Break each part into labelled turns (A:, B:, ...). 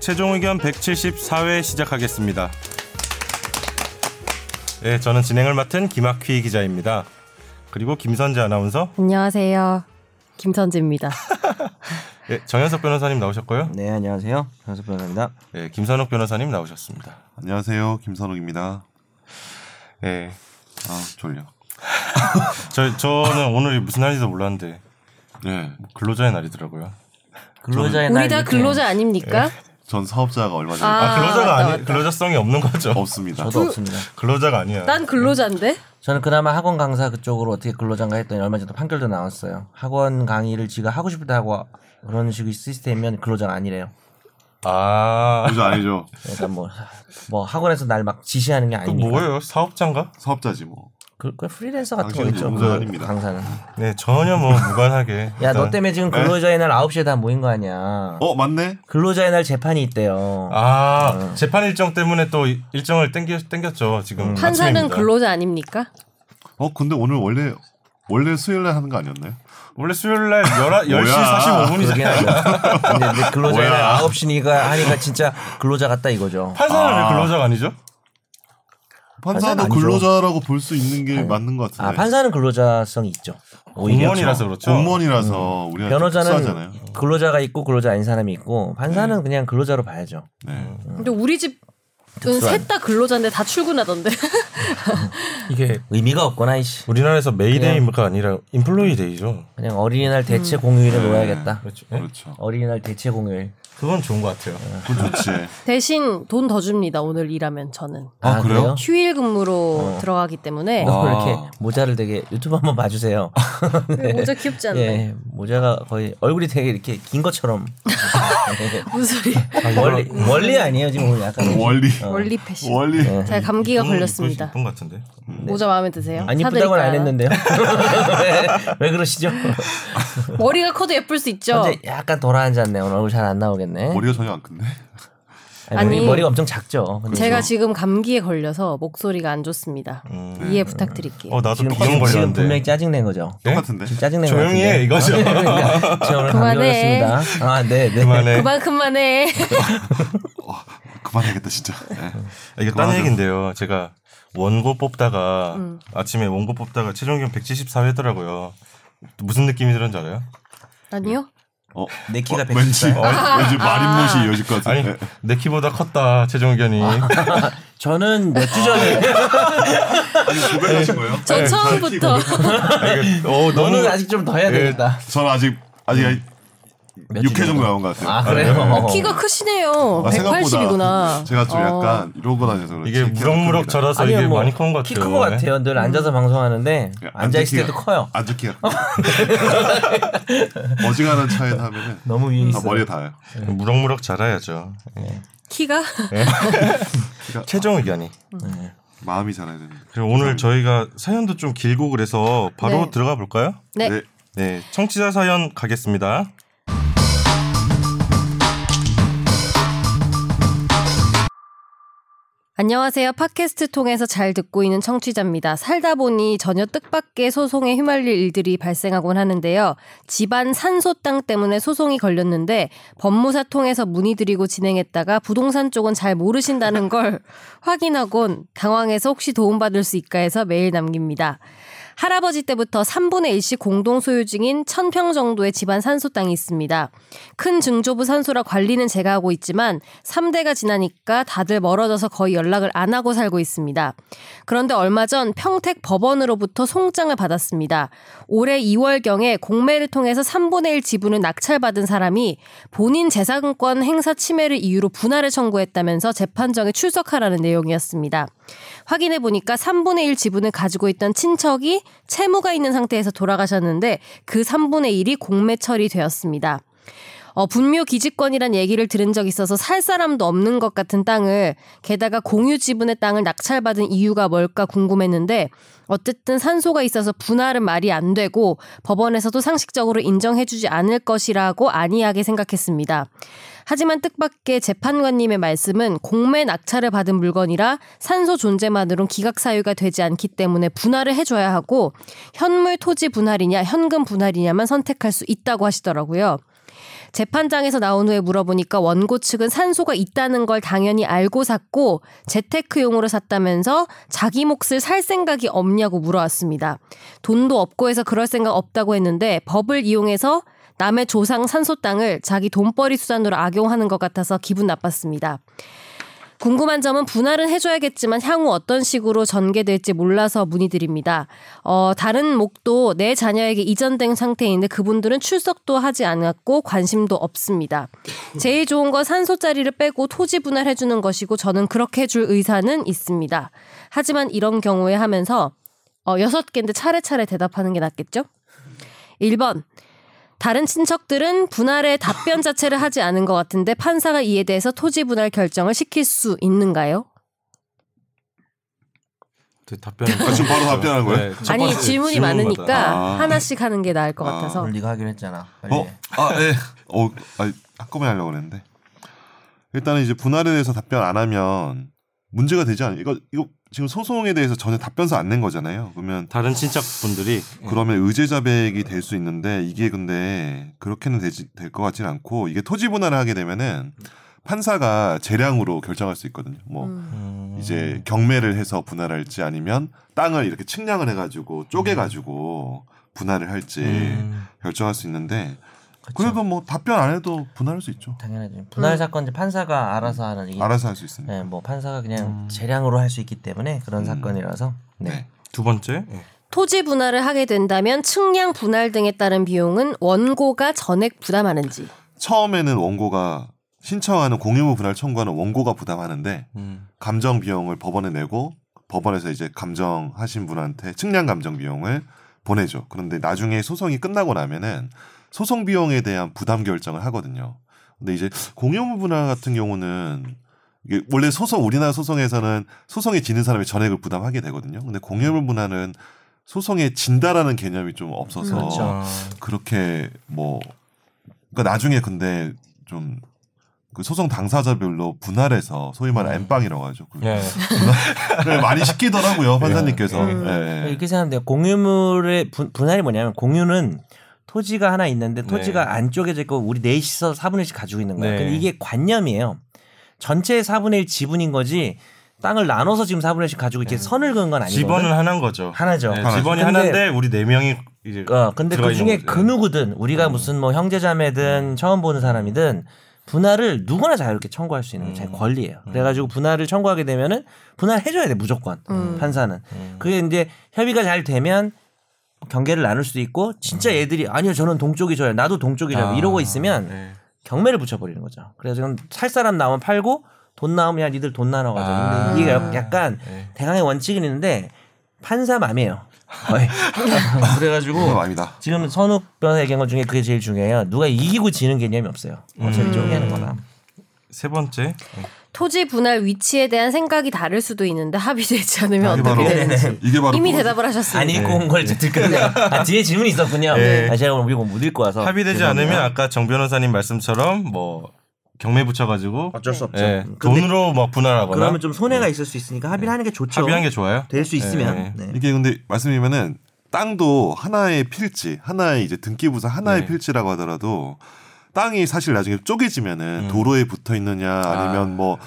A: 최종 의견 174회 시작하겠습니다. 네, 저는 진행을 맡은 김학휘 기자입니다. 그리고 김선재 아나운서,
B: 안녕하세요. 김선지입니다.
A: 네, 정현석 변호사님 나오셨고요.
C: 네 안녕하세요 현수 변호사입니다.
A: 네, 김선욱 변호사님 나오셨습니다.
D: 안녕하세요, 김선욱입니다.
A: 네,
D: 아 졸려.
A: 저 저는 오늘이 무슨 날인지도 몰랐는데
D: 네,
A: 근로자의 날이더라고요.
C: 근로자의
B: 우리
C: 날
B: 다
C: 밑에
B: 근로자 아닙니까?
C: 예.
D: 전 사업자가 얼마 전에
B: 아.
A: 아, 근로자가
B: 맞다,
A: 아니
B: 맞다.
A: 근로자성이 없는 거죠.
D: 없습니다.
C: 저도
B: 그
C: 없습니다.
A: 근로자가 아니야.
B: 난 근로자인데.
C: 저는 그나마 학원 강사 그쪽으로 어떻게 근로자인가 했더니 얼마 전에 판결도 나왔어요. 학원 강의를 지가 하고 싶을 때 하고 그런 식의 시스템이면 근로자가 아니래요.
A: 아,
D: 그죠 아니죠.
C: 그러니까 뭐, 뭐 학원에서 날 막 지시하는 게
A: 그
C: 아니니까.
A: 뭐예요? 사업자인가?
D: 사업자지 뭐.
C: 그, 그 프리랜서 같은
D: 당신은
C: 거겠죠.
D: 근로자
C: 그
D: 아닙니다.
C: 강사는.
A: 네, 전혀 뭐 무관하게.
C: 야 너
A: 일단-
C: 때문에 지금 근로자의 날 9시에 다 모인 거 아니야.
D: 네. 어 맞네.
C: 근로자의 날 재판이 있대요.
A: 아
B: 어.
A: 재판 일정 때문에 또 이- 일정을 땡겨 땡겼죠 지금.
B: 판사는
A: 아침입니다.
B: 근로자 아닙니까?
D: 어 근데 오늘 원래 원래 수요일 날 하는 거 아니었나요?
A: 원래 수요일 날 10시
D: 뭐야.
A: 45분이잖아요.
C: 그러긴 하죠. 근데, 근데 근로자의
D: 뭐야.
C: 날 9시니까 하니까 진짜 근로자 같다 이거죠.
A: 판사는 왜 근로자가 아니죠?
D: 판사도
C: 아니죠.
D: 근로자라고 볼 수 있는 게 맞는 것 같은데.
C: 아 판사는 근로자성이 있죠. 오히려
A: 공무원이라서 그렇죠.
D: 공무원이라서 우리가
C: 변호자는 네?
D: 하잖아요. 어.
C: 근로자가 있고 근로자 아닌 사람이 있고
B: 음.
C: 판사는 그냥 근로자로 봐야죠.
D: 네.
C: 어.
B: 근데 우리 집은
C: 특수한.
B: 셋 다 근로자인데 다 출근하던데.
A: 이게
C: 의미가 없구나 이씨.
A: 우리나라에서 메이데이가 아니라 인플로이데이죠.
C: 그냥 어린이날
B: 음.
C: 대체 공휴일을 놓아야겠다.
A: 그렇죠. 예?
D: 그렇죠.
C: 어린이날 대체 공휴일.
A: 그건 좋은 것 같아요.
D: 그건 좋지.
B: 대신 돈 더 줍니다. 오늘 일하면 저는
D: 아, 그래요?
B: 휴일 근무로 들어가기 때문에
C: 너무
D: 아.
C: 이렇게 모자를 되게 유튜브 한번 봐주세요.
B: 네, 모자 귀엽지 않나요?
C: 예, 모자가 거의 얼굴이 되게 이렇게 긴 것처럼
B: 무슨 소리?
C: 어. 원리 원리 아니에요 지금 오늘 약간
D: 원리
B: 원리 패션.
D: 원리.
B: 제가 감기가
A: 이건
B: 걸렸습니다.
A: 이쁜 것 같은데.
B: 모자 마음에 드세요?
C: 음, 안 이쁘다고는
B: 사드릴까요?
C: 안 했는데요. 왜- 왜 그러시죠?
B: 머리가 커도 예쁠 수 있죠.
C: 현재 약간 돌아앉았네 오늘 얼굴 잘 안 나오겠네.
D: 머리가 전혀 안 큰데.
C: 아니,
B: 아니,
C: 머리, 머리가 엄청 작죠. 근데
B: 제가 지금 감기에 걸려서 목소리가 안 좋습니다.
C: 음.
B: 이해 부탁드릴게요.
A: 어 나도
C: 지금
A: 비염
C: 지금 분명히
A: 걸렸는데.
C: 짜증 낸 거죠.
A: 네?
D: 똑같은데.
C: 지금 짜증 낸
A: 조용히 해
C: 거
A: 이거죠.
C: 같은데. 제가 오늘 감기
B: 그만해.
C: 걸렸습니다. 아, 네, 네.
A: 그만해.
B: 그만큼만 해.
D: 와, 그만해야겠다 진짜. 네.
A: 아, 이게 딴 얘기인데요. 제가 원고 뽑다가
C: 음.
A: 아침에 원고 뽑다가 최종견 174회더라고요. 무슨 느낌이 들었는지 알아요?
B: 아니요.
D: 어,
C: 내 키가
D: 어, 왠지
C: 174.
D: 어, 왠지 말인못이 이어질 것
A: 아니
D: 같은데.
A: 내 키보다 컸다 최종견이.
C: 저는 몇 주 전에
D: 아니 고백하신 거예요?
B: 저 처음부터
A: 어
C: 너는 아직 좀 더 해야
A: 네,
C: 되겠다.
D: 저는 아직 아직
C: 음, 며칠
D: 6회 정도 나온 것 같아요.
C: 아 그래요?
A: 네.
C: 어.
B: 키가 크시네요.
D: 아, 생각보다
B: 180이구나.
D: 제가 좀
B: 어.
D: 약간 이러고 다녀서 그렇지.
A: 이게 무럭무럭 자라서
C: 아니요,
A: 이게
C: 뭐
A: 많이 큰 것 같아요.
C: 키큰것 같아요.
B: 음.
C: 늘 앉아서 방송하는데 앉아 있을 때도 커요.
D: 안 좋기가. 어지간한 차에 타면은
C: 너무
B: 음.
C: 위에
D: 다
C: 있어.
D: 머리에 닿아요.
A: 네. 무럭무럭 자라야죠.
B: 키가
A: 최종 의견이.
D: 마음이 자라야 되는데.
A: 그리고 오늘 저희가 사연도 좀 길고 그래서 바로
B: 네.
A: 들어가 볼까요?
B: 네.
D: 네.
A: 네, 청취자 사연 가겠습니다.
B: 안녕하세요. 팟캐스트 통해서 잘 듣고 있는 청취자입니다. 살다 보니 전혀 뜻밖의 소송에 휘말릴 일들이 발생하곤 하는데요. 집안 산소 땅 때문에 소송이 걸렸는데 법무사 통해서 문의드리고 진행했다가 부동산 쪽은 잘 모르신다는 걸 확인하곤 당황해서 혹시 도움받을 수 있까 해서 메일 남깁니다. 할아버지 때부터 3분의 1씩 공동 소유증인 1000평 정도의 집안 산소 땅이 있습니다. 큰 증조부 산소라 관리는 제가 하고 있지만 3대가 지나니까 다들 멀어져서 거의 연락을 안 하고 살고 있습니다. 그런데 얼마 전 평택 법원으로부터 송장을 받았습니다. 올해 2월경에 공매를 통해서 3분의 1 지분을 낙찰받은 사람이 본인 재산권 행사 침해를 이유로 분할을 청구했다면서 재판정에 출석하라는 내용이었습니다. 확인해 보니까 3분의 1 지분을 가지고 있던 친척이 채무가 있는 상태에서 돌아가셨는데 그 3분의 1이 공매 처리되었습니다. 어, 분묘 기지권이란 얘기를 들은 적 있어서 살 사람도 없는 것 같은 땅을 게다가 공유 지분의 땅을 낙찰받은 이유가 뭘까 궁금했는데 어쨌든 산소가 있어서 분할은 말이 안 되고 법원에서도 상식적으로 인정해주지 않을 것이라고 안이하게 생각했습니다. 하지만 뜻밖의 재판관님의 말씀은 공매 낙찰을 받은 물건이라 산소 존재만으론 기각 사유가 되지 않기 때문에 분할을 해줘야 하고 현물 토지 분할이냐 현금 분할이냐만 선택할 수 있다고 하시더라고요. 재판장에서 나온 후에 물어보니까 원고 측은 산소가 있다는 걸 당연히 알고 샀고 재테크용으로 샀다면서 자기 몫을 살 생각이 없냐고 물어왔습니다. 돈도 없고 해서 그럴 생각 없다고 했는데 법을 이용해서 남의 조상 산소 땅을 자기 돈벌이 수단으로 악용하는 것 같아서 기분 나빴습니다. 궁금한 점은 분할은 해줘야겠지만 향후 어떤 식으로 전개될지 몰라서 문의드립니다. 어, 다른 목도 내 자녀에게 이전된 상태인데 그분들은 출석도 하지 않았고 관심도 없습니다. 제일 좋은 건 산소짜리를 빼고 토지 분할해주는 것이고 저는 그렇게 해줄 의사는 있습니다. 하지만 이런 경우에 하면서 어, 6개인데 차례차례 대답하는 게 낫겠죠? 1번. 다른 친척들은 분할에 답변 자체를 하지 않은 것 같은데 판사가 이에 대해서 토지 분할 결정을 시킬 수 있는가요?
A: 답변.
D: 아, 지금 바로 답변하는 거예요?
B: 아니 네, 질문이 많으니까
D: 아.
B: 하나씩 하는 게 나을 것
D: 아,
B: 같아서
C: 오늘 네가 하기로 했잖아. 음. 빨리.
D: 어, 아, 예. 어, 아, 한꺼번에 하려고 그랬는데. 일단은 이제 분할에 대해서 답변 안 하면 문제가 되지 않아요. 이거, 이거 지금 소송에 대해서 전혀 답변서 안 낸 거잖아요. 그러면,
A: 다른 친척분들이
D: 그러면 의제자 백이 될 수 있는데 이게 근데 그렇게는 되지, 될 것 같진 않고 이게 토지 분할을 하게 되면은 판사가 재량으로 결정할 수 있거든요. 뭐
B: 음.
C: 음.
D: 이제 경매를 해서 분할할지 아니면 땅을 이렇게 측량을 해가지고 쪼개가지고 분할을 할지
C: 음.
D: 결정할 수 있는데
C: 그쵸.
D: 그래도 뭐 답변 안 해도 분할할 수 있죠.
C: 당연하지. 분할
B: 음.
C: 사건 이제 판사가 알아서 하는 이게
D: 알아서 할 수 있습니다.
C: 네, 뭐 판사가 그냥
A: 음.
C: 재량으로 할 수 있기 때문에 그런
D: 음.
C: 사건이라서
D: 네.
C: 네.
A: 두 번째 예.
B: 토지 분할을 하게 된다면 측량 분할 등에 따른 비용은 원고가 전액 부담하는지
D: 처음에는 원고가 신청하는 공유무 분할 청구하는 원고가 부담하는데
A: 음.
D: 감정 비용을 법원에 내고 법원에서 이제 감정하신 분한테 측량 감정 비용을 보내죠. 그런데 나중에 소송이 끝나고 나면은 소송 비용에 대한 부담 결정을 하거든요. 근데 이제 공유무 분할 같은 경우는 이게 원래 소송 우리나라 소송에서는 소송에 지는 사람이 전액을 부담하게 되거든요. 근데 공유무 분할은 소송에 진다라는 개념이 좀 없어서
B: 음,
A: 그렇죠.
D: 그렇게 뭐 그러니까 나중에 근데 좀 그 소송 당사자별로 분할해서 소위 말하는
C: 음.
D: 엠빵이라고 하죠. 그
A: 예.
D: 분할을 많이 시키더라고요 판사님께서.
B: 음.
A: 네.
D: 예, 예.
C: 네, 이렇게 생각하면 돼요. 공유물의 분, 분할이 뭐냐면 공유는 토지가 하나 있는데
A: 네.
C: 토지가 안 쪼개져 있고 우리 넷이서 4분의 1씩 가지고 있는 거예요.
A: 네.
C: 근데 이게 관념이에요. 전체의 4분의 1 지분인 거지 땅을 나눠서 지금 4분의 1씩 가지고
A: 네.
C: 이렇게 선을 그은 건 아니거든요.
A: 집원은 하나인 거죠.
C: 하나죠.
A: 예,
D: 하나죠.
A: 집원이
C: 근데-
A: 하나인데 우리 네 명이 이제
C: 어, 근데
A: 들어가
C: 그 중에
A: 있는 거죠.
C: 그 누구든 우리가 무슨 뭐 형제자매든 처음 보는 사람이든 분할을 누구나 자유롭게 청구할 수 있는 게 자기 권리예요. 그래가지고 분할을 청구하게 되면은 분할해줘야 돼 무조건
B: 음.
C: 판사는. 그게 이제 협의가 잘 되면 경계를 나눌 수도 있고 진짜 얘들이 아니요 저는 동쪽이 줘요 나도 동쪽이 줘요 이러고 있으면
A: 예.
C: 경매를 붙여버리는 거죠. 그래서 그냥 살 사람 나오면 팔고 돈 나오면 야 니들 돈 나눠가지고
A: 아.
C: 근데 이게 약- 약간
A: 네.
C: 대강의 원칙은 있는데 판사 맘이에요. 거의. 그래가지고
D: 그건 아닙니다.
C: 지금 선욱 변호사 얘기한 것 중에 그게 제일 중요해요. 누가 이기고 지는 개념이 없어요. 어차피
B: 음.
C: 쪼개는 거나.
A: 세 번째
B: 토지 분할 위치에 대한 생각이 다를 수도 있는데 합의되지 않으면
D: 이게
B: 어떻게
D: 바로
B: 되는지
D: 이게 바로
B: 이미
D: 그거죠.
B: 대답을
C: 안
B: 하셨습니다.
C: 읽고 온 걸 이제 들거든요. 아, 뒤에 질문이 있었군요.
A: 네.
C: 아, 제가 오늘 이거 못 읽고 와서.
A: 합의되지
C: 죄송합니다.
A: 않으면 아까 정 변호사님 말씀처럼 뭐 경매 붙여가지고
C: 어쩔 수 없죠.
A: 예,
C: 근데
A: 돈으로 막 분할하거나 네.
C: 그러면 좀 손해가 있을 수 있으니까 합의를 하는 게 좋죠.
A: 합의한 게 좋아요.
C: 될 수
A: 예,
C: 있으면. 네.
D: 이게 근데 말씀이면은 땅도 하나의 필지, 하나의 이제 등기부사 하나의
A: 네.
D: 필지라고 하더라도 땅이 사실 나중에 쪼개지면은
A: 음.
D: 도로에 붙어 있느냐
A: 아.
D: 아니면 뭐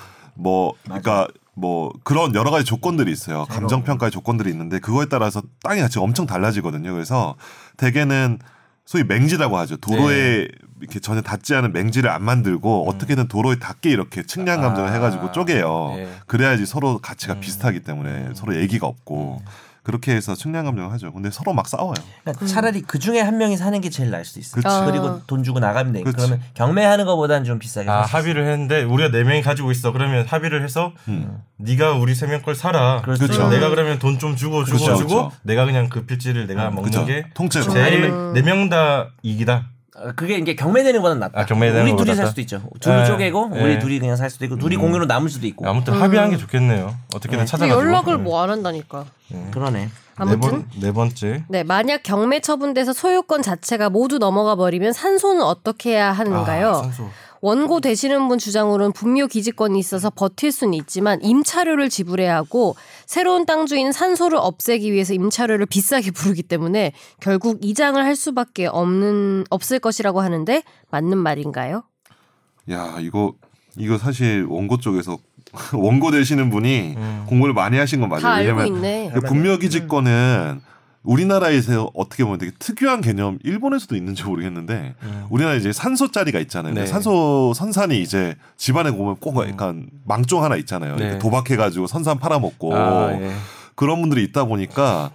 D: 뭐 그러니까 뭐 그런 여러 가지 조건들이 있어요. 감정 평가의 조건들이 있는데 그거에 따라서 땅의 가치가 엄청 달라지거든요. 그래서 대개는 소위 맹지라고 하죠.
A: 네.
D: 도로에 이렇게 전혀 닿지 않은 맹지를 안 만들고 어떻게든 도로에 닿게 이렇게 측량 감정을
A: 음. 아.
D: 해가지고 쪼개요.
A: 예. 음.
D: 그래야지 서로 가치가 비슷하기 때문에 서로 얘기가 없고 그렇게 해서 측량 감정을 하죠. 근데 서로 막 싸워요.
C: 그러니까 차라리 그 중에 한 명이 사는 게 제일 나을 수도 있어요.
D: 그치.
C: 리고돈 주고 나가면 되니까.
D: 그치.
C: 그러면 경매하는 것보다는 좀 비싸게.
A: 아
C: 살 수-
A: 합의를 했는데 우리가 네 명이 가지고 있어. 그러면 합의를 해서
D: 음.
A: 네가 우리 세 명 걸 사라.
C: 그렇죠.
D: 그렇죠.
A: 내가 그러면 돈 좀 주고 주고
D: 그렇죠,
A: 주고
D: 그렇죠. 음,
A: 내가 그냥 그 필지를 내가 먹는
D: 그쵸?
A: 게
D: 통째로.
A: 제일
B: 음.
A: 네 명 다 이기다.
C: 어, 그게 이제 경매되는 거보다 낫다.
A: 아, 경매되는
C: 우리
A: 것보다
C: 둘이 살
A: 낫다? 음.
C: 수도 있죠. 둘이
A: 예.
C: 쪼개고
A: 예.
C: 우리 둘이 그냥 살 수도 있고 둘이 공유로 남을 수도
D: 음.
C: 있고.
A: 아무튼 합의한 게 좋겠네요. 어떻게든
B: 근데
A: 찾아가지고.
B: 연락을 뭐 안 한다니까.
A: 음.
C: 그러네.
B: 아무튼
A: 네, 번, 네 번째.
B: 네, 만약 경매 처분돼서 소유권 자체가 모두 넘어가 버리면 산소는 어떻게 해야 하는가요?
A: 아, 산소.
D: 음.
B: 원고 되시는 분 주장으로는 분묘 기지권이 있어서 버틸 수는 있지만 임차료를 지불해야 하고 새로운 땅 주인 산소를 없애기 위해서 임차료를 비싸게 부르기 때문에 결국 이장을 할 수밖에 없는 없을 것이라고 하는데 맞는 말인가요?
D: 야 이거 이거 사실 원고 쪽에서 원고 되시는 분이
A: 음.
D: 공부를 많이 하신 건 맞아요.
B: 다 알고
D: 왜냐면
B: 있네.
D: 그 분묘기지권은 우리나라에서 어떻게 보면 되게 특유한 개념, 일본에서도 있는지 모르겠는데
A: 음.
D: 우리나라 이제 산소 자리가 있잖아요.
A: 네. 음.
D: 산소 선산이 이제 집안에 보면 꼭 약간 망종 하나 있잖아요.
A: 네.
D: 이렇게 도박해가지고 선산 팔아먹고
A: 아, 예. 음.
D: 그런 분들이 있다 보니까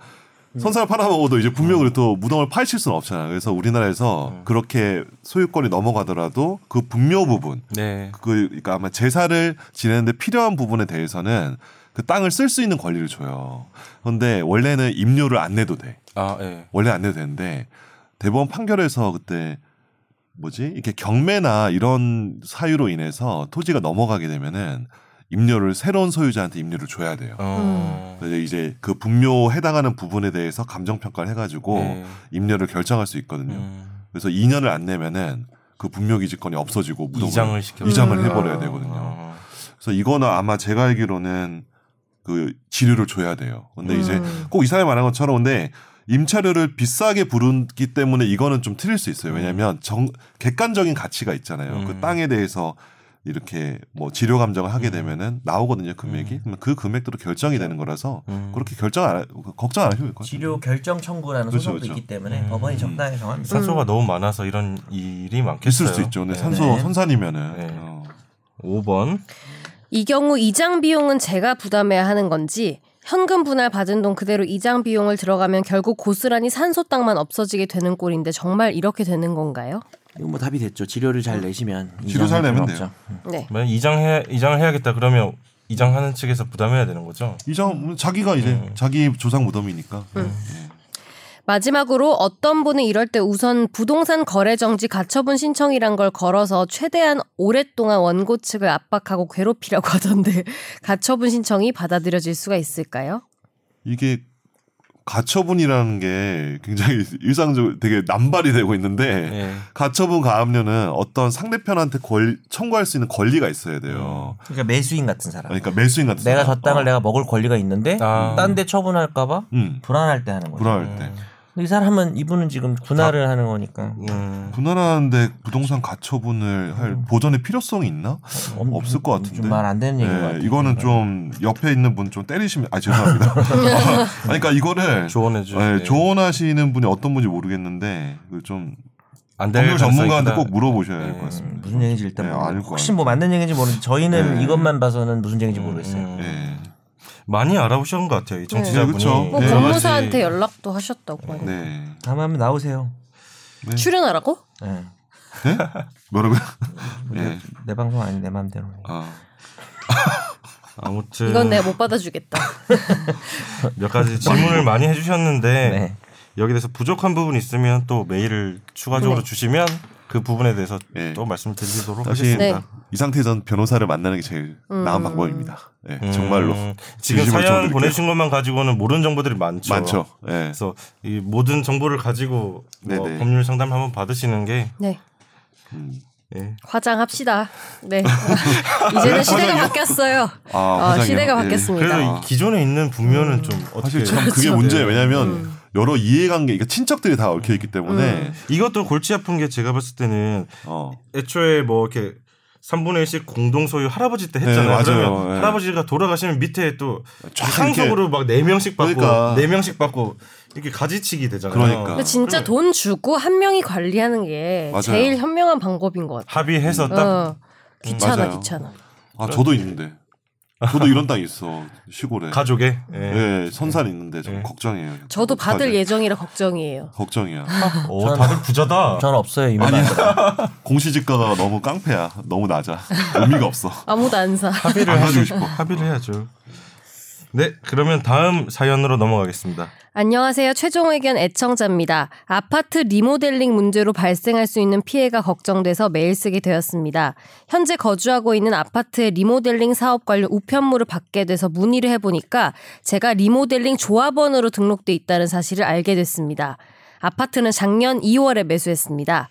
D: 선산을 팔아먹어도 이제 분명히 또 무덤을 파헤칠 수는 없잖아요. 그래서 우리나라에서
A: 음.
D: 그렇게 소유권이 넘어가더라도 그 분묘 부분,
A: 네.
D: 그 그러니까 아마 제사를 지내는데 필요한 부분에 대해서는 그 땅을 쓸 수 있는 권리를 줘요. 그런데 원래는 임료를 안 내도 돼.
A: 아, 예.
D: 원래 안 내도 되는데 대법원 판결에서 그때 뭐지 이렇게 경매나 이런 사유로 인해서 토지가 넘어가게 되면은 임료를 새로운 소유자한테 임료를 줘야 돼요.
A: 어.
B: 음.
D: 그래서 이제 그 분묘 해당하는 부분에 대해서 감정 평가를 해가지고
A: 네.
D: 임료를 결정할 수 있거든요.
A: 음.
D: 그래서 2년을 안 내면은 그 분묘기지권이 없어지고 무덤을
A: 이장을 어. 시켜
D: 이장을
B: 음.
D: 해버려야 되거든요. 그래서 이거는 아마 제가 알기로는 그 지료를 줘야 돼요. 근데 이제
B: 음.
D: 꼭 이사람이 말한 것처럼 근데 임차료를 비싸게 부르기 때문에 이거는 좀 틀릴 수 있어요. 왜냐하면 정, 객관적인 가치가 있잖아요.
A: 음.
D: 그 땅에 대해서 이렇게 뭐 지료 감정을 하게 되면은 나오거든요 금액이.
A: 음.
D: 그러면 그 금액대로 결정이 되는 거라서
A: 음.
D: 그렇게 결정 안 하- 걱정 안 하셔도 될 것 같아요.
C: 치료 결정 청구라는
D: 음. 그렇죠,
C: 소송도
D: 그렇죠.
C: 있기 때문에
A: 음.
C: 법원이 적당히 정합니다.
A: 산소가
B: 음.
A: 너무 많아서 이런 일이 많겠어요.
D: 있을 수 있죠. 근데
A: 네.
D: 산소
C: 네.
D: 선산이면은
A: 네.
D: 어.
A: 5번.
B: 이 경우 이장 비용은 제가 부담해야 하는 건지 현금 분할 받은 돈 그대로 이장 비용을 들어가면 결국 고스란히 산소 땅만 없어지게 되는 꼴인데 정말 이렇게 되는 건가요?
C: 이거 뭐 답이 됐죠. 지료를 잘 내시면
D: 지료 잘 내면 돼요.
B: 네.
A: 만약 이장해 이장을 해야겠다 그러면 이장하는 측에서 부담해야 되는 거죠.
D: 이장 자기가 이제
A: 네.
D: 자기 조상 무덤이니까.
A: 음.
D: 네.
B: 마지막으로 어떤 분은 이럴 때 우선 부동산 거래 정지 가처분 신청이란 걸 걸어서 최대한 오랫동안 원고 측을 압박하고 괴롭히려고 하던데 가처분 신청이 받아들여질 수가 있을까요?
D: 이게 가처분이라는 게 굉장히 일상적으로 되게 남발이 되고 있는데
A: 네.
D: 가처분 가압류는 어떤 상대편한테 권- 청구할 수 있는 권리가 있어야 돼요.
C: 그러니까 매수인 같은 사람.
D: 그러니까 매수인 같은
C: 내가
D: 사람.
C: 저 땅을
D: 어.
C: 내가 먹을 권리가 있는데
A: 아.
C: 딴 데 처분할까봐
D: 음,
C: 불안할 때 하는 거죠.
D: 분할할 때
C: 이 사람은 이분은 지금 분할을 하는 거니까 뭐
A: 음.
D: 분할하는데 부동산 가처분을 할 보전의 필요성이 있나? 없을 것 같은데.
C: 음. 좀말안 되는 얘기인 것
D: 네,
C: 같아요.
D: 이거는 좀 옆에 있는 분 좀 때리시면 아 죄송합니다. 아, 그러니까 이거를
A: 조언해 주시.
D: 네, 조언하시는 분이 어떤 분인지 모르겠는데 그좀
A: 안될
D: 법률 전문가한테 꼭 물어보셔야 할 것 같습니다.
C: 음, 무슨 얘기인지 일단
D: 네,
C: 모르겠어요.
D: 알고
C: 혹시 뭐 맞는 얘기인지 모르는데 저희는
D: 네.
C: 이것만 봐서는 무슨 얘기인지 모르겠어요.
D: 네.
A: 음, 많이 알아보신 것 같아요. 이 정치자분이.
D: 네, 그쵸.
B: 뭐
D: 네.
B: 법무사한테 연락도 하셨다고 하는데
D: 네.
C: 다음에 한번 나오세요.
D: 네.
B: 출연하라고?
C: 예.
D: 뭐라고요?
C: 우리
D: 예.
C: 내 방송 아닌 내 마음대로.
D: 아. 네.
A: 아무튼
B: 이건 내가 못 받아주겠다.
A: 몇 가지 질문을 많이 해주셨는데
C: 네.
A: 여기 대해서 부족한 부분 이 있으면 또 메일을 추가적으로
B: 네.
A: 주시면 그 부분에 대해서
D: 네.
A: 또 말씀드리도록
D: 사실
A: 하겠습니다.
B: 네.
D: 이 상태에선 변호사를 만나는 게 제일
B: 음.
D: 나은 방법입니다. 예, 정말로
A: 음, 지금
D: 진심으로
A: 사연
D: 정드릴게요.
A: 보내주신 것만 가지고는 모르는 정보들이 많죠.
D: 많죠. 예.
A: 그래서 이 모든 정보를 가지고 뭐
D: 네네.
A: 법률 상담 한번 받으시는 게
B: 네.
D: 음.
A: 예.
B: 화장합시다. 네. 이제는 시대가 바뀌었어요.
D: 아,
B: 어,
D: 화장이요?
B: 시대가
D: 예.
B: 바뀌었습니다. 그렇죠.
A: 그래서
D: 아.
A: 이 기존에 있는 분면은 좀 어떻게 네.
D: 사실 참 그게 문제예요. 왜냐하면
B: 음.
D: 여러 이해관계, 그러니까 친척들이 다 얽혀 있기 때문에
A: 이것도 골치 아픈 게 제가 봤을 때는
D: 어,
A: 애초에 뭐 이렇게 3분의 1씩 공동 소유 할아버지 때 했잖아요.
D: 맞아요.
A: 그러면
D: 예.
A: 할아버지가 돌아가시면 밑에 또
D: 쫙
A: 상속으로 막 4명씩 받고
D: 그러니까.
A: 4명씩 받고 이렇게 가지치기 되잖아요.
D: 그러니까.
B: 근데 진짜 돈 주고 한 명이 관리하는 게
D: 맞아요.
B: 제일 현명한 방법인 것 같아.
A: 합의해서 딱
B: 어. 귀찮아,
D: 맞아요.
B: 귀찮아.
D: 아 저도 있는데 저도 이런 땅 있어 시골에.
A: 가족에 예.
D: 예, 선산 있는데 좀
A: 예.
D: 걱정이에요.
B: 저도 받을
D: 어떡하지?
B: 예정이라 걱정이에요.
D: 걱정이야.
A: 오, 뭐
D: 네.
A: 다들 부자다.
C: 전 없어요 이만.
D: 공시지가가 너무 깡패야. 너무 낮아. 의미가 없어.
B: 아무도 안 사.
A: 합의를
D: 안
A: 해야
D: 가지고
A: 죠
D: 싶어.
A: 합의를 해야죠. 네, 그러면 다음 사연으로 넘어가겠습니다.
B: 안녕하세요. 최종 의견 애청자입니다. 아파트 리모델링 문제로 발생할 수 있는 피해가 걱정돼서 메일 쓰게 되었습니다. 현재 거주하고 있는 아파트의 리모델링 사업 관련 우편물을 받게 돼서 문의를 해보니까 제가 리모델링 조합원으로 등록돼 있다는 사실을 알게 됐습니다. 아파트는 작년 2월에 매수했습니다.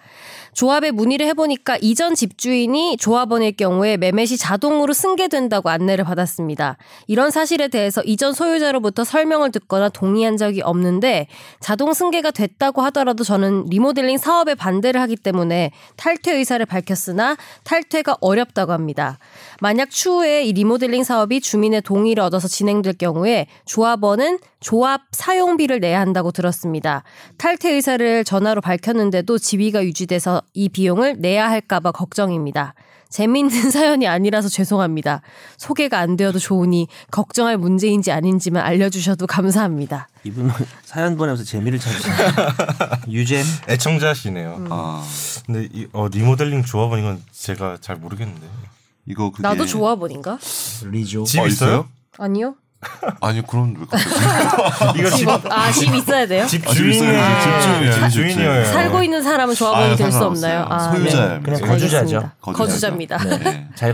B: 조합에 문의를 해보니까 이전 집주인이 조합원일 경우에 매매 시 자동으로 승계된다고 안내를 받았습니다. 이런 사실에 대해서 이전 소유자로부터 설명을 듣거나 동의한 적이 없는데 자동 승계가 됐다고 하더라도 저는 리모델링 사업에 반대를 하기 때문에 탈퇴 의사를 밝혔으나 탈퇴가 어렵다고 합니다. 만약 추후에 이 리모델링 사업이 주민의 동의를 얻어서 진행될 경우에 조합원은 조합 사용비를 내야 한다고 들었습니다. 탈퇴 의사를 전화로 밝혔는데도 지위가 유지돼서 이 비용을 내야 할까봐 걱정입니다. 재미있는 사연이 아니라서 죄송합니다. 소개가 안 되어도 좋으니 걱정할 문제인지 아닌지만 알려주셔도 감사합니다.
C: 이분 사연 보내면서 재미를 찾으시네. 유잼.
A: 애청자시네요.
B: 음.
D: 아
A: 근데 이 어, 리모델링 조합은 이건 제가 잘 모르겠는데.
D: 이거 그게
B: 나도 조합원인가?
C: 리조.
A: 집
D: 어,
A: 있어요?
B: 아니요.
D: 아니 그럼 왜 갑자기
A: 이거
B: 집,
A: 집
B: 아, 집 있어야 돼요?
A: 집
D: 아, 집 있어요.
A: 주인이에요.
D: 집 주인이에요. 집 주인.
A: 주인이에요.
B: 살고 있는 사람은 조합원이
D: 아유,
B: 될 수
D: 상관없어요.
B: 없나요? 아,
D: 소유자예요.
C: 그냥
D: 네.
C: 거주자죠.
B: 알겠습니다. 거주자입니다.
D: 네.
C: 잘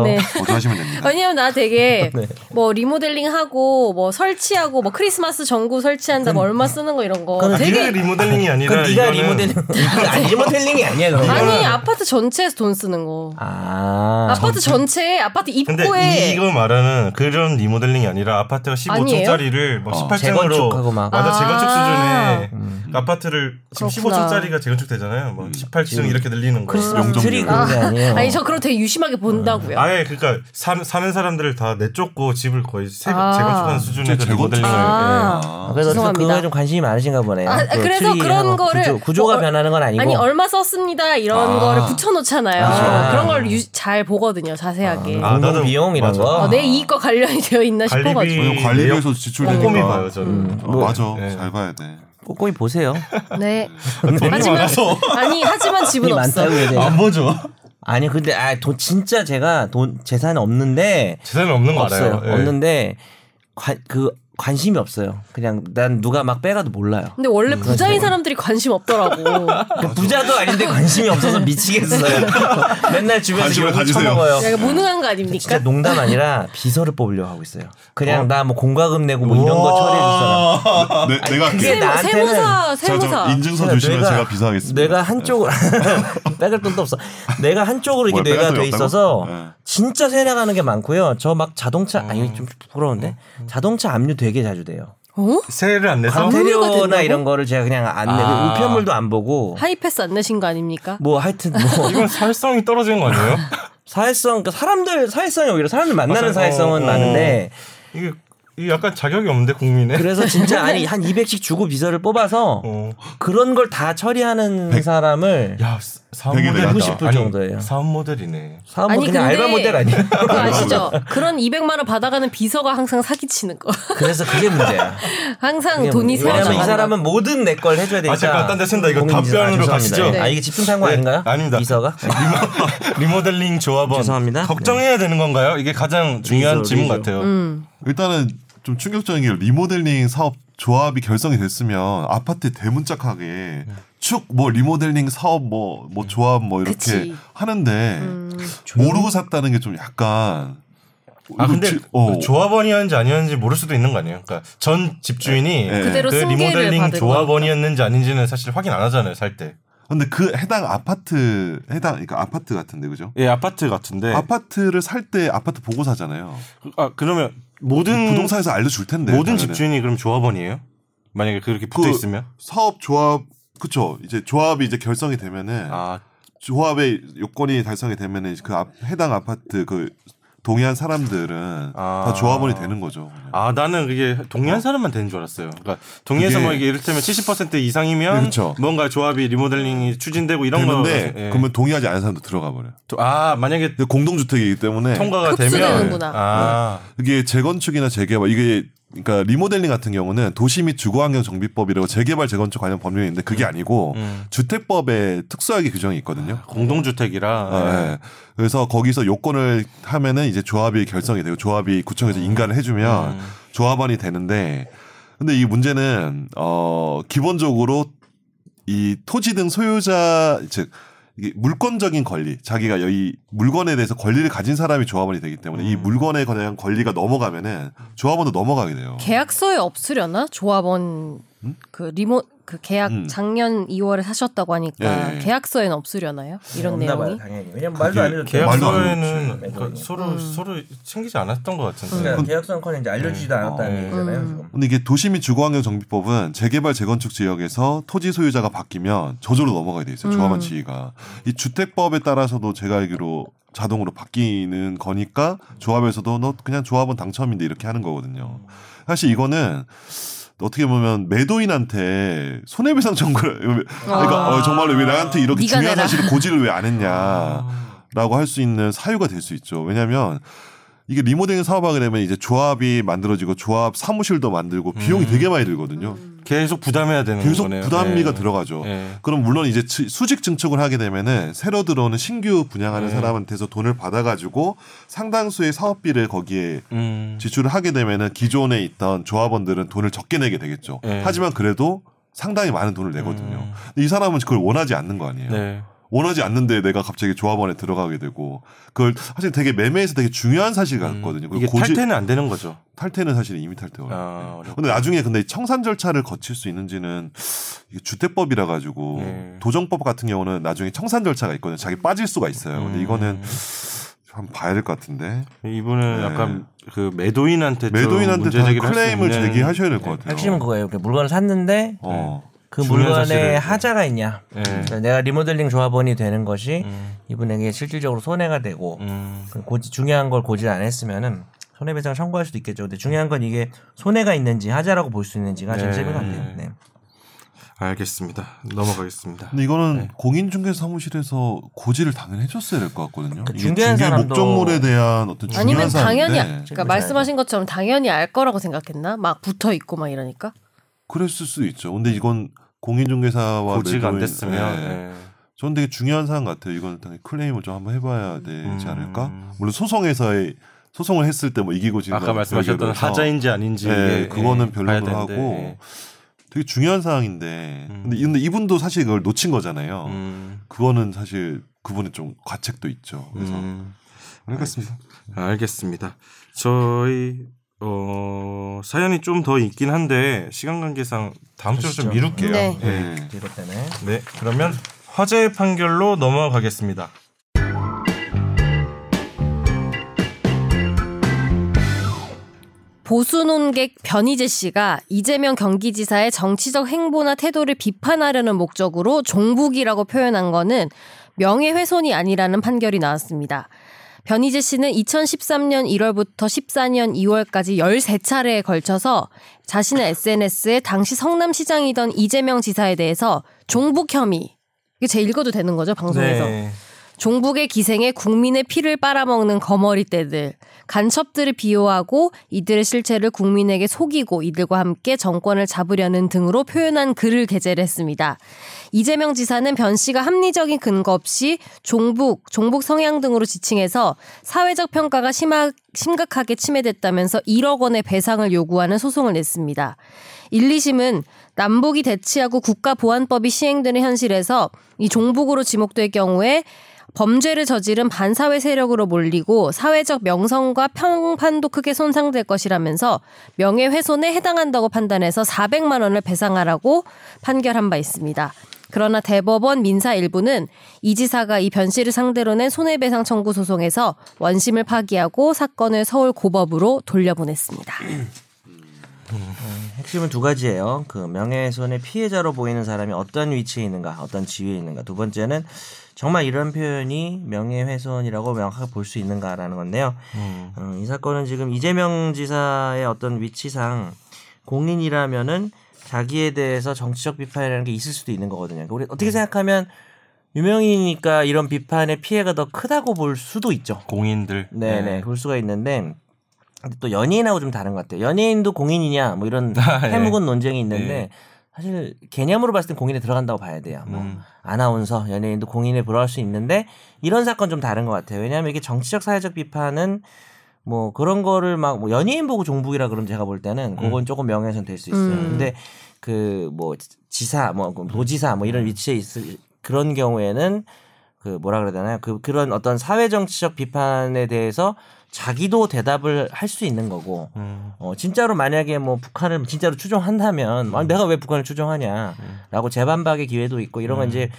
B: 네.
D: 거주하시면 됩니다.
B: 왜냐면 나 되게
C: 네.
B: 뭐 리모델링하고 뭐 설치하고 뭐 크리스마스 전구 설치한다 뭐 얼마 쓰는 거 이런 거
C: 그건
A: 아,
B: 되게
A: 네가 리모델링이 아니라
C: 그럼 네가
A: 이거는
C: 리모델링. 아니, 리모델링이 아니야 그럼.
B: 아니 아파트 전체에서 돈 쓰는 거
C: 아.
B: 아파트 전체에 아파트
A: 근데
B: 입구에
A: 이거 말하는 그런 리모델링이 아니라 아파트가
B: 네. 아니에요?
A: 15층짜리를 뭐
D: 어,
A: 18층으로
C: 재건축하고 막.
A: 맞아
B: 아.
A: 재건축 수준의
C: 음.
A: 아파트를 지금
B: 그렇구나.
A: 15층짜리가 재건축되잖아요. 뭐 18층
C: 음.
A: 이렇게 늘리는 거.
C: 크리스마스
D: 용적률.
C: 트리 그런 게 아니에요.
B: 아니 저 그럼 되게 유심하게 본다고요.
A: 아예 그러니까 사, 사는 사람들을 다 내쫓고 집을 거의 세,
B: 아.
A: 재건축하는 수준의 그
D: 재건축.
A: 리모델링을
B: 아.
C: 아,
D: 아,
C: 그래서 그
B: 죄송합니다.
C: 거에좀 관심이 많으신가 보네요.
B: 아,
C: 그
B: 그래서 그런
C: 트리하고
B: 거를
C: 구조, 구조가
B: 뭐,
C: 변하는 건 아니고.
B: 아니 얼마 썼습니다 이런
D: 아.
B: 거를 붙여놓잖아요.
C: 아.
B: 그런 걸 잘 보거든요 자세하게.
A: 아, 나도-
C: 공공 비용 이런
A: 맞아.
C: 거.
B: 어, 내 이익과 관련이 되어 있나 싶어가지고.
A: 관리비
D: 왜냐면 관리비에서 지출되니까.
A: 네. 꼼꼼히 봐요 저는.
D: 어,
C: 뭐,
D: 맞아.
A: 네.
D: 잘 봐야 돼.
C: 꼼꼼히 보세요.
B: 네.
A: 돈이
B: 하지만
A: 많아서
B: 아니 하지만 집은
C: 돈이
B: 없어.
C: 많다고 해야 되나?
A: 안 보죠.
C: 아니 근데 아, 돈 진짜 제가 돈 재산 없는데
A: 재산이 없는 거
C: 없어요.
A: 알아요. 예.
C: 없는데 관, 그 관심이 없어요. 그냥 난 누가 막 빼가도 몰라요.
B: 근데 원래 부자인 사람들이 관심 없더라고.
C: 그 부자도 아닌데 관심이 없어서 미치겠어요. 맨날 주변에서
D: 관심을
C: 욕을
D: 가지세요.
C: 처먹어요.
B: 내가 무능한 거 아닙니까?
C: 진짜 농담 아니라 비서를 뽑으려 하고 있어요. 그냥 나 뭐 공과금 내고 뭐 이런 거 처리해 줄 사람.
D: 네, 내가
C: 그게
D: 할게요.
B: 세무,
C: 나한테는-
B: 세무사
D: 저,
B: 세무사.
D: 저 인증서 주시면
C: 내가-
D: 제가 비서하겠습니다.
C: 내가 한쪽으로 빼갈 돈도 없어. 내가 한쪽으로 이게
D: 뭐야, 빼갈
C: 뇌가
D: 돈이
C: 돼
D: 없다고?
C: 있어서
D: 네. 어.
C: 진짜 새 나가는 게 많고요. 저 막 자동차 아니 좀 부끄러운데
D: 음.
C: 자동차 압류 되게 자주 돼요.
B: 어?
A: 세를 안 내서
B: 관- 압류가
C: 광태료나
B: 된다고?
C: 이런 거를 제가 그냥 안 내.
A: 아.
C: 우편물도 안 보고
B: 하이패스 안 내신 거 아닙니까?
C: 뭐 하여튼 뭐
A: 이건 사회성이 떨어지는 거 아니에요?
C: 사회성 그러니까 사람들 사회성이 오히려 사람들 만나는
A: 맞아요.
C: 사회성은
A: 어, 어.
C: 많은데
A: 이게, 이게 약간 자격이 없는데 국민의.
C: 그래서 진짜 아니 한 200씩 주고 비서를 뽑아서
A: 어.
C: 그런 걸 다 처리하는 사람을
A: 야 사- 사업
D: 되게
A: 모델
D: 대단하다.
C: 90%
A: 아니,
C: 정도예요.
A: 사업 모델이네.
C: 사업 뭐 그냥 알바 모델 아니에요.
B: 그거 아시죠? 그런 200만 원 받아가는 비서가 항상 사기치는 거.
C: 그래서 그게 문제야.
B: 항상
C: 그게
B: 돈이
C: 문제야. 왜냐면
B: 새어나가는
C: 이 사람은 모든 내 걸 해줘야 되니까.
A: 잠깐 아, 딴데 쓴다. 이거
C: 공인 인증.
A: 답변으로
C: 아,
A: 가시죠.
C: 죄송합니다. 아 이게 집중 상고
A: 네,
C: 아닌가요?
A: 아닙니다.
C: 비서가
A: 리모- 리모델링 조합원
C: 죄송합니다. 네.
A: 걱정해야 되는 건가요? 이게 가장 중요한
C: 리조,
A: 질문
C: 리조.
A: 같아요.
B: 음.
D: 일단은 좀 충격적인 게 리모델링 사업 조합이 결성이 됐으면 아파트 대문짝하게
A: 네.
D: 축 뭐 리모델링 사업 뭐 뭐 조합 뭐 이렇게
B: 그치. 음.
D: 하는데 모르고 샀다는 게 좀 약간
A: 아 근데
D: 지- 어.
A: 조합원이었는지 아니었는지 모를 수도 있는 거 아니에요? 그러니까 전 집주인이
D: 네.
B: 그대로
A: 그
B: 승계를
A: 리모델링
B: 받은
A: 조합원이었는지 아닌지는 사실 확인 안 하잖아요 살 때.
D: 근데 그 해당 아파트 해당 그러니까 아파트 같은데 그죠?
A: 예 아파트 같은데.
D: 아파트를 살 때 아파트 보고 사잖아요.
A: 아 그러면 모든
D: 부동산에서 알려줄 텐데 아, 네.
A: 모든
D: 당연히.
A: 집주인이 그럼 조합원이에요? 만약에 그렇게 붙어 있으면
D: 사업 조합 그쵸 이제 조합이 이제 결성이 되면은
A: 아
D: 조합의 요건이 달성이 되면은 그 앞- 해당 아파트 그 동의한 사람들은
A: 아.
D: 다 조합원이 되는 거죠.
A: 아 나는 그게 동의한 사람만 되는 줄 알았어요. 그러니까 동의해서
D: 그게-
A: 뭐 이게 이를테면 70% 이상이면
D: 네, 그쵸.
A: 뭔가 조합이 리모델링이 추진되고 이런
D: 되는데
A: 거. 예.
D: 그러면 네. 동의하지 않은 사람도 들어가 버려. 요
A: 도- 아 만약에
D: 공동주택이기 때문에
A: 통과가 되면
B: 흡수되는구나. 네.
A: 아
D: 이게 재건축이나 재개발 이게 그러니까 리모델링 같은 경우는 도시 및 주거환경 정비법이라고 재개발 재건축 관련 법률이 있는데 그게 아니고
A: 음.
D: 주택법에 특수하게 규정이 있거든요.
A: 공동주택이라
D: 아, 예. 그래서 거기서 요건을 하면은 이제 조합이 결성이 되고 조합이 구청에서 인가를 해주면
A: 음.
D: 조합원이 되는데 근데 이 문제는 어 기본적으로 이 토지 등 소유자 즉 이게 물권적인 권리 자기가 이 물건에 대해서 권리를 가진 사람이 조합원이 되기 때문에 이 물건에 관한 권리가 넘어가면은 조합원도 넘어가게 돼요.
C: 음?
B: 계약서에 없으려나 조합원 그 리모 그 계약
D: 음.
B: 작년 2월에 사셨다고 하니까
D: 예, 예, 예.
B: 계약서에는 없으려나요? 이런
C: 없나 봐요,
B: 내용이.
C: 당연히. 왜냐면 말도 안 해도 돼요.
D: 말도 안
A: 계약서에는
C: 해도
A: 그러니까
C: 되지.
A: 서로
B: 음.
A: 서로 챙기지 않았던 것 같은데.
C: 그러니까 계약서는 이제 알려주지도 않았다는
A: 음.
C: 얘기잖아요.
B: 음.
C: 지금.
D: 근데 이게 도시및 주거환경 정비법은 재개발 재건축 지역에서 토지 소유자가 바뀌면 저절로 넘어가야 돼 있어요.
B: 음.
D: 조합원 지위가 이 주택법에 따라서도 제가 알기로 자동으로 바뀌는 거니까 조합에서도 너 그냥 조합원 당첨인데 이렇게 하는 거거든요. 사실 이거는 어떻게 보면 매도인한테 손해배상 청구를 그러니까
B: 아.
D: 어, 정말로 왜 나한테 이렇게
B: 네가
D: 중요한
B: 내라.
D: 사실을 고지를 왜 안 했냐?
A: 아.
D: 라고 할 수 있는 사유가 될 수 있죠. 왜냐하면 이게 리모델링 사업하게 되면 이제 조합이 만들어지고 조합 사무실도 만들고 비용이
A: 음.
D: 되게 많이 들거든요.
A: 계속 부담해야 되는
D: 계속
A: 거네요.
D: 부담비가
A: 예.
D: 들어가죠.
A: 예.
D: 그럼 물론 이제 치- 수직 증축을 하게 되면은 새로 들어오는 신규 분양하는
A: 네.
D: 사람한테서 돈을 받아가지고 상당수의 사업비를 거기에
A: 음.
D: 지출을 하게 되면은 기존에 있던 조합원들은 돈을 적게 내게 되겠죠.
A: 네.
D: 하지만 그래도 상당히 많은 돈을 내거든요.
A: 음.
D: 근데 이 사람은 그걸 원하지 않는 거 아니에요.
A: 네.
D: 원하지 않는데 내가 갑자기 조합원에 들어가게 되고 그걸 사실 되게 매매에서 되게 중요한 사실 같거든요.
A: 음. 이게
D: 그리고 고지,
A: 탈퇴는 안 되는 거죠.
D: 탈퇴는 사실 이미 탈퇴가
A: 아,
D: 어렵
A: 어렵다.
D: 근데 나중에 근데 청산 절차를 거칠 수 있는지는 이게 주택법이라 가지고
A: 네.
D: 도정법 같은 경우는 나중에 청산 절차가 있거든요. 자기 빠질 수가 있어요. 근데
A: 음.
D: 이거는 한번 봐야 될 것 같은데
A: 이분은
D: 네.
A: 약간 그 매도인한테 좀
D: 매도인한테
A: 문제
D: 다
A: 제기를 할수
D: 클레임을
A: 있는- 네.
D: 제기하셔야 될
A: 어.
D: 것 같아요.
C: 핵심은 그거예요. 그러니까 물건을 샀는데
D: 어.
C: 그
A: 중요한
C: 물건에
A: 사실을- 네.
C: 하자가 있냐.
A: 예.
C: 그러니까 내가 리모델링 조합원이 되는 것이
A: 음.
C: 이분에게 실질적으로 손해가 되고
A: 음.
C: 그 고지, 중요한 걸 고지를 안 했으면은 손해배상 청구할 수도 있겠죠. 근데 중요한 건 이게 손해가 있는지 하자라고 볼 수 있는지가 제일
A: 네.
C: 제일 같아요. 네.
A: 알겠습니다. 넘어가겠습니다. 네.
D: 근데 이거는 공인중개 사무실에서 고지를 당연히 해줬어야 될 것 같거든요.
C: 그
D: 이게
C: 중개한
D: 중개
C: 사람도-
D: 목적물에 대한 어떤 중요한
B: 아니면 당연히 알-
D: 사안인데
B: 그러니까 말씀하신 것처럼 당연히 알 거라고 생각했나? 막 붙어 있고 막 이러니까.
D: 그랬을 수도 있죠. 근데 이건 공인중개사와
A: 고지가 안
D: 매도인-
A: 됐으면
D: 예.
A: 예.
D: 저는 되게 중요한 사항 같아요. 이건 당연히 클레임을 좀 한번 해봐야 되지
A: 음.
D: 않을까? 물론 소송에서의 소송을 했을 때 뭐 이기고 지는
A: 아까 말씀하셨던 하자인지 아닌지
D: 예,
A: 이게,
D: 그거는
A: 예, 봐야
D: 변론을
A: 되는데,
D: 하고.
A: 예.
D: 되게 중요한 사항인데
A: 음.
D: 근데, 이- 근데 이분도 사실 그걸 놓친 거잖아요.
A: 음.
D: 그거는 사실 그분의 좀 과책도 있죠. 그래서
A: 음. 알겠습니다. 알겠습니다. 저희 어, 사연이 좀 더 있긴 한데 시간 관계상 다음 주로 좀
C: 그러시죠.
A: 미룰게요.
B: 네.
A: 예.
D: 예.
C: 이것 때문에
A: 네, 그러면 화재 판결로 넘어가겠습니다.
B: 보수논객 변희재 씨가 이재명 경기지사의 정치적 행보나 태도를 비판하려는 목적으로 종북이라고 표현한 거는 명예훼손이 아니라는 판결이 나왔습니다. 변희재 씨는 2013년 1월부터 14년 2월까지 13차례에 걸쳐서 자신의 SNS에 당시 성남시장이던 이재명 지사에 대해서 종북 혐의, 이게 제 읽어도 되는 거죠,
C: 네.
B: 방송에서.
A: 네.
B: 종북의 기생에 국민의 피를 빨아먹는 거머리 떼들, 간첩들을 비호하고 이들의 실체를 국민에게 속이고 이들과 함께 정권을 잡으려는 등으로 표현한 글을 게재를 했습니다. 이재명 지사는 변 씨가 합리적인 근거 없이 종북, 종북 성향 등으로 지칭해서 사회적 평가가 심하, 심각하게 침해됐다면서 1억 원의 배상을 요구하는 소송을 냈습니다. 1, 2심은 남북이 대치하고 국가보안법이 시행되는 현실에서 이 종북으로 지목될 경우에 범죄를 저지른 반사회 세력으로 몰리고 사회적 명성과 평판도 크게 손상될 것이라면서 명예훼손에 해당한다고 판단해서 400만 원을 배상하라고 판결한 바 있습니다. 그러나 대법원 민사 일부는 이 지사가 이 변씨를 상대로 낸 손해배상 청구 소송에서 원심을 파기하고 사건을 서울 고법으로 돌려보냈습니다.
C: 핵심은 두 가지예요. 그 명예훼손의 피해자로 보이는 사람이 어떤 위치에 있는가, 어떤 지위에 있는가. 두 번째는 정말 이런 표현이 명예훼손이라고 명확하게 볼 수 있는가라는 건데요. 어, 이 사건은 지금 이재명 지사의 어떤 위치상 공인이라면은 자기에 대해서 정치적 비판이라는 게 있을 수도 있는 거거든요. 그러니까 우리 어떻게 생각하면 유명인이니까 이런 비판의 피해가 더 크다고 볼 수도 있죠.
A: 공인들.
C: 네네 볼 수가 있는데 근데 또 연예인하고 좀 다른 것 같아요. 연예인도 공인이냐 뭐 이런
A: 아, 예.
C: 해묵은 논쟁이 있는데
A: 예.
C: 사실 개념으로 봤을 땐 공인에 들어간다고 봐야 돼요. 뭐
A: 음.
C: 아나운서 연예인도 공인에 불과할 수 있는데 이런 사건 좀 다른 것 같아요. 왜냐하면 이게 정치적 사회적 비판은 뭐 그런 거를 막뭐 연예인 보고 종북이라 그러면 제가 볼 때는 그건 조금 명예훼손 될 수 있어요.
B: 음.
C: 근데 그 뭐 지사 뭐 도지사 뭐 이런 위치에 있을 그런 경우에는 그 뭐라 그래야 되나요? 그 그런 어떤 사회 정치적 비판에 대해서 자기도 대답을 할 수 있는 거고
A: 음.
C: 어, 진짜로 만약에 뭐 북한을 진짜로 추종한다면 아, 내가 왜 북한을 추종하냐라고 재반박의 기회도 있고 이런 건 이제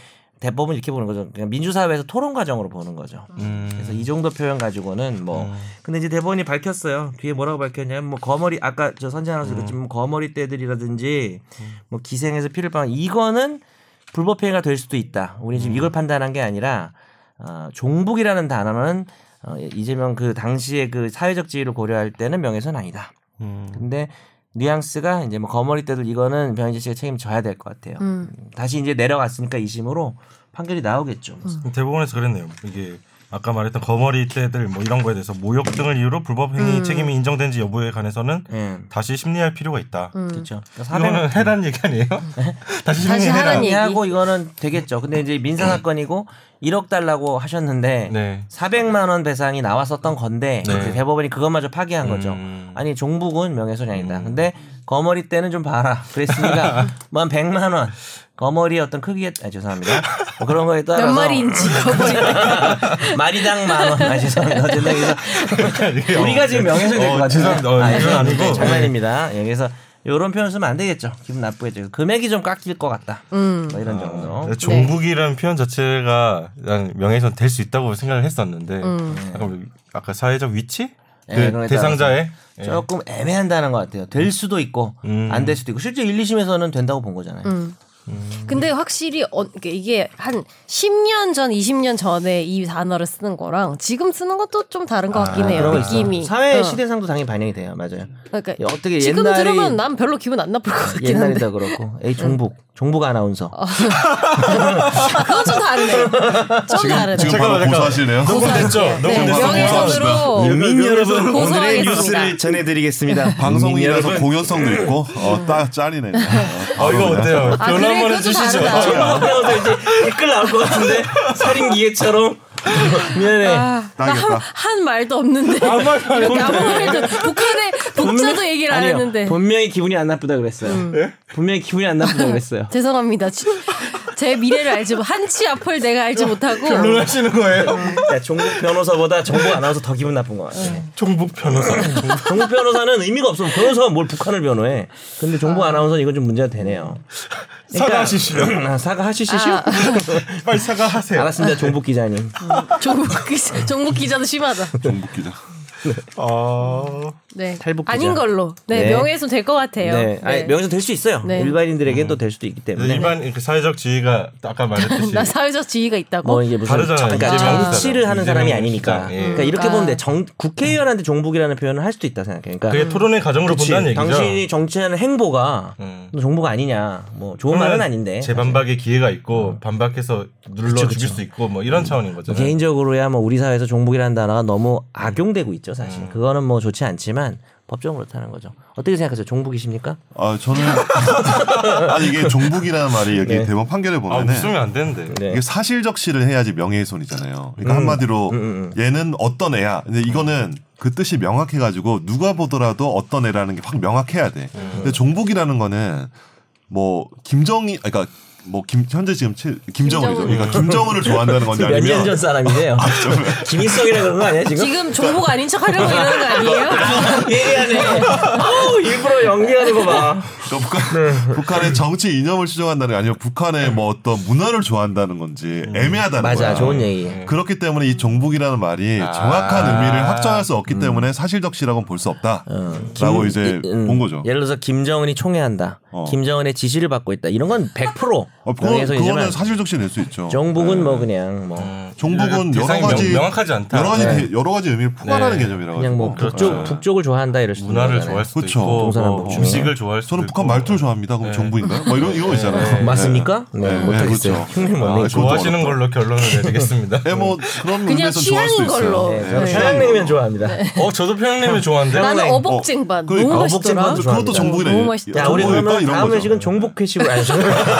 C: 대법은 이렇게 보는 거죠. 그냥 민주사회에서 토론 과정으로 보는 거죠. 그래서 이 정도 표현 가지고는 뭐 근데 이제 대법원이 밝혔어요. 뒤에 뭐라고 밝혔냐면 뭐 거머리 아까 저 선재 아나운서 그랬지만 뭐 거머리 떼들이라든지 뭐 기생해서 피를 방 이거는 불법행위가 될 수도 있다. 우리 지금 이걸 판단한 게 아니라 어, 종북이라는 단어는 어, 이재명 그 당시에 그 사회적 지위를 고려할 때는 명예훼손 아니다. 근데 뉘앙스가 이제 뭐 거머리 떼들 이거는 변희재 씨가 책임져야 될 것 같아요.
B: 음.
C: 다시 이제 내려갔으니까 이심으로 판결이 나오겠죠.
B: 음.
A: 대법원에서 그랬네요. 이게 아까 말했던 거머리 떼들 뭐 이런 거에 대해서 모욕 등을 이유로 불법 행위
B: 음.
A: 책임이 인정된지 여부에 관해서는
C: 예.
A: 다시 심리할 필요가 있다.
B: 음.
C: 그렇죠. 그러니까
A: 이거는 음. 해란 얘기 아니에요? 다시
B: 다시
A: 심리해라.
B: 하라는 얘기.
C: 하고 이거는 되겠죠. 근데 이제 민사 사건이고 1억 달라고 하셨는데
A: 네.
C: 400만 원 배상이 나왔었던 건데
A: 네.
C: 이제 대법원이 그것마저 파기한 거죠.
A: 음.
C: 아니 종북은 명예훼손이 아니다. 근데 거머리 때는 좀 봐라. 그랬으니까 뭐한 100만 원 거머리 어떤 크기에 아, 죄송합니다. 뭐 그런 거에 따라서
B: 몇 마리인지 거머리
C: 마리당 만 원. 아 죄송합니다. 어쨌든 그래서
A: 이게
C: 우리가 지금 명예훼손 될것
A: 어,
C: 같은데.
A: 죄송합니다. 어, 이건
C: 예,
A: 아니고.
C: 예, 장난입니다. 예, 그래서 이런 표현 쓰면 안 되겠죠. 기분 나쁘겠죠. 금액이 좀 깎일 것 같다.
B: 음.
C: 뭐 이런
E: 아,
C: 정도로.
E: 그렇죠.
A: 종북이라는 표현 자체가 난 명예훼손 될 수 있다고 생각을 했었는데 약간 뭐 아까 사회적 위치
C: 예,
A: 그
C: 그거에
A: 대상자의 예.
C: 조금 애매한다는 것 같아요. 될 수도 있고
E: 음.
C: 안 될 수도 있고 실제 1, 2심에서는 된다고 본 거잖아요.
B: 음. 근데 확실히 어, 이게- 이게 한 10년 전, 20년 전에 이 단어를 쓰는 거랑 지금 쓰는 것도 좀 다른 것 같긴 해요.
C: 아, 그런 거 있어요.
B: 느낌이.
C: 사회
B: 어.
C: 시대상도 당연히 반영이 돼요. 맞아요.
B: 그러니까
C: 어떻게
B: 지금
C: 옛날이-
B: 들으면 난 별로 기분 안 나쁠 것 같긴 한데. 음. 어,
C: 옛날이다 그렇고 에이 종북 종북 아나운서
B: 아, 그건 좀 다르네요. 좀 다르네요.
A: 잠깐만,
D: 지금 바로
A: 잠깐만.
D: 고소하실래요?
A: 녹음됐죠?
B: 네,
A: 녹음됐어.
B: 명예훼손으로
C: 어,
E: 유민 여러분 오늘의
B: 고소하겠습니다.
E: 뉴스를 전해드리겠습니다. 유민
D: 방송이라서
E: 여러분.
D: 공연성도 있고 어, 딱 짤이네. 그냥. 어,
A: 어, 이거
D: 바로 그냥.
A: 어때요?
B: 아,
A: 변호
B: 그래?
A: 한번
B: 그것도
A: 해주시죠. 뭐
B: 다르다.
C: 아나운서 이제 댓글 나올 것 같은데 살인 기계처럼 미안해
B: 아,
D: 딱이었다.
B: 나한 한 말도 없는데. 아무 말도 북한의 독자도 얘기를 안
C: 아니요.
B: 했는데. 음.
C: 분명히 기분이 안 나쁘다 그랬어요. 분명히 기분이 안 나쁘다 그랬어요.
B: 죄송합니다. 지- 제 미래를 알지 못, 한치 앞을 내가 알지 못하고.
A: 하시는 거예요?
C: 야, 종국 변호사보다 정부 아나운서 더 기분 나쁜 것 같아.
A: 종북 변호사.
C: 정부 네. 변호사는 의미가 없어. 변호사가 뭘 북한을 변호해. 근데 정부 아나운서는 이건 좀 문제가 되네요.
A: 사과하십시오.
C: 아, 사과하시시오?
A: 빨리 사과하세요.
C: 알았습니다, 종북 기자님.
B: 종북 기자, 종북 기자도 심하다.
D: 종북 기자.
A: 어...
B: 네.
C: 탈북 기자.
B: 아닌 걸로. 네,
C: 네.
B: 명예훼손 될 것 같아요.
C: 네, 아니, 명예훼손 될 수 있어요.
B: 네.
C: 음. 네, 일반인들에게는 또 될 수도 있기 때문에.
A: 일반 이렇게 사회적 지위가 아까 말했듯이
C: 음.
B: 나 사회적 지위가 있다고.
C: 뭐 이게 무슨
A: 다르잖아요.
C: 정, 그러니까
A: 어? 이재명
C: 정치를
A: 시장,
C: 하는
A: 이재명
C: 사람이 아니니까.
A: 시장, 예.
C: 그러니까 이렇게 보면 돼. 정, 국회의원한테 종북이라는 표현을 할 수도 있다 생각해. 그러니까
A: 그게 토론의 과정으로
C: 그치.
A: 본다는 얘기죠.
C: 당신이 정치하는 행보가
A: 음.
C: 너 정보가 아니냐. 뭐 좋은 말은 아닌데. 어.
A: 재반박의 기회가 있고 반박해서 눌러
C: 그쵸,
A: 죽일
C: 그쵸.
A: 수 있고 뭐 이런 차원인 거잖아요.
C: 개인적으로야 뭐 우리 사회에서 종북이라는 단어가 너무 악용되고 있죠 사실. 그거는 뭐 좋지 않지만 법적으로 그렇다는 거죠. 어떻게 생각하세요? 종북이십니까?
D: 아 저는 아니 이게 종북이라는 말이 여기 대법 판결에
A: 아
D: 보면은
A: 웃으면 안 되는데.
C: 네.
D: 이게 사실적시를 해야지 명예훼손이잖아요. 그러니까 한마디로 얘는 어떤 애야. 근데 이거는 그 뜻이 명확해가지고 누가 보더라도 어떤 애라는 게 확 명확해야 돼. 근데 종북이라는 거는 뭐 김정이 아니, 그러니까 뭐 김, 현재 지금 칠- 김정은이죠.
B: 김정은.
D: 그러니까 김정은을 좋아한다는 건지
C: 그 몇 년 전
D: 아니면
C: 사람이세요? 김일성이라 그런 거 아니야 지금?
B: 지금 종북 아닌 척 하려고 이러는 거 아니에요?
C: 예리하네. 아우 일부러 연기하는 거 봐.
D: 그러니까 북한,
A: 네.
D: 북한의 정치 이념을 추종한다는 게 아니면 북한의 뭐 어떤 문화를 좋아한다는 건지
A: 음.
D: 애매하다는 거야.
C: 맞아 좋은 얘기. 예요
D: 그렇기 때문에 이 종북이라는 말이
A: 아.
D: 정확한 의미를 확정할 수
C: 음.
D: 없기 때문에 사실적시라고는 볼 수
C: 어.
D: 없다라고 이제 본 거죠.
C: 음. 예를 들어서 김정은이 총애한다.
D: 어.
C: 김정은의 지시를 받고 있다. 이런 건 100%
D: 어, 그거,
C: 명예훼손이지만
D: 그거는 사실적시 낼 수 있죠.
C: 정북은 뭐 그냥 뭐
D: 네. 종북은 여러
A: 음. 대상이
D: 가지
A: 명, 명확하지 않다.
D: 여러 가지
A: 네.
D: 대- 여러 가지 의미를 포괄하는
A: 네.
D: 개념이라
C: 그냥 뭐
D: 가지고.
C: 북쪽
D: 네.
C: 북쪽을 좋아한다 이럴 수도
A: 문화를
C: 있잖아요.
A: 좋아할 수도
D: 그쵸.
A: 있고
C: 동서남북
A: 뭐
C: 중에.
A: 음식을 좋아할 수도
D: 저는
A: 있고 네.
D: 북한 말투를 좋아합니다. 그럼 종북인가요? 뭐 이런 이거 있잖아요.
C: 맞습니까? 네,
D: 네,
C: 못하겠어요.
D: 그렇죠.
C: 흉내 못
D: 아,
C: 내고.
A: 좋아하시는 걸로 결론을 내리겠습니다.
D: 예, 뭐 그런
B: 그냥
D: 의미에서 좋아할 수
B: 취향인
D: 있어요.
B: 걸로.
D: 네,
B: 네,
D: 그런
B: 저는
D: 취향인 걸로.
C: 평양냉면 좋아합니다.
A: 어 저도 평양냉면 좋아하는데.
B: 나는
C: 평양.
B: 어복쟁반.
D: 어, 그러니까
B: 너무 맛있더라.
C: 어복쟁반도
D: 저- 그것도
C: 좋아합니다.
D: 종북이네.
B: 너무 맛있다.
C: 야, 우리
D: 뭐 종북일까?
C: 그러면
D: 이런
C: 다음
D: 거죠. 네.
C: 회식은 종북 회식으로 아니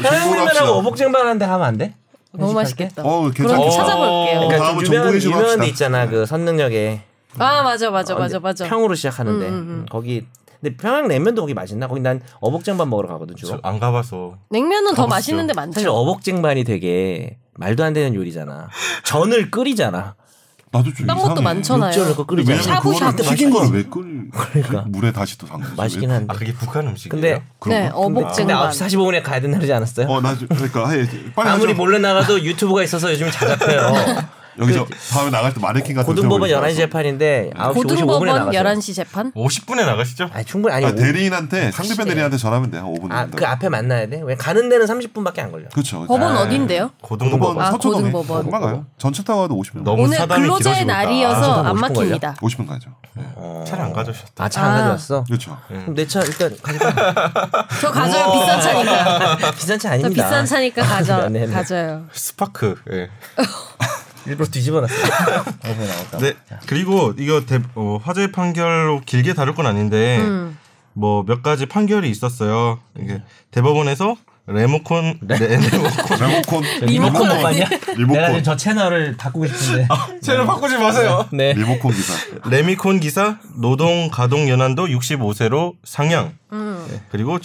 C: 평양냉면하고
D: 합시다.
C: 어복쟁반한데 하면 안 돼?
B: 너무 맛있겠다.
D: 어,
B: 그럼
D: 괜찮겠다.
B: 찾아볼게요.
D: 그러니까- 다음은
C: 좀 유명한
D: 종북 회식으로
C: 유명한 데
D: 합시다.
C: 있잖아 그 선릉역에
B: 아 맞아 맞아 맞아 맞아.
C: 어,
B: 음,
C: 평으로 시작하는데 음, 거기 근데 평양냉면도 거기 맛있나? 거기 난 어복쟁반 먹으러 가거든 주로.
A: 안 가봐서
B: 냉면은 더 맛있는 데
C: 사실
B: 많죠.
C: 어복쟁반이 되게 말도 안 되는 요리잖아. 전을 끓이잖아.
D: 나도 좀
B: 딴
D: 이상해.
B: 것도 많잖아요. 그렇죠.
C: 육전을 그 끓이잖아.
D: 왜냐면
B: 샤브샤브.
D: 그거를 튀긴 걸 왜 끓이?
C: 그러니까.
D: 물에 다시 또 담그지.
C: 맛있긴
D: 왜?
A: 아
C: 한데.
A: 그게 북한 음식이에요?
C: 근데
D: 그런
B: 네,
D: 것 같은데.
B: 어복-
C: 근데
B: 정말.
C: 9시 45분에 가야 된다는 하지 않았어요?
D: 어, 나 좀- 그러니까 하예 빨리
C: 아무리
D: 하죠.
C: 몰래 나가도 유튜브가 있어서 요즘 잘 잡혀요.
D: 여기서 다음에 나갈 때 마네킹 같은 거
C: 그 고등법원
D: 세워버리지
C: 11시 재판인데 9시 55분에
B: 고등법원
C: 나가요. 네.
B: 11시 재판?
A: 50분에 나가시죠?
C: 아 충분히 아니
D: 말고. 아,
C: 오-
D: 대리인한테 상대편 대리인한테 전하면 돼요. 5분
C: 아,
D: 정도.
C: 그 앞에 만나야 돼? 왜 가는 데는 30분밖에 안 걸려.
D: 그렇죠.
B: 법원 어딘데요?
A: 고등법원.
B: 아,
D: 서초동에
B: 고등법원.
D: 금방 가요. 전철 타고 가도 50분.
A: 너무
B: 오늘
A: 사담이
B: 근로자의
A: 길어지고 있다.
B: 날이어서
C: 아,
B: 안
C: 저도 멋있는
B: 막힙니다.
D: 50분 가죠. 네.
A: 차를 안 가져오셨다.
C: 아, 차 안
B: 아.
C: 가져왔어?
D: 그렇죠.
C: 그럼 내 차 일단 가져가.
B: 저 가져요 비싼 차니까.
C: 비싼
B: 저
C: 차 아닙니다.
B: 비싼 차니까 가져
C: 네, 네.
B: 가져요.
A: 스파크. 예.
C: 일부러 뒤집어놨어. 어머 나왔다.
A: 네. 그리고 이거 대, 어, 화재 판결로 길게 다룰 건 아닌데
B: 음.
A: 뭐 몇 가지 판결이 있었어요. 이게 대법원에서 레모콘 네, 레, 레모콘
D: 리모콘.
C: 리모컨
D: 리모컨.
C: 오빠냐?
D: 리모컨.
C: 내가 지금 저 채널을 바꾸고 싶은데.
A: 채널 바꾸지 마세요.
C: 네.
D: 리모컨 기사.
A: 레미콘 기사 노동 가동 연한도 65세로 상향. 네, 그리고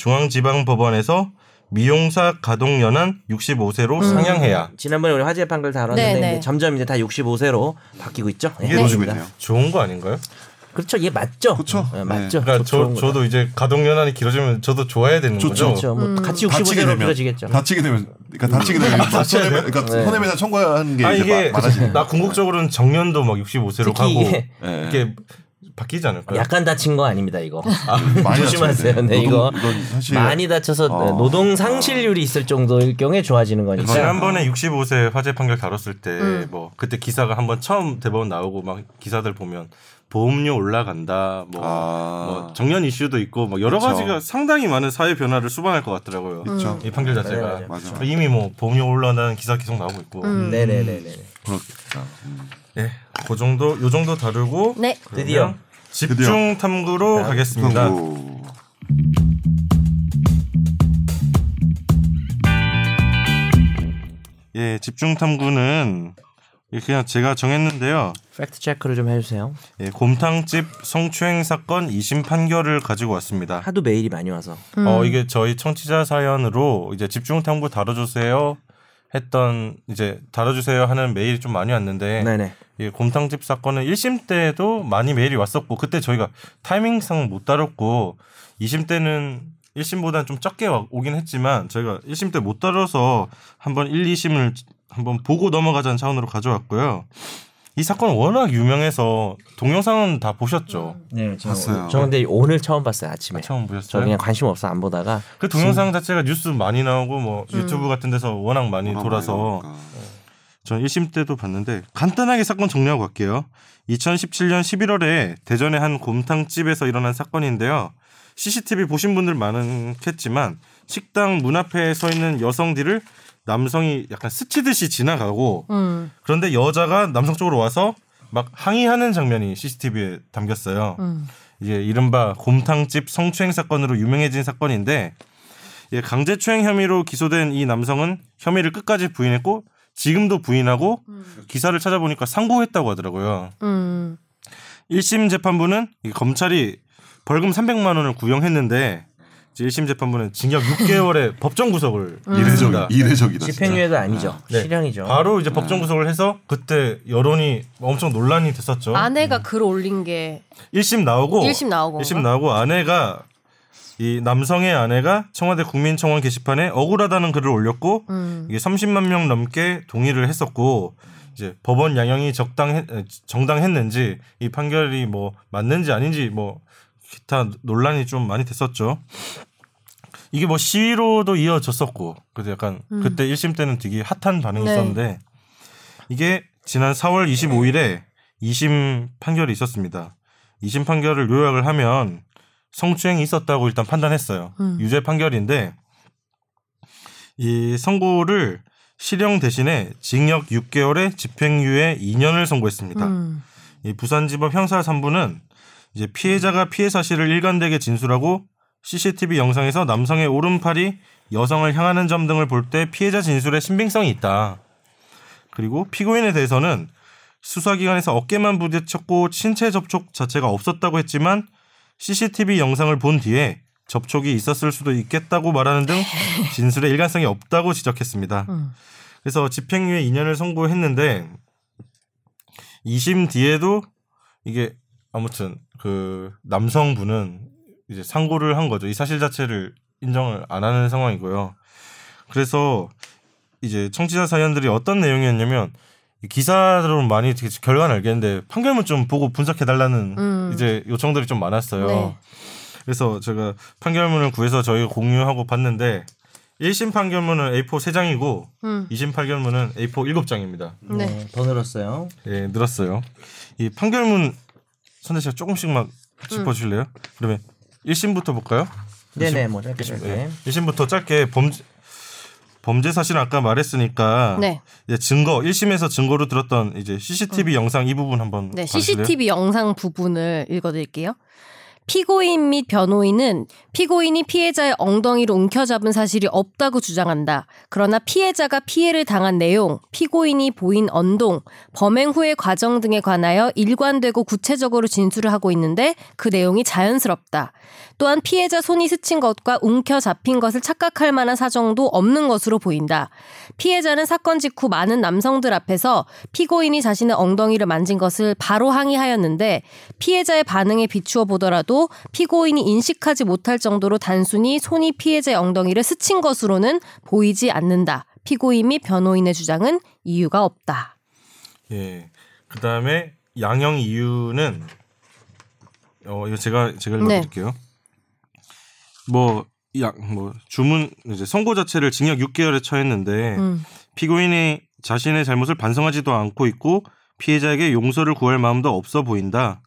A: 중앙지방법원에서 미용사 가동 연한 65세로 상향해야.
C: 지난번에 우리 화재 판결 다뤘는데
B: 네, 네.
C: 이제 점점 이제 다 65세로 바뀌고 있죠. 예,
D: 이게 더지고
C: 그렇습니다.
D: 있네요.
A: 좋은 거 아닌가요?
C: 그렇죠. 얘 맞죠.
D: 그렇죠.
C: 예,
D: 네.
C: 맞죠.
A: 그러니까
C: 저- 좋은
A: 저,
C: 거죠.
A: 저도 이제 가동 연한이 길어지면 저도 좋아야 되는
D: 좋죠.
A: 거죠.
C: 그렇죠. 뭐
B: 음.
C: 같이
D: 다치게
C: 65세로 길어지겠죠.
D: 되면 다치게 되면 그러니까 다치게 되면 손해배 그러니까 손해배상 청구하는 게
A: 아
D: 이제
A: 이게
D: 마- 많아지는
A: 나 궁극적으로는 정년도 막 65세로
C: 특히
A: 가고
C: 이게-
D: 예.
A: 이게 바뀌지 않을까요?
C: 약간 다친 거 아닙니다 이거.
D: 많이
C: 조심하세요.
D: 다치는데.
C: 네, 이거
D: 노동- 이건 사실
C: 많이 다쳐서 네,
D: 어.
C: 노동 상실률이 있을 정도일 경우에 좋아지는 거니까.
A: 어, 네, 지난번에 65세 화재 판결 다뤘을 때 뭐 그때 기사가 한번 처음 대법원 나오고 막 기사들 보면 보험료 올라간다 뭐,
D: 아.
A: 뭐 정년 이슈도 있고 막 여러
D: 그쵸.
A: 가지가 상당히 많은 사회 변화를 수반할 것 같더라고요.
D: 그렇죠.
C: 음.
A: 이 판결 자체가
C: 맞아요,
D: 맞아요.
A: 이미 뭐 보험료 올라간다는 기사 계속 나오고 있고
C: 네네네네.
D: 그렇겠다. 음.
A: 네, 그 정도 요 정도 다루고
B: 네.
A: 그러면
C: 드디어. 네.
A: 집중 탐구로 가겠습니다.
D: 그리고
A: 예, 집중 탐구는 예, 그냥 제가 정했는데요.
C: 팩트 체크를 좀 해주세요.
A: 예, 곰탕집 성추행 사건 2심 판결을 가지고 왔습니다.
C: 하도 메일이 많이 와서.
A: 어 이게 저희 청취자 사연으로 이제 집중 탐구 다뤄주세요 했던 이제 다뤄주세요 하는 메일이 좀 많이 왔는데
C: 네네.
A: 이 예, 곰탕집 사건은 1심 때도 많이 메일이 왔었고 그때 저희가 타이밍상 못 다뤘고 2심 때는 1심보다는 좀 적게 와- 오긴 했지만 저희가 1심 때 못 다뤄서 한번 1, 2심을 한번 보고 넘어가자는 차원으로 가져왔고요. 이 사건 은 워낙 유명해서 동영상은 다 보셨죠?
C: 네, 저,
D: 봤어요.
C: 저 근데 오늘 처음 봤어요 아침에.
A: 처음
C: 저
A: 보셨어요?
C: 그냥 관심 없어 안 보다가
A: 그 동영상 자체가 뉴스 많이 나오고 뭐 유튜브 같은 데서 워낙 많이 돌아서
D: 네, 그러니까.
A: 전 1심 때도 봤는데 간단하게 사건 정리하고 갈게요. 2017년 11월에 대전의 한 곰탕집에서 일어난 사건인데요. CCTV 보신 분들 많겠지만 식당 문 앞에 서 있는 여성들을 남성이 약간 스치듯이 지나가고
B: 음.
A: 그런데 여자가 남성 쪽으로 와서 막 항의하는 장면이 CCTV에 담겼어요. 이제 이른바 곰탕집 성추행 사건으로 유명해진 사건인데 예, 강제추행 혐의로 기소된 이 남성은 혐의를 끝까지 부인했고 지금도 부인하고 기사를 찾아보니까 상고했다고 하더라고요.
B: 음.
A: 1심 재판부는 이 검찰이 벌금 300만 원을 구형했는데 1심 재판부는 징역 6개월의 법정 구속을
D: 이례적
A: 했습니다.
D: 이례적이다. 진짜.
C: 집행유예도 아니죠.
A: 네.
C: 실형이죠.
A: 바로 이제
B: 음.
A: 법정 구속을 해서 그때 여론이 엄청 논란이 됐었죠.
B: 아내가 글 올린 게
A: 1심 나오고
B: 1심 나오고
A: 일심 나오고 아내가 이 남성의 아내가 청와대 국민청원 게시판에 억울하다는 글을 올렸고
B: 음.
A: 이게 30만 명 넘게 동의를 했었고 이제 법원 양형이 적당했 정당했는지 이 판결이 뭐 맞는지 아닌지 뭐 기타 논란이 좀 많이 됐었죠. 이게 뭐 시위로도 이어졌었고 그래서 약간 그때 1심 때는 되게 핫한 반응이
B: 네.
A: 있었는데 이게 지난 4월 25일에 2심 판결이 있었습니다. 2심 판결을 요약을 하면 성추행이 있었다고 일단 판단했어요. 유죄 판결인데 이 선고를 실형 대신에 징역 6개월에 집행유예 2년을 선고했습니다.
B: 음.
A: 이 부산지법 형사 3부는 이제 피해자가 피해 사실을 일관되게 진술하고 CCTV 영상에서 남성의 오른팔이 여성을 향하는 점 등을 볼 때 피해자 진술에 신빙성이 있다. 그리고 피고인에 대해서는 수사기관에서 어깨만 부딪혔고 신체 접촉 자체가 없었다고 했지만 CCTV 영상을 본 뒤에 접촉이 있었을 수도 있겠다고 말하는 등 진술의 일관성이 없다고 지적했습니다. 그래서 집행유예 2년을 선고했는데 2심 뒤에도 이게 아무튼 그 남성분은 이제 상고를 한 거죠. 이 사실 자체를 인정을 안 하는 상황이고요. 그래서 이제 청취자 사연들이 어떤 내용이었냐면 이 기사로 많이 되게 결과는 알겠는데 판결문 좀 보고 분석해 달라는
B: 음.
A: 이제 요청들이 좀 많았어요.
B: 네.
A: 그래서 제가 판결문을 구해서 저희가 공유하고 봤는데 1심 판결문은 A4 3장이고
B: 음.
A: 2심 판결문은 A4 7장입니다.
B: 네.
C: 네, 더 늘었어요.
A: 예, 늘었어요. 이 판결문 선재 씨가 조금씩만 짚어 주실래요? 그러면 1심부터 볼까요?
C: 네네, 뭐 짧게 짧게.
A: 1심부터 짧게 범죄 범죄 사실은 아까 말했으니까
B: 네.
A: 이제 증거 1심에서 증거로 들었던 이제 CCTV 영상 이 부분 한번
B: 음. 네,
A: 봐주실래요?
B: CCTV 영상 부분을 읽어드릴게요. 피고인 및 변호인은 피고인이 피해자의 엉덩이를 움켜잡은 사실이 없다고 주장한다. 그러나 피해자가 피해를 당한 내용, 피고인이 보인 언동, 범행 후의 과정 등에 관하여 일관되고 구체적으로 진술을 하고 있는데 그 내용이 자연스럽다. 또한 피해자 손이 스친 것과 움켜잡힌 것을 착각할 만한 사정도 없는 것으로 보인다. 피해자는 사건 직후 많은 남성들 앞에서 피고인이 자신의 엉덩이를 만진 것을 바로 항의하였는데 피해자의 반응에 비추어 보더라도 피고인이 인식하지 못할 정도로 단순히 손이 피해자의 엉덩이를 스친 것으로는 보이지 않는다. 피고인 및 변호인의 주장은 이유가 없다.
A: 예. 그 다음에 양형 이유는 어 이거 제가 제가
B: 네.
A: 읽어드릴게요. 뭐양뭐 주문 이제 선고 자체를 징역 6개월에 처했는데
B: 음.
A: 피고인이 자신의 잘못을 반성하지도 않고 있고 피해자에게 용서를 구할 마음도 없어 보인다.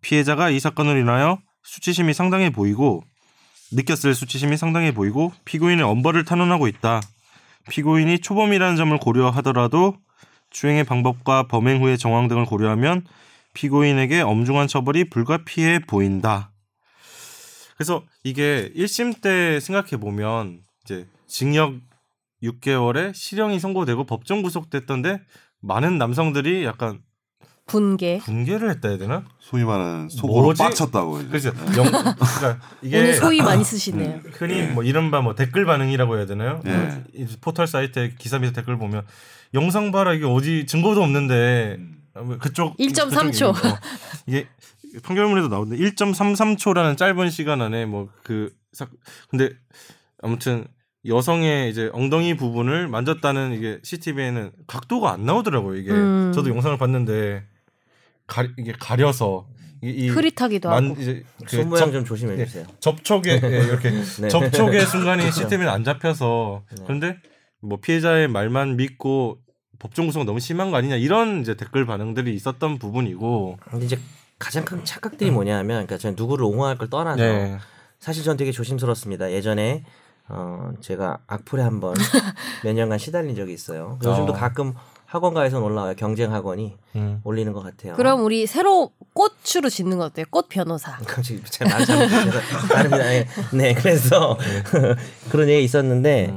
A: 피해자가 이 사건을 인하여 수치심이 상당해 보이고 느꼈을 수치심이 상당해 보이고 피고인의 엄벌을 탄원하고 있다. 피고인이 초범이라는 점을 고려하더라도 추행의 방법과 범행 후의 정황 등을 고려하면 피고인에게 엄중한 처벌이 불가피해 보인다. 그래서 이게 1심 때 생각해 보면 이제 징역 6개월에 실형이 선고되고 법정 구속됐던데 많은 남성들이 약간
B: 분개.
A: 분개를 했다 해야 되나?
D: 소위 말하는 속으로
A: 뭐지?
D: 빡쳤다고. 이제.
A: 그렇죠. 영, 그러니까 이게
B: 오늘 소위 많이 쓰시네요.
A: 흔히 뭐 이른바 뭐 댓글 반응이라고 해야 되나요?
D: 예.
A: 이 포털 사이트에 기사 밑에 댓글 보면 영상 봐라 이게 어디 증거도 없는데
C: 음.
A: 아, 뭐 그쪽
B: 1.3
A: 그쪽
B: 초.
A: 얘기고. 이게 판결문에도 나오는데 1.33초라는 짧은 시간 안에 뭐 그 근데 아무튼 여성의 이제 엉덩이 부분을 만졌다는 이게 CCTV에는 각도가 안 나오더라고요. 이게
B: 음.
A: 저도 영상을 봤는데 가 이게 가려서 이, 이
B: 흐릿하기도
A: 만
B: 하고.
A: 이제 그
C: 손 모양
A: 접-
C: 좀 조심해
A: 예,
C: 주세요.
A: 접촉에 예, 이렇게
C: 네.
A: 접촉의 순간이 시스템이 안 잡혀서 그런데 뭐 피해자의 말만 믿고 법정 구속 너무 심한 거 아니냐 이런 이제 댓글 반응들이 있었던 부분이고
C: 근데 이제 가장 큰 착각들이 뭐냐면, 그러니까 저는 누구를 옹호할 걸 떠나서
A: 네.
C: 사실 전 되게 조심스럽습니다. 예전에 어 제가 악플에 한번 몇 년간 시달린 적이 있어요.
A: 어.
C: 요즘도 가끔 학원가에서 올라와요. 경쟁 학원이
A: 음.
C: 올리는 것 같아요.
B: 그럼 우리 새로 꽃으로 짓는 거 어때요? 꽃 변호사.
C: 갑자기 잘말 잘못해서 예. 네 그래서 그런 얘기 있었는데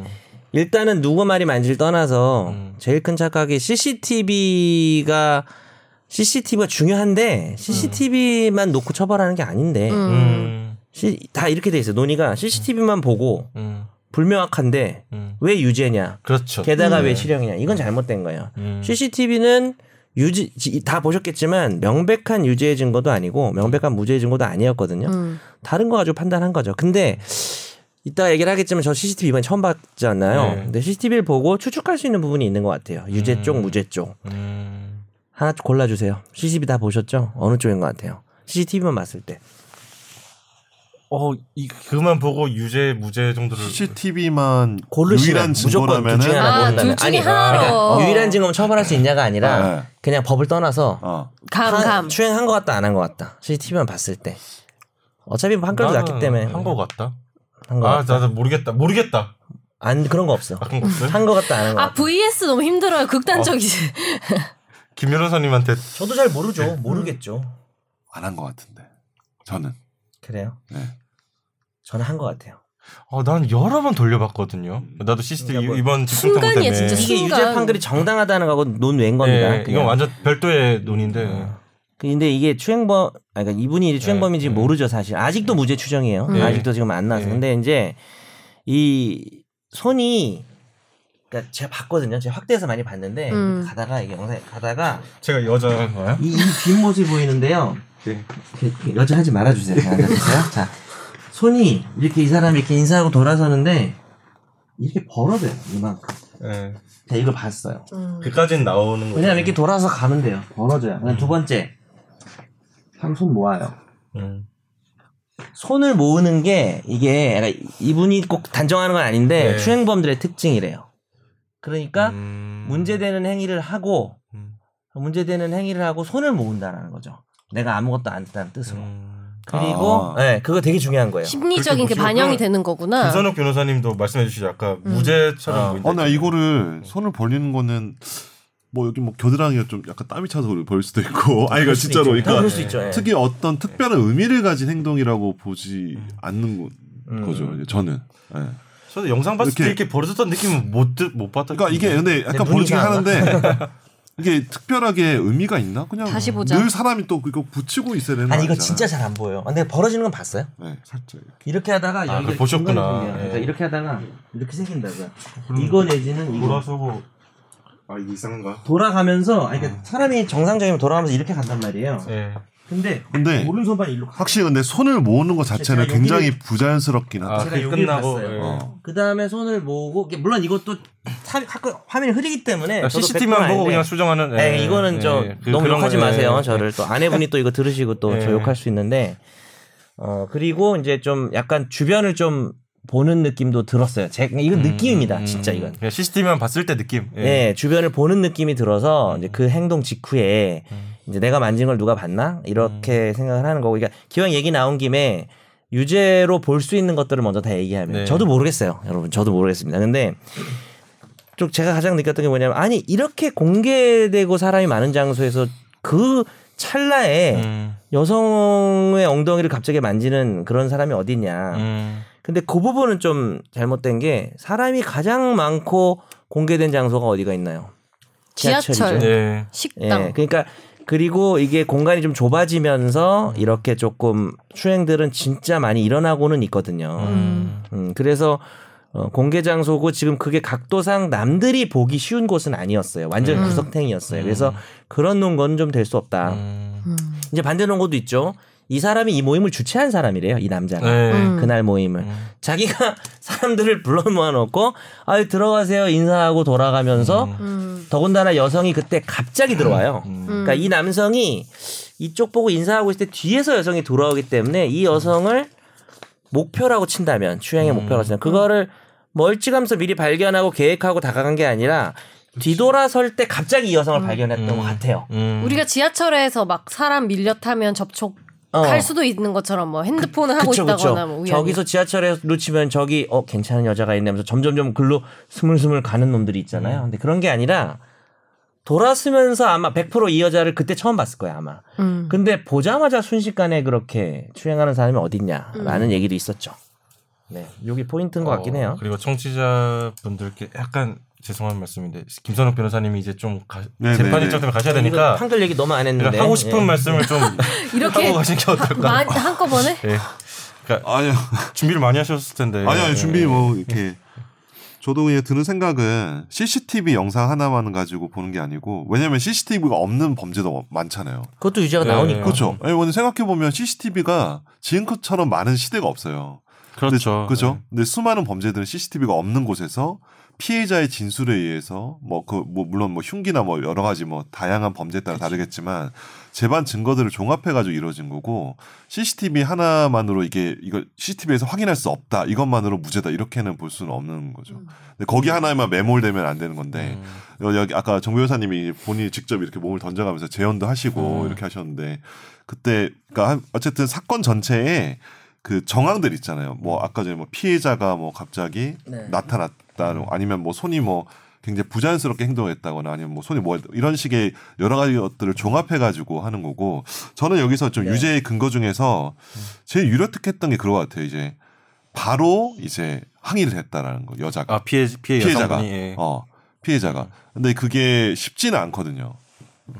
C: 일단은 누구 말이 맞는지를 떠나서 제일 큰 착각이 CCTV가 CCTV가 중요한데 CCTV만 놓고 처벌하는 게 아닌데
A: 음.
C: 시- 다 이렇게 돼 있어 요 논의가 CCTV만 보고
A: 음.
C: 불명확한데
A: 음.
C: 왜 유죄냐
A: 그렇죠.
C: 게다가
A: 네.
C: 왜 실형이냐 이건 잘못된 거예요.
A: 음.
C: CCTV는 유지 지- 다 보셨겠지만 명백한 유죄의 증거도 아니고 명백한 무죄의 증거도 아니었거든요.
B: 음.
C: 다른 거 가지고 판단한 거죠. 근데 이따 얘기를 하겠지만 저 CCTV 이번에 처음 봤잖아요.
A: 네.
C: 근데 CCTV를 보고 추측할 수 있는 부분이 있는 것 같아요. 유죄 쪽, 무죄 쪽
A: 음.
C: 하나 골라주세요. CCTV 다 보셨죠? 어느 쪽인 것 같아요? CCTV만 봤을 때
A: 어, 이 그만 보고 유죄 무죄 정도를
D: CCTV만
C: 고르시면
D: 유일한
C: 무조건 둘 중에
D: 증거라면은 네.
C: 하나
B: 아,
C: 고른다면
B: 둘 중에 하나로. 어.
C: 그러니까 유일한 증거면 처벌할 수 있냐가 아니라
D: 네.
C: 그냥 법을 떠나서
D: 어.
B: 감,
C: 한-
B: 감.
C: 추행한 것 같다 안 한 것 같다 CCTV만 봤을 때 어차피 뭐 판결도
A: 나는
C: 났기 때문에
A: 한거 같다.
C: 한 거.
A: 아, 나도 모르겠다. 모르겠다.
C: 안 그런 거 없어
A: 아, 그런 거 없어요?
C: 한 거 같다 안 한 거
B: 아,
C: 같다
B: VS 너무 힘들어요. 극단적이지.
A: 김 변호사님한테
B: 아.
C: 저도 잘 모르죠 모르겠죠
D: 안한 것 같은데. 저는.
C: 그래요
D: 네.
C: 저는 한 것 같아요
A: 어, 난 여러 번 돌려봤거든요. 나도 CCTV
C: 그러니까 뭐
A: 이번 집중 통고
B: 순간이야,
A: 때문에
B: 진짜
C: 이게
B: 그 순간.
C: 유죄 판결이 정당하다는 거고 논외인 겁니다
A: 예, 아, 이건
C: 그냥. 아.
A: 완전 별도의 논인데.
C: 예. 근데 이게 추행범, 아, 그러니까 이분이 이제 추행범인지
A: 네.
C: 모르죠 사실. 아직도 무죄
B: 음.
C: 추정이에요.
A: 네.
C: 아직도 지금 안 나서.
A: 네.
C: 근데 이제 이 손이 그러니까 그러니까 제가 봤거든요. 제가 확대해서 많이 봤는데
B: 음.
C: 가다가 이게 영상 가다가
A: 제가 여자인가요?
C: 이, 이 뒷모습이 보이는데요.
A: 예.
C: 이렇게 여전하지 말아주세요. 그냥 앉아주세요. 자, 손이 이렇게 이 사람이 이렇게 인사하고 돌아서는데 이렇게 벌어져요. 이만큼.
A: 네.
C: 제가 이걸 봤어요.
B: 음.
A: 그까진 나오는 거죠.
C: 왜냐면 이렇게 돌아서 가면 돼요. 벌어져요. 그다음 두 번째. 삼손 모아요.
A: 음.
C: 손을 모으는 게 이게 약간 이분이 꼭 단정하는 건 아닌데
A: 네.
C: 추행범들의 특징이래요. 그러니까
A: 음.
C: 문제되는 행위를 하고
A: 음.
C: 문제되는 행위를 하고 손을 모은다라는 거죠. 내가 아무것도 안 했다는 뜻으로.
A: 음.
C: 그리고
D: 아.
C: 네, 그거 되게 중요한 거예요.
B: 심리적인 게
A: 그렇게
B: 반영이
A: 보시면
B: 되는 거구나.
A: 김선욱 변호사님도 말씀해 주시죠. 아까 무죄처럼
C: 아.
A: 보인다.
D: 어, 나 이거를 손을 벌리는 거는 뭐 여기 뭐 겨드랑이가 좀 약간 땀이 차서 벌 수도 있고
C: 뭐
D: 아니 그러니까
C: 그럴 수도 네.
D: 진짜로
C: 있죠.
D: 그러니까
C: 그럴 수 있죠. 예.
D: 특히 어떤 특별한 의미를 가진 행동이라고 보지 않는 거,
C: 음.
D: 죠 저는. 예.
A: 저도 영상 봤을 때
D: 이렇게-
A: 이렇게 벌어졌던 느낌은 못못 봤다.
D: 그러니까 이게 근데 약간
C: 네. 눈이
D: 보여지긴
C: 잘 안
D: 하는데 이게 특별하게 의미가 있나? 그냥
B: 다시 보자.
D: 늘 사람이 또 그거 붙이고 있어야 되는 거
C: 아니 이거
D: 아니잖아.
C: 진짜 잘 안 보여요. 아, 근데 벌어지는 건 봤어요?
D: 네, 살짝.
C: 이렇게 하다가 여기가
A: 아, 그걸 보셨구나.
C: 중간에 생겨요. 그러니까
A: 예.
C: 이렇게 하다가 이렇게 생긴다고요. 이거 내지는 이거
A: 돌아서고 뭐.
D: 아 이게 이상한가?
C: 돌아가면서 아니
A: 음.
C: 그러니까 사람이 정상적이면 돌아가면서 이렇게 간단 말이에요.
A: 예.
C: 근데
D: 근데
C: 오른손만 일로 가.
D: 확실히 근데 손을 모으는 것 자체는
C: 제가 여기를-
D: 굉장히 부자연스럽긴 하다.
A: 아,
C: 제가
A: 그게
C: 여기를
A: 끝나고
C: 봤어요.
A: 예.
D: 어.
C: 그 다음에 손을 모으고 이게 물론 이것도 사- 가끔 화면이 흐리기 때문에
A: 그러니까
C: 저도
A: CCTV만 보고
C: 백분은
A: 그냥
C: 네,
A: 예,
C: 아닌데
A: 수정하는. 그
C: 네, 이거는 저 너무 욕하지 마세요. 저를 또 아내분이 또 이거 들으시고 또 저
A: 예.
C: 욕할 수 있는데 어 그리고 이제 좀 약간 주변을 좀 보는 느낌도 들었어요. 제
A: 음,
C: 이건 그 느낌입니다. 진짜 이건.
A: 예, CCTV만 봤을 때 느낌. 예.
C: 예, 주변을 보는 느낌이 들어서 이제 그 행동 직후에
A: 음.
C: 이제 내가 만진 걸 누가 봤나 이렇게 생각을 하는 거고, 그러니까 기왕 얘기 나온 김에 유죄로 볼 수 있는 것들을 먼저 다 얘기하면
A: 네.
C: 저도 모르겠어요, 여러분, 저도 모르겠습니다. 근데 좀 제가 가장 느꼈던 게 뭐냐면 아니 이렇게 공개되고 사람이 많은 장소에서 그 찰나에
A: 음.
C: 여성의 엉덩이를 갑자기 만지는 그런 사람이 어딨냐.
A: 음.
C: 근데 그 부분은 좀 잘못된 게 사람이 가장 많고 공개된 장소가 어디가 있나요?
B: 지하철.
C: 지하철이죠.
A: 네.
C: 예.
B: 식당.
C: 그러니까 그리고 이게 공간이 좀 좁아지면서 이렇게 조금 추행들은 진짜 많이 일어나고는 있거든요.
B: 음.
C: 음, 그래서 어, 공개 장소고 지금 그게 각도상 남들이 보기 쉬운 곳은 아니었어요. 완전
B: 음.
C: 구석탱이였어요. 그래서 그런 논거는 좀 될 수 없다.
A: 음.
B: 음.
C: 이제 반대 논거도 있죠. 이 사람이 이 모임을 주최한 사람이래요. 이 남자가.
A: 네.
B: 음.
C: 그날 모임을
A: 음.
C: 자기가 사람들을 불러 모아놓고 아 들어가세요 인사하고 돌아가면서
B: 음.
C: 더군다나 여성이 그때 갑자기 들어와요. 그러니까 이 남성이 이쪽 보고 인사하고 있을 때 뒤에서 여성이 돌아오기 때문에 이 여성을 목표라고 친다면 추행의 목표라고 친다면 그거를 멀찌감치 미리 발견하고 계획하고 다가간 게 아니라 뒤돌아설 때 갑자기 이
B: 음.
C: 여성을 발견했던 것 같아요.
A: 음.
B: 우리가 지하철에서 막 사람 밀려 타면 접촉 할
C: 어.
B: 수도 있는 것처럼 뭐 핸드폰을 하고
C: 그쵸,
B: 있다거나
C: 그쵸.
B: 뭐 우연히.
C: 저기서 지하철에로 치면 저기 어 괜찮은 여자가 있네 하면서 점점점 글로 스물스물 가는 놈들이 있잖아요. 근데 그런 게 아니라 돌았으면서 아마 100%이 여자를 그때 처음 봤을 거야 아마.
B: 음.
C: 근데 보자마자 순식간에 그렇게 추행하는 사람이 어딨냐라는 얘기도 있었죠. 네, 여기 포인트인 것 같긴 해요.
A: 어, 그리고 청취자분들께 약간 죄송한 말씀인데 김선욱 변호사님이 이제 좀 가-
D: 네,
A: 재판
D: 네,
A: 일정 때문에 가셔야
C: 아, 이거
A: 되니까
C: 한글 얘기 너무 안 했는데
D: 그러니까
A: 하고 싶은
C: 예.
A: 말씀을 좀
B: 이렇게
A: 하고 가신 게 어떨까?
B: 마- 한꺼번에
A: 예. 그러니까
D: 아니요.
A: 준비를 많이 하셨을 텐데.
D: 아니 아니 준비
A: 예.
D: 뭐 이렇게 저도 그냥 드는 생각은 CCTV 영상 하나만 가지고 보는 게 아니고 왜냐면 CCTV가 없는 범죄도 많잖아요.
C: 그것도 유죄가
A: 예.
C: 나오니까.
D: 그렇죠. 아니 오늘 생각해 보면 CCTV가 지금처럼 많은 시대가 없어요.
A: 그렇죠.
D: 근데, 그죠? 근데 수많은 범죄들은 CCTV가 없는 곳에서 피해자의 진술에 의해서 뭐 그 뭐 물론 뭐 흉기나 뭐 여러 가지 뭐 다양한 범죄에 따라
A: 그렇죠.
D: 다르겠지만 재반 증거들을 종합해 가지고 이루어진 거고 CCTV 하나만으로 이게 이거 CCTV에서 확인할 수 없다. 이것만으로 무죄다. 이렇게는 볼 수는 없는 거죠.
A: 음.
D: 근데 거기 하나에만 매몰되면 안 되는 건데 어, 여- 여기 아까 정 변호사님이 본인이 직접 이렇게 몸을 던져가면서 재연도 하시고 이렇게 하셨는데 그때 그러니까 한- 어쨌든 사건 전체에 그 정황들 있잖아요. 뭐 아까 전에 뭐 피해자가 뭐 갑자기 나타났다 아니면 뭐 손이 뭐 굉장히 부자연스럽게 행동했다거나 아니면 뭐 손이 뭐 이런 식의 여러 가지 것들을 종합해 가지고 하는 거고 저는 여기서 좀 유죄의 근거 중에서 제일 유력했던 게 그거 같아요. 이제 바로 이제 항의를 했다라는 거 여자가
A: 아 피해 피해
D: 피해자가
A: 여성분이, 예.
D: 어 피해자가 근데 그게 쉽지는 않거든요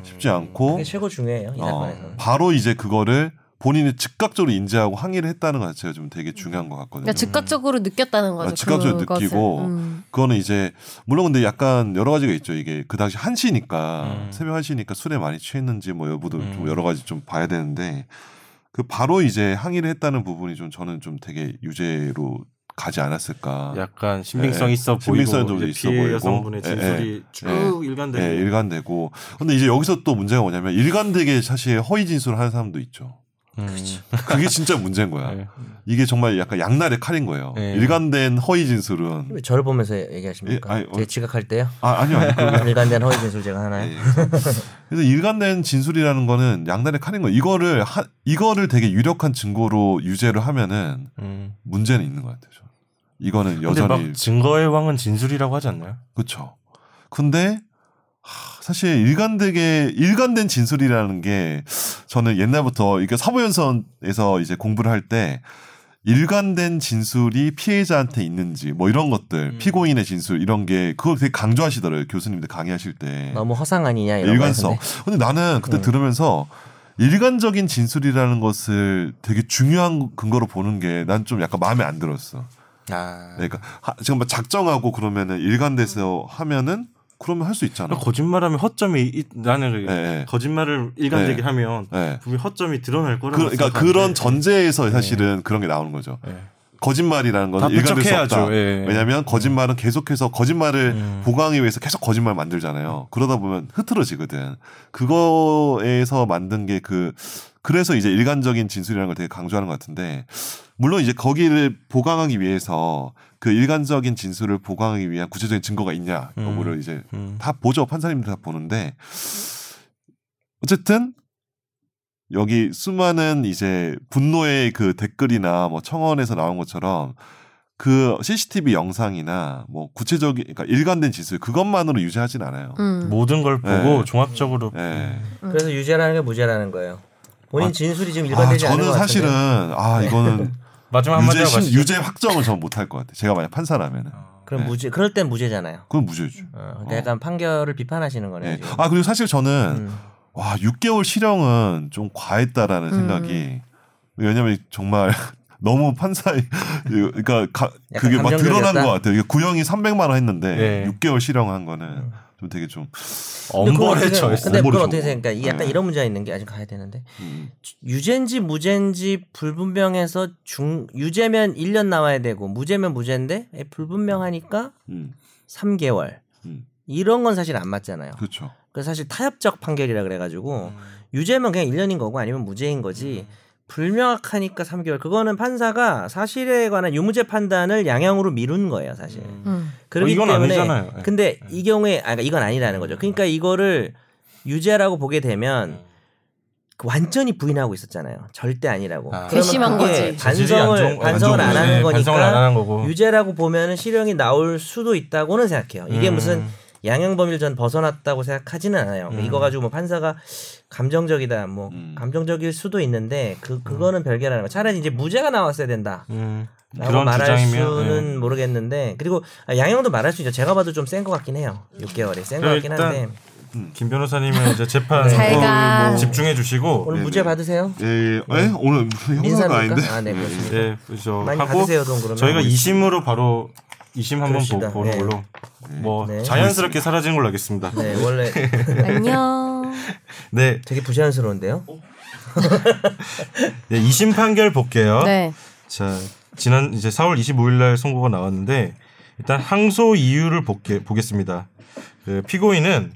D: 쉽지 않고
C: 그게 최고 중요해요 이
D: 어,
C: 사건에서.
D: 바로 이제 그거를 본인이 즉각적으로 인지하고 항의를 했다는 것 자체가 좀 되게 중요한 것 같거든요.
B: 그러니까 즉각적으로 느꼈다는 거죠.
D: 아, 즉각적으로
B: 그것을.
D: 느끼고.
B: 음.
D: 그거는 이제 물론 근데 약간 여러 가지가 있죠. 이게 그 당시 한시니까
E: 음.
D: 새벽 한시니까 술에 많이 취했는지 뭐 여부도
E: 음.
D: 좀 여러 가지 좀 봐야 되는데 그 바로 이제 항의를 했다는 부분이 좀 저는 좀 되게 유죄로 가지 않았을까.
A: 약간 신빙성
D: 예,
A: 있어
D: 신빙성이
A: 보이고
D: 좀
A: 이제
D: 있어
A: 피해
D: 보이고.
A: 여성분의 진술이 쭉
D: 예.
A: 일관되고
D: 예, 일관되고. 근데 이제 여기서 또 문제가 뭐냐면 일관되게 사실 허위 진술을 하는 사람도 있죠.
A: 음.
D: 그게 진짜 문제인 거야.
A: 예.
E: 네.
D: 이게 정말 약간 양날의 칼인 거예요.
E: 네.
D: 일관된 허위 진술은
C: 왜 저를 보면서
D: 예,
C: 얘기하십니까?
D: 아니, 어.
C: 제가 지각할 때요.
D: 아 아니요 아니요
A: 네.
D: 그런 거
C: 일관된 허위 진술 제가 하나요?
D: 예, 그래서- 그래서 일관된 진술이라는 거는 양날의 칼인 거예요. 이거를 하, 이거를 되게 유력한 증거로 유죄를 하면은
E: 음.
D: 문제는 있는 것 같아요. 저는. 이거는
A: 근데
D: 여전히
A: 막 증거의 왕은 진술이라고 하지 않나요?
D: 그렇죠. 근데 하, 사실 일관되게 일관된 진술이라는 게 저는 옛날부터 이게 사법연선에서 이제 공부를 할 때 일관된 진술이 피해자한테 있는지 뭐 이런 것들
E: 음.
D: 피고인의 진술 이런 게 그걸 되게 강조하시더라고요 교수님들 강의하실 때
C: 음. 너무 허상 아니냐 이런
D: 예. 일관성.
C: 거
D: 근데 나는 그때
C: 음.
D: 들으면서 일관적인 진술이라는 것을 되게 중요한 근거로 보는 게 난 좀 약간 마음에 안 들었어.
E: 아.
D: 그러니까 하- 지금 막 작정하고 그러면은 일관돼서 하면은 그러면 할 수
A: 그러니까
D: 있잖아.
A: 거짓말하면 허점이 있- 나는
D: 음. 예, 예.
A: 거짓말을 일관되게 하면
D: 예.
A: 분명 히 허점이 드러날
D: 그,
A: 거라고
D: 그러니까
A: 생각하는데
D: 그런 전제에서 사실은 그런 게 나오는 거죠.
A: 예.
D: 거짓말이라는
A: 다
D: 건 일관될 수
A: 배척해야죠.
D: 없다.
A: 예.
D: 왜냐하면 거짓말은 계속해서 거짓말을
E: 음.
D: 보강하기 위해서 계속 거짓말 만들잖아요. 그러다 보면 흐트러지거든. 그거에서 만든 게 그 그래서 이제 일관적인 진술이라는 걸 되게 강조하는 것 같은데 물론 이제 거기를 보강하기 위해서 그 일관적인 진술을 보강하기 위한 구체적인 증거가 있냐 여부를 이제
E: 음.
D: 다 보죠. 판사님들 다 보는데 어쨌든 여기 수많은 이제 분노의 그 댓글이나 뭐 청원에서 나온 것처럼 그 CCTV 영상이나 뭐 구체적인 그러니까 일관된 지수 그것만으로 유지하진 않아요.
B: 음.
A: 모든 걸 보고
D: 예.
A: 종합적으로
D: 예.
C: 같은데. 그래서 유죄라는 게 무죄라는 거예요. 본인
D: 아,
C: 진술이 지금
D: 아,
C: 음. 일관되지 않은 것 같은데.
D: 저는
C: 네.
D: 사실은 아 이거는
A: 마지막 한마디
D: 유죄
A: 하고
D: 신-
A: 가시죠. 어.
D: 유죄 확정을 저는 못할 것 같아요. 제가 만약 판사라면은
C: 그럼
D: 네.
C: 무죄. 그럴 땐 무죄잖아요.
D: 그건 무죄죠.
C: 어,
A: 그러니까
C: 근데 약간 판결을 비판하시는 거네요.
D: 예.
C: 지금.
D: 아 그리고 사실 저는
C: 음.
D: 와, 6개월 실형은 좀 과했다라는
B: 음.
D: 생각이 왜냐면 정말 너무 판사의 그러니까 가- 그게 막
C: 감정적이었다?
D: 드러난 것 같아요. 이게 구형이 300만 원 했는데
A: 네.
D: 6개월 실형한
C: 음.
D: 거는 좀 되게 좀
A: 엄벌해져 있어.
D: 엄벌에
C: 근데 그건
D: 처해.
C: 어떻게 생각해? 이 약간
D: 네.
C: 이런 문제가 있는 게 아직 가야 되는데
D: 음,
C: 유죄인지 무죄인지 불분명해서 중 유죄면 1년 나와야 되고 무죄면 무죄인데 에, 불분명하니까
D: 음,
C: 3개월
D: 음.
C: 이런 건 사실 안 맞잖아요.
D: 그렇죠.
C: 그래서 사실 타협적 판결이라 그래가지고
A: 음.
D: 어.
C: 유죄면 그냥 1년인 거고 아니면 무죄인 거지 불명확하니까 3개월 그거는 판사가 사실에 관한 유무죄 판단을 양형으로 미룬 거예요 사실.
B: 음.
C: 그렇기
A: 어, 이건
C: 때문에
A: 아니잖아요. 예.
C: 근데 이 경우에 아 그러니까 이건 아니라는 거죠. 그러니까
A: 음.
C: 이거를 유죄라고 보게 되면 그 완전히 부인하고 있었잖아요. 절대 아니라고.
A: 아.
C: 그러면
B: 괘씸한
C: 그게
B: 거지.
A: 재질이 안 좋은
C: 반성을
A: 거-
C: 반성을 안
A: 좋은
C: 하는
A: 거네.
C: 거니까
A: 반성을 안 하는 거고.
C: 유죄라고 보면은 실형이 나올 수도 있다고는 생각해요. 이게
A: 음.
C: 무슨 양형범일 전 벗어났다고 생각하지는 않아요.
A: 음.
C: 이거 가지고 뭐 판사가 감정적이다, 뭐
D: 음.
C: 감정적일 수도 있는데 그 그거는 별개라는 거. 차라리 이제 무죄가 나왔어야 된다.
A: 음,
C: 라고
A: 그런
C: 말할
A: 주장이면 예.
C: 수는 모르겠는데 그리고 아, 양형도 말할 수 있죠. 제가 봐도 좀 센 것 같긴 해요. 6개월이 센 것
A: 그래,
C: 같긴
A: 일단
C: 한데
A: 김 변호사님은 이제 재판
C: 네.
B: 잘 가.
A: 뭐 집중해 주시고
C: 오늘
D: 네네.
C: 무죄 받으세요.
D: 예, 예. 에? 오늘 형사가
C: 민사입니까?
D: 아닌데.
C: 네. 아, 네, 그렇습니다.
A: 네, 그죠.
C: 많이
A: 하고
C: 받으세요, 돈 그러면. 네.
A: 저희가 2심으로 바로 2심 한번
C: 그럽시다.
A: 보- 보는
C: 네.
A: 걸로 뭐
C: 네.
A: 자연스럽게 사라지는 걸로 하겠습니다.
C: 네, 원래
B: 안녕.
A: 네,
C: 되게 부자연스러운데요.
A: 어? 네 2심 판결
D: 어?
A: 볼게요.
B: 네.
A: 자, 지난 이제 4월 25일 날 선고가 나왔는데 일단 항소 이유를 볼게, 보겠습니다. 그 피고인은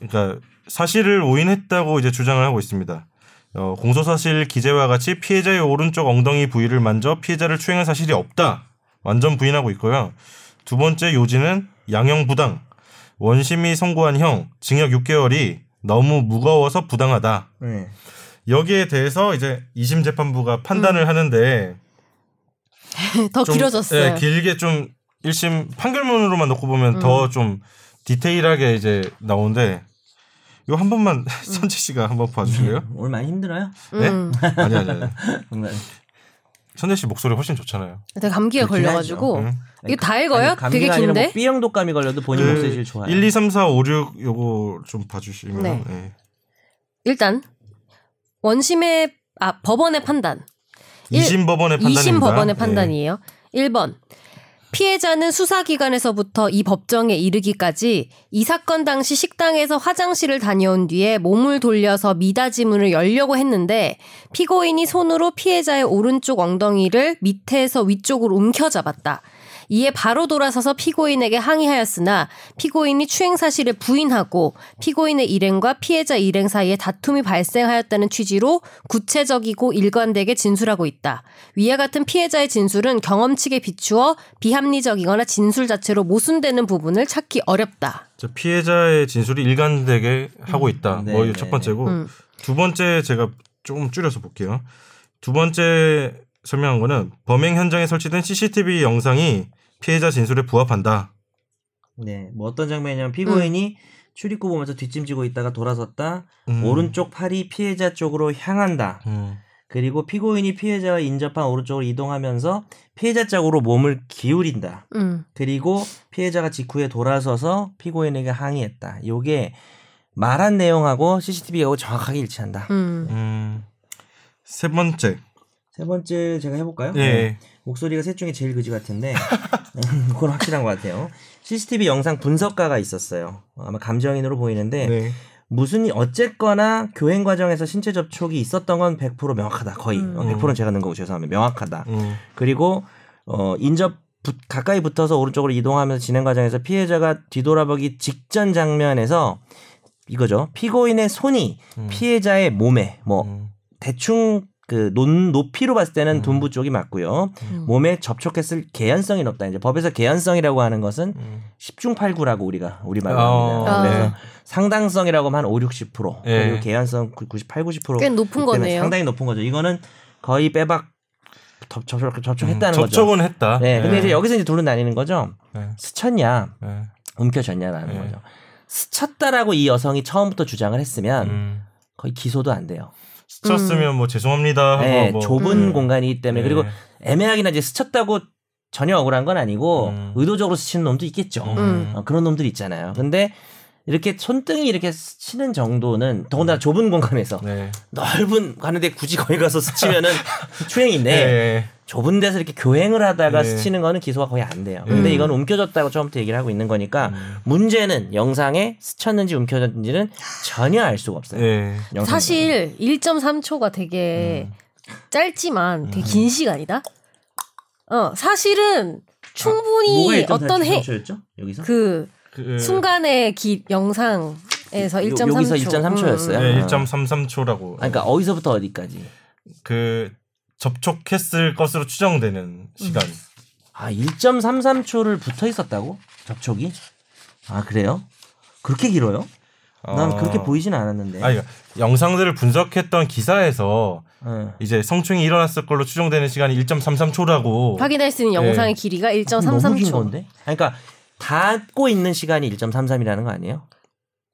A: 그러니까 사실을 오인했다고 이제 주장을 하고 있습니다. 어, 공소사실 기재와 같이 피해자의 오른쪽 엉덩이 부위를 만져 피해자를 추행한 사실이 없다. 완전 부인하고 있고요. 두 번째 요지는 양형 부당. 원심이 선고한 형 징역 6개월이 너무 무거워서 부당하다.
C: 네.
A: 여기에 대해서 이제 2심 재판부가 판단을 하는데
B: 더
A: 좀,
B: 길어졌어요.
D: 네,
A: 예, 길게 좀 1심 판결문으로만 놓고 보면
B: 음.
A: 더 좀 디테일하게 이제 나오는데 이거 한 번만 선재 씨가 한번 봐주실래요?
C: 오늘 많이 힘들어요?
A: 네?
B: 음.
A: 아니 아니 아니.
C: 정말.
A: 선재 씨 목소리 훨씬 좋잖아요.
B: 근데 감기에
C: 그렇긴
B: 걸려가지고
A: 하죠.
B: 이거 다 읽어요? 되게 긴데.
C: 뭐 B형 독감이 걸려도 본인
A: 그
C: 목소리 제일 좋아요.
A: 1, 2, 3, 4, 5, 6 요거 좀 봐주시면
B: 네.
A: 예.
B: 일단 원심의 아 법원의 판단. 일-
A: 이심 법원의 판단입니다.
B: 이심 법원의
A: 예.
B: 판단이에요. 1번. 피해자는 수사기관에서부터 이 법정에 이르기까지 이 사건 당시 식당에서 화장실을 다녀온 뒤에 몸을 돌려서 미닫이 문을 열려고 했는데 피고인이 손으로 피해자의 오른쪽 엉덩이를 밑에서 위쪽으로 움켜잡았다. 이에 바로 돌아서서 피고인에게 항의하였으나 피고인이 추행 사실을 부인하고 피고인의 일행과 피해자 일행 사이에 다툼이 발생하였다는 취지로 구체적이고 일관되게 진술하고 있다. 위와 같은 피해자의 진술은 경험칙에 비추어 비합리적이거나 진술 자체로 모순되는 부분을 찾기 어렵다.
A: 자, 피해자의 진술이 일관되게 하고 있다.
C: 네,
A: 뭐 이거
C: 네,
A: 첫 번째고
B: 네. 음.
A: 두 번째 제가 조금 줄여서 볼게요. 두 번째 설명한 거는 범행 현장에 설치된 CCTV 영상이 피해자 진술에 부합한다.
C: 네, 뭐 어떤 장면이냐면 피고인이
B: 음.
C: 출입구 보면서 뒷짐지고 있다가 돌아섰다.
A: 음.
C: 오른쪽 팔이 피해자 쪽으로 향한다.
A: 음.
C: 그리고 피고인이 피해자와 인접한 오른쪽으로 이동하면서 피해자 쪽으로 몸을 기울인다.
B: 음.
C: 그리고 피해자가 직후에 돌아서서 피고인에게 항의했다. 요게 말한 내용하고 CCTV하고 정확하게 일치한다.
B: 음.
A: 음. 세 번째.
C: 세 번째 제가 해볼까요?
A: 예.
C: 네. 목소리가 셋 중에 제일 그지 같은데 음, 그건 확실한 것 같아요. CCTV 영상 분석가가 있었어요. 아마 감정인으로 보이는데
A: 네.
C: 무슨 이- 어쨌거나 교행 과정에서 신체 접촉이 있었던 건 100% 명확하다. 거의
B: 음.
C: 100%는 제가 넣은 거고 죄송합니다. 명확하다.
A: 음.
C: 그리고 어 인접 붙- 가까이 붙어서 오른쪽으로 이동하면서 진행 과정에서 피해자가 뒤돌아보기 직전 장면에서 이거죠. 피고인의 손이
A: 음.
C: 피해자의 몸에 뭐
A: 음.
C: 대충 그 논, 높이로 봤을 때는 둔부 쪽이 맞고요.
B: 음.
C: 몸에 접촉했을 개연성이 높다. 이제 법에서 개연성이라고 하는 것은
A: 음.
C: 10중 8구라고 우리가 우리말로
A: 어.
B: 아.
C: 합니다. 그래서
A: 네.
C: 상당성이라고 하면 한 5, 60%
A: 예.
C: 그리고 개연성 98, 90%
B: 꽤 높은
C: 때문에
B: 거네요.
C: 상당히 높은 거죠. 이거는 거의 빼박 접- 접촉, 접촉했다는
A: 음,
C: 거죠.
A: 접촉은 했다.
C: 네, 근데
A: 예.
C: 이제 여기서 이제 둘은 나뉘는 거죠.
A: 네.
C: 스쳤냐,
A: 예.
C: 움켜졌냐라는
A: 네.
C: 거죠. 스쳤다라고 이 여성이 처음부터 주장을 했으면
A: 음.
C: 거의 기소도 안 돼요.
A: 스쳤으면 뭐 죄송합니다 하고
C: 네,
A: 뭐
C: 좁은
B: 음.
C: 공간이기 때문에 그리고
A: 네.
C: 애매하긴 하지 스쳤다고 전혀 억울한 건 아니고
A: 음.
C: 의도적으로 스치는 놈도 있겠죠.
B: 음.
C: 어, 그런 놈들 있잖아요. 근데 이렇게 손등이 이렇게 스치는 정도는 더군다나 좁은 공간에서
A: 음. 네.
C: 넓은 가는데 굳이 거기 가서 스치면은 추행인데
A: 예.
C: 좁은 데서 이렇게 교행을 하다가
A: 네.
C: 스치는 거는 기소가 거의 안 돼요.
A: 네.
C: 근데
B: 음.
C: 이건 움켜졌다고 처음부터 얘기를 하고 있는 거니까 문제는 영상에 스쳤는지 움켜졌는지는 전혀 알 수가 없어요.
A: 예.
C: 영상에서. 음.
B: 사실 1.3초가 되게 짧지만 되게 긴 시간이다. 어, 사실은
C: 뭐가
B: 충분히
C: 일단
B: 어떤
C: 다
B: 해,
C: 주춤추였죠? 여기서
B: 그
A: 그-
B: 순간의 기, 영상에서
C: 요-
B: 1.3초.
C: 네.
B: 음.
C: 여기서 1.3초 였어요?
A: 네,
C: 아.
A: 1.33초라고.
C: 아니, 그러니까 어디서부터 어디까지?
A: 그 접촉했을 것으로 추정되는 시간.
C: 아, 1.33초를 붙어 있었다고? 접촉이? 아, 그래요? 그렇게 길어요? 난
A: 어,
C: 그렇게 보이진 않았는데.
A: 아니 그러니까 영상들을 분석했던 기사에서
C: 예.
A: 이제 성추행이 일어났을 걸로 추정되는 시간이 1.33초라고.
B: 확인할 수 있는
A: 네.
B: 영상의 길이가
C: 너무 긴
B: 1.33초.
C: 건데? 아니, 그러니까 닫고 있는 시간이 1.33이라는 거 아니에요?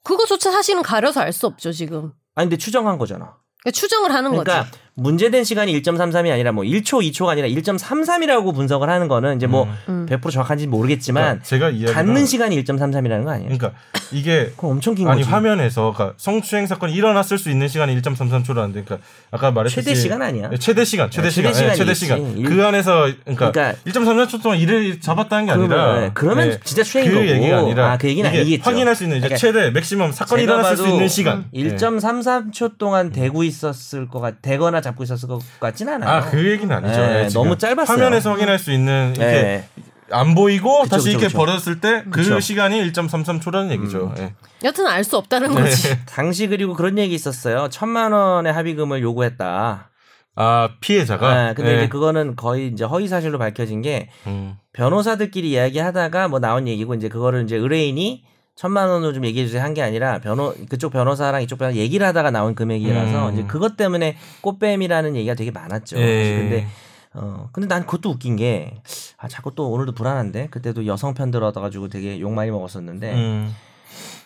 B: 그거조차 사실은 가려서 알 수 없죠 지금.
C: 아니, 근데 추정한 거잖아.
B: 그러니까 추정을 하는
C: 그러니까
B: 거지.
C: 문제된 시간이 1.33이 아니라 뭐 1초, 2초가 아니라 1.33이라고 분석을 하는 거는 이제
A: 음.
C: 뭐
B: 음.
C: 100% 정확한지
A: 그러니까
C: 모르겠지만
A: 제가 이야기가
C: 닫는 시간이 1.33이라는 거 아니에요?
A: 그러니까 이게
C: 그럼 엄청 긴
A: 아니
C: 거지.
A: 화면에서 그러니까 성추행 사건이 일어났을 수 있는 시간이 1.33초라는데 그러니까 아까 말했듯이
C: 최대 시간 아니야?
A: 네, 최대 시간, 최대
C: 네, 최대
A: 시간, 네, 최대
C: 시간이지.
A: 시간.
C: 일-
A: 그 안에서 그러니까,
C: 그러니까
A: 1.33초 동안 일을 잡았다는 게 아니라
C: 그러면, 네, 그러면
A: 네,
C: 진짜 추행인
A: 그
C: 거고.
A: 얘기가 아니라
C: 아, 그 얘기는
A: 이게
C: 아니겠죠.
A: 확인할 수 있는 이제
C: 그러니까
A: 최대 맥시멈 사건이
C: 제가
A: 일어났을 수
C: 봐도 음,
A: 있는 시간. 음. 예.
C: 1.33초 동안 대고 있었을 것 같, 대거나 잡고 있었을 것 같진 않아요.
A: 아, 그 얘기는 아니죠.
C: 네,
A: 예, 지금.
C: 너무 짧았어요.
A: 화면에서 확인할 수 있는 이렇게
C: 예.
A: 안 보이고
C: 그쵸,
A: 다시
C: 그쵸,
A: 이렇게
C: 그쵸.
A: 벌었을 때 그
C: 그쵸. 음.
A: 시간이 1.33초라는 얘기죠. 예.
B: 여튼 알 수 없다는
C: 네.
B: 거지.
C: 당시 그리고 그런 얘기 있었어요. 천만 원의 합의금을 요구했다.
A: 아 피해자가.
C: 네, 근데
A: 예.
C: 이제 그거는 거의 이제 허위 사실로 밝혀진 게
A: 음.
C: 변호사들끼리 이야기하다가 뭐 나온 얘기고 이제 그거를 이제 의뢰인이 천만 원으로 좀 얘기해 주세요 한 게 아니라 변호 그쪽 변호사랑 이쪽 변호사 얘기를 하다가 나온 금액이라서
A: 음.
C: 이제 그것 때문에 꽃뱀이라는 얘기가 되게 많았죠.
A: 예.
C: 사실 근데 어 근데 난 그것도 웃긴 게 아, 자꾸 또 오늘도 불안한데 그때도 여성 편 들어가지고 되게 욕 많이 먹었었는데
A: 음.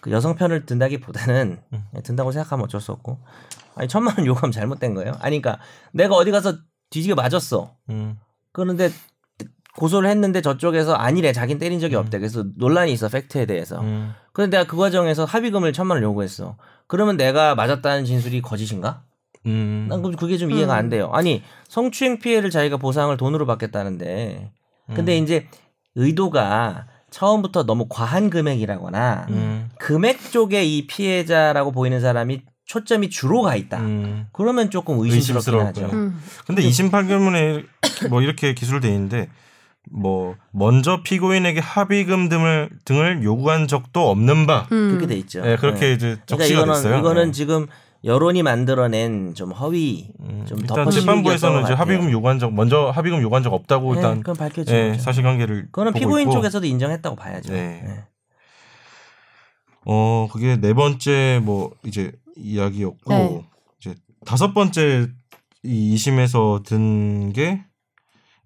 C: 그 여성 편을 든다기보다는 예, 든다고 생각하면 어쩔 수 없고 아니 천만 원 요구하면 잘못된 거예요. 아니 그러니까 내가 어디 가서 뒤지게 맞았어.
A: 음.
C: 그런데 고소를 했는데 저쪽에서 아니래 자기는 때린 적이 없대 그래서 논란이 있어 팩트에 대해서
A: 음.
C: 근데 내가 그 과정에서 합의금을 천만 원 요구했어 그러면 내가 맞았다는 진술이 거짓인가
A: 음.
C: 난 그럼 그게 좀 이해가 안 돼요. 아니 성추행 피해를 자기가 보상을 돈으로 받겠다는데 근데
A: 음.
C: 이제 의도가 처음부터 너무 과한 금액이라거나
A: 음.
C: 금액 쪽에 이 피해자라고 보이는 사람이 초점이 주로 가 있다.
A: 음.
C: 그러면 조금 의심스럽긴
A: 의심스러울
C: 하죠.
A: 거예요.
B: 음.
A: 근데 2심 판결문에 뭐 이렇게 기술돼 있는데 뭐 먼저 피고인에게 합의금 등을 등을 요구한 적도 없는 바
B: 음.
C: 그렇게 돼 있죠.
A: 예, 그렇게
C: 네.
A: 이제
C: 그러니까
A: 적시가
C: 이거는,
A: 됐어요.
C: 이거는
A: 예.
C: 지금 여론이 만들어낸 좀 허위, 좀
A: 음. 일단
C: 덮어씌우기였던
A: 재판부에서는
C: 것
A: 이제
C: 같아요.
A: 합의금 요구한 적 먼저 합의금 요구한 적 없다고
C: 네,
A: 뭐 일단
C: 그건 밝혀지죠.
A: 예, 사실관계를
C: 그거는
A: 보고
C: 피고인
A: 있고.
C: 쪽에서도 인정했다고 봐야죠.
A: 네.
C: 네.
A: 어 그게 네 번째 뭐 이제 이야기였고
B: 네.
A: 이제 다섯 번째 이 2심에서 든 게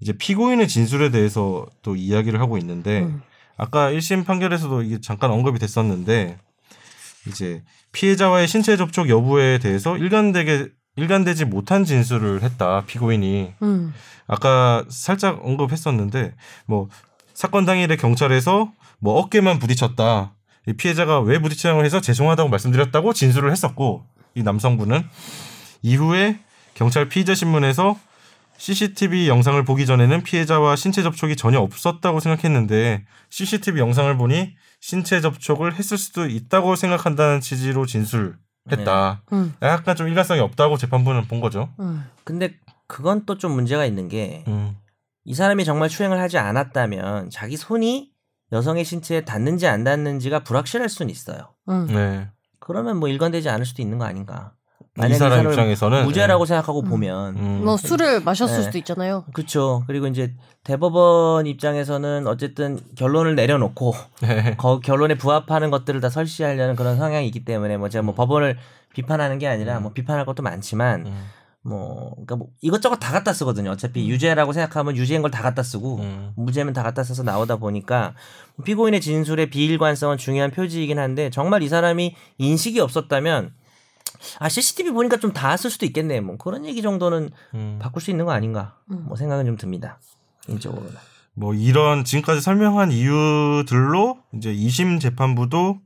A: 이제 피고인의 진술에 대해서 또 이야기를 하고 있는데
B: 음.
A: 아까 1심 판결에서도 이게 잠깐 언급이 됐었는데 이제 피해자와의 신체 접촉 여부에 대해서 일관되게 일관되지 못한 진술을 했다 피고인이
B: 음.
A: 아까 살짝 언급했었는데 뭐 사건 당일에 경찰에서 뭐 어깨만 부딪혔다 이 피해자가 왜 부딪히냐고 해서 죄송하다고 말씀드렸다고 진술을 했었고 이 남성분은 이후에 경찰 피의자 신문에서 CCTV 영상을 보기 전에는 피해자와 신체 접촉이 전혀 없었다고 생각했는데 CCTV 영상을 보니 신체 접촉을 했을 수도 있다고 생각한다는 취지로 진술했다.
B: 음.
A: 약간 좀 일관성이 없다고 재판부는 본 거죠.
B: 음.
C: 근데 그건 또 좀 문제가 있는 게 이
A: 음.
C: 사람이 정말 추행을 하지 않았다면 자기 손이 여성의 신체에 닿는지 안 닿는지가 불확실할 수는 있어요.
B: 음.
A: 네.
C: 그러면 뭐 일관되지 않을 수도 있는 거 아닌가.
A: 이
C: 만약에
A: 사람
C: 이 사람을
A: 입장에서는 네.
C: 무죄라고 생각하고
B: 음.
C: 보면
A: 음.
B: 뭐 술을 마셨을
C: 네.
B: 수도 있잖아요.
C: 그렇죠. 그리고 이제 대법원 입장에서는 어쨌든 결론을 내려놓고
A: 네.
C: 거- 결론에 부합하는 것들을 다 설시하려는 그런 성향이 있기 때문에 뭐 제가 뭐 법원을 비판하는 게 아니라 뭐 비판할 것도 많지만
A: 음.
C: 뭐 그러니까 뭐 이것저것 다 갖다 쓰거든요. 어차피 유죄라고 생각하면 유죄인 걸 다 갖다 쓰고
A: 음.
C: 무죄면 다 갖다 써서 나오다 보니까 피고인의 진술의 비일관성은 중요한 표지이긴 한데 정말 이 사람이 인식이 없었다면 아 CCTV 보니까 좀 닿았을 수도 있겠네. 뭐 그런 얘기 정도는
A: 음.
C: 바꿀 수 있는 거 아닌가
B: 음.
C: 뭐 생각은 좀 듭니다 개인적으로는
A: 뭐 이런 지금까지 설명한 이유들로 이제 2심 재판부도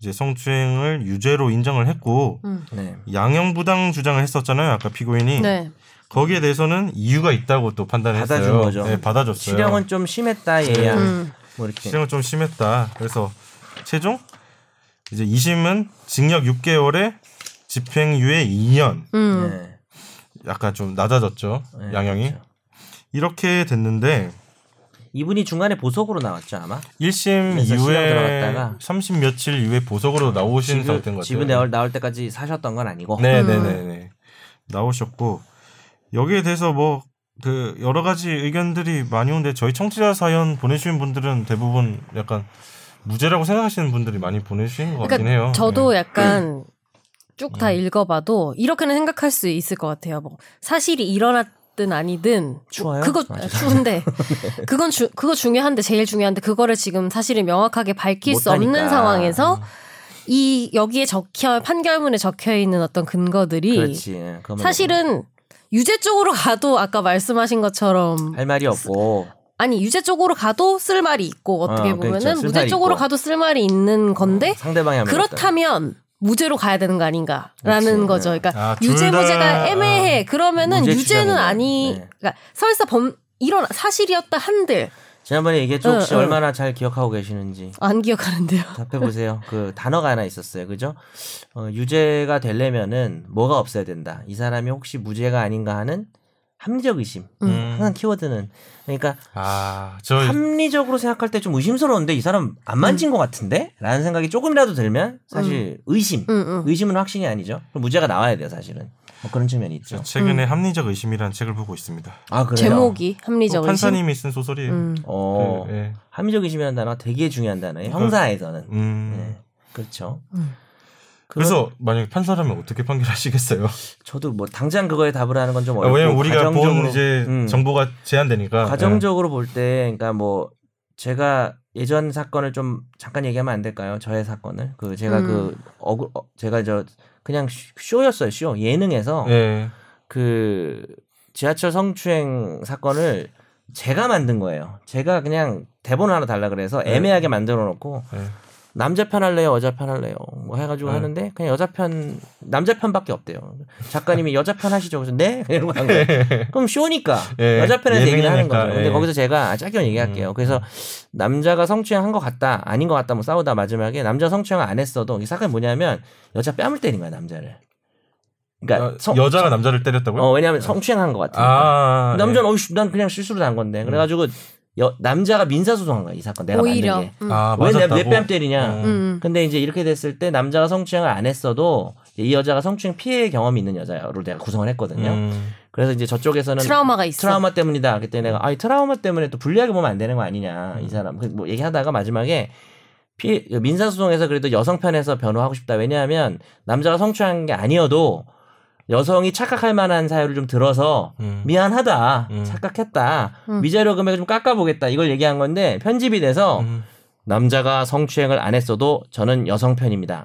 A: 이제 성추행을 유죄로 인정을 했고
B: 음.
C: 네
A: 양형 부당 주장을 했었잖아요. 아까
C: 음.
A: 피고인이
B: 네.
A: 거기에 대해서는 이유가 있다고 또 판단했어요.
C: 받아준 거죠.
A: 네, 받아줬어요.
C: 실형은 좀 심했다 얘야
B: 음.
C: 뭐 이렇게
A: 실형은 좀 심했다. 그래서 최종 이제 2심은 징역 6개월에 집행유예 2년
B: 음.
C: 네.
A: 약간 좀 낮아졌죠.
C: 네,
A: 양형이
C: 그렇죠.
A: 이렇게 됐는데
C: 이분이 중간에 보석으로 나왔죠 아마
A: 1심
C: 그래서 실형
A: 이후에
C: 들어갔다가
A: 30 며칠 이후에 보석으로 나오신 상태인 것
C: 집은
A: 같아요.
C: 나올, 음. 나올 때까지 사셨던 건 아니고
A: 네네네네 나오셨고 여기에 대해서 뭐 그 여러 가지 의견들이 많이 오는데 저희 청취자 사연 보내주신 분들은 대부분 약간 무죄라고 생각하시는 분들이 많이 보내주신 것 같긴 해요.
B: 그러니까 저도
A: 네.
C: 음.
B: 약간 쭉 다
A: 음.
B: 읽어봐도 이렇게는 생각할 수 있을 것 같아요. 뭐 사실이 일어났든 아니든
C: 추워요? 네.
B: 그거
C: 아,
B: 아, 추운데 그건 주, 그거 중요한데 제일 중요한데 그거를 지금 사실을 명확하게 밝힐 수
C: 못하니까. 음.
B: 없는 상황에서 이 여기에 적혀 판결문에 적혀 있는 어떤 근거들이
C: 그렇지 예, 그거면
B: 네. 사실은 유죄 쪽으로 가도 아까 말씀하신 것처럼
C: 할 말이 없고
B: 아니 유죄 쪽으로 가도 쓸 말이 있고 어떻게
C: 어, 그렇죠.
B: 보면은
C: 쓸
B: 무죄
C: 말이
B: 쪽으로
C: 있고. 어,
B: 가도 쓸 말이 있는 건데
C: 상대방이 하면
B: 네? 그렇다면 무죄로 가야 되는 거 아닌가라는
C: 그렇지.
B: 거죠. 그러니까
A: 아, 둘
B: 유죄
A: 다-
B: 무죄가 애매해. 그러면은
C: 무죄
B: 유죄는
C: 주장이네.
B: 아니.
C: 네.
B: 그러니까 설사 범 이런 사실이었다 한들
C: 지난번에 얘기했죠 혹시
B: 응, 응.
C: 얼마나 잘 기억하고 계시는지
B: 안 기억하는데요.
C: 답해 보세요 그 단어가 하나 있었어요 그죠 어, 유죄가 되려면은 뭐가 없어야 된다 이 사람이 혹시 무죄가 아닌가 하는 합리적 의심
B: 음.
C: 항상 키워드는 그러니까
A: 네. 아저
C: 합리적으로 생각할 때 좀 의심스러운데 이 사람 안 만진
B: 음.
C: 것 같은데? 라는 생각이 조금이라도 들면 사실 의심.
B: 응, 응.
C: 어. 의심은 확신이 아니죠. 그럼 무죄가 나와야 돼요, 사실은. 뭐 그런 측면이 있죠.
B: 음.
A: 최근에 합리적 의심이라는 책을 보고 있습니다.
C: 아, 그래요?
B: 제목이
A: 또
B: 합리적 의심.
A: 어, 판사님이 쓴 소설이에요.
B: 음.
C: 어,
A: 그, 예.
C: 합리적 의심이라는 단어가 되게 중요한 단어예요. 형사에서는.
A: 음.
C: 네. 그렇죠.
B: 음.
A: 그래서 만약에 판사라면 어떻게 판결하시겠어요?
C: 저도 뭐 당장 그거에 답을 하는 건 좀 어렵고
A: 아, 왜냐면 우리가 본
C: 뭐 가정적으로-
A: 이제 예.
C: 음.
A: 정보가 제한되니까
C: 가정적으로 볼 때 그러니까 뭐 제가 예전 사건을 좀 잠깐 얘기하면 안 될까요? 저의 사건을 그 제가
B: 음.
C: 그 어그 어, 제가 저 그냥 쇼- 쇼였어요 쇼 예능에서
A: 예.
C: 그 지하철 성추행 사건을
A: 네.
C: 제가 만든 거예요. 제가 그냥 대본 을 하나 달라 그래서 애매하게 만들어 놓고
A: 예.
C: 남자 편 할래요, 여자 편 할래요. 뭐 해가지고
A: 네.
C: 하는데 그냥 여자 편 남자 편밖에 없대요. 작가님이 여자 편 하시죠. 그래서 네 이러고 한 거예요. 그럼 쇼니까
A: 예,
C: 여자 편에서 얘기를 하는
A: 예능이니까,
C: 거죠. 근데
A: 예. 음.
C: 거기서 제가 짧게 얘기할게요. 그래서 남자가 성추행 한 것 같다, 아닌 것 같다, 뭐 싸우다 마지막에 남자 성추행 안 했어도 이 사건이 뭐냐면 여자 뺨을 때린 거야 남자를. 그러니까
A: 아,
C: 성-
A: 여자가 남자를 때렸다고요?
C: 어 왜냐하면 성추행한 것 같아.
A: 아, 음.
C: 남자는 어이씨 난 그냥 실수로 당한 건데 그래가지고 여- 남자가 민사 소송한 거야 이 사건 내가
B: 오히려.
C: 만든
B: 음.
A: 아,
C: 게.
A: 맞았다고.
C: 왜내뺨 때리냐?
A: 어.
B: 음.
C: 근데 이제 이렇게 됐을 때 남자가 성추행을 안 했어도 이제 이 여자가 성추행 피해 경험이 있는 여자로 내가 구성을 했거든요.
A: 음.
C: 그래서 이제 저쪽에서는
B: 트라우마가 있어.
C: 트라우마 때문이다. 그때 내가 아이 트라우마 때문에 또 불리하게 보면 안 되는 거 아니냐 이 사람. 그뭐 얘기하다가 마지막에 피 민사 소송에서 그래도 여성 편에서 변호하고 싶다. 왜냐하면 남자가 성추행한 게 아니어도 여성이 착각할 만한 사유를 좀 들어서
A: 음.
C: 미안하다,
A: 음.
C: 착각했다,
B: 음.
C: 위자료 금액을 좀 깎아보겠다 이걸 얘기한 건데 편집이 돼서
A: 음.
C: 남자가 성추행을 안 했어도 저는 여성 편입니다.
B: 네.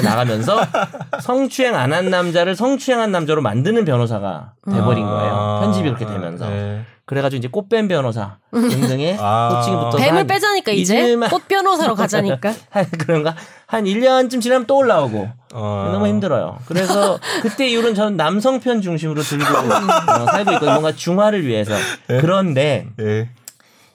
C: 나가면서 성추행 안 한 남자를 성추행한 남자로 만드는 변호사가 돼버린 거예요.
A: 아,
C: 편집이 그렇게 되면서.
A: 네.
C: 그래가지고 이제 꽃뱀 변호사 등등의
A: 아.
C: 호칭부터
B: 음. 뱀을 빼자니까 이제
C: 이제만-
B: 꽃 변호사로 가자니까.
C: 한 그런가 한 1년쯤 지나면 또 올라오고
B: 아.
A: 어.
C: 너무 힘들어요. 그래서 그때 이후로는 저는 남성편 중심으로 들고 어, 살고 있고 뭔가 중화를 위해서
B: 네.
C: 그런데
A: 예.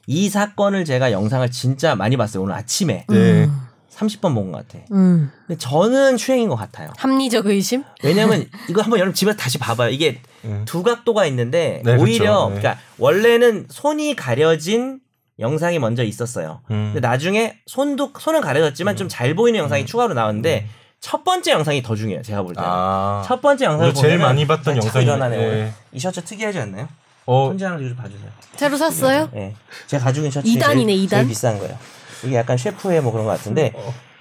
C: 이 사건을 제가 영상을 진짜 많이 봤어요. 오늘 아침에
A: 예.
C: 30번 본 것 같아.
B: 음.
C: 근데 저는 추행인 것 같아요.
B: 합리적 의심?
C: 왜냐면 이거 한번 여러분 집에서 다시 봐봐요. 이게
A: 네.
C: 두 각도가 있는데
A: 네,
C: 오히려
A: 그렇죠. 네.
C: 그러니까 원래는 손이 가려진 영상이 먼저 있었어요.
A: 음.
C: 근데 나중에 손도 손은 가려졌지만 좀 잘 보이는 영상이 추가로 나왔는데 첫 번째 영상이 더 중요해요. 제가 볼 때는.
A: 음. 아.
C: 첫 번째 영상을
A: 우리 제일
C: 보면은
A: 많이 봤던
C: 아, 자꾸
A: 영상이-
C: 일어나네.
A: 예.
C: 오늘. 이 셔츠 특이하지 않나요?
A: 어,
C: 손재 하나 요즘 봐주세요.
B: 새로 샀어요?
C: 예, 제가 가지고 있는 셔츠
B: 이단이네,
C: 제일,
B: 이단.
C: 제일 비싼 거예요. 이게 약간 셰프의 뭐 그런 것 같은데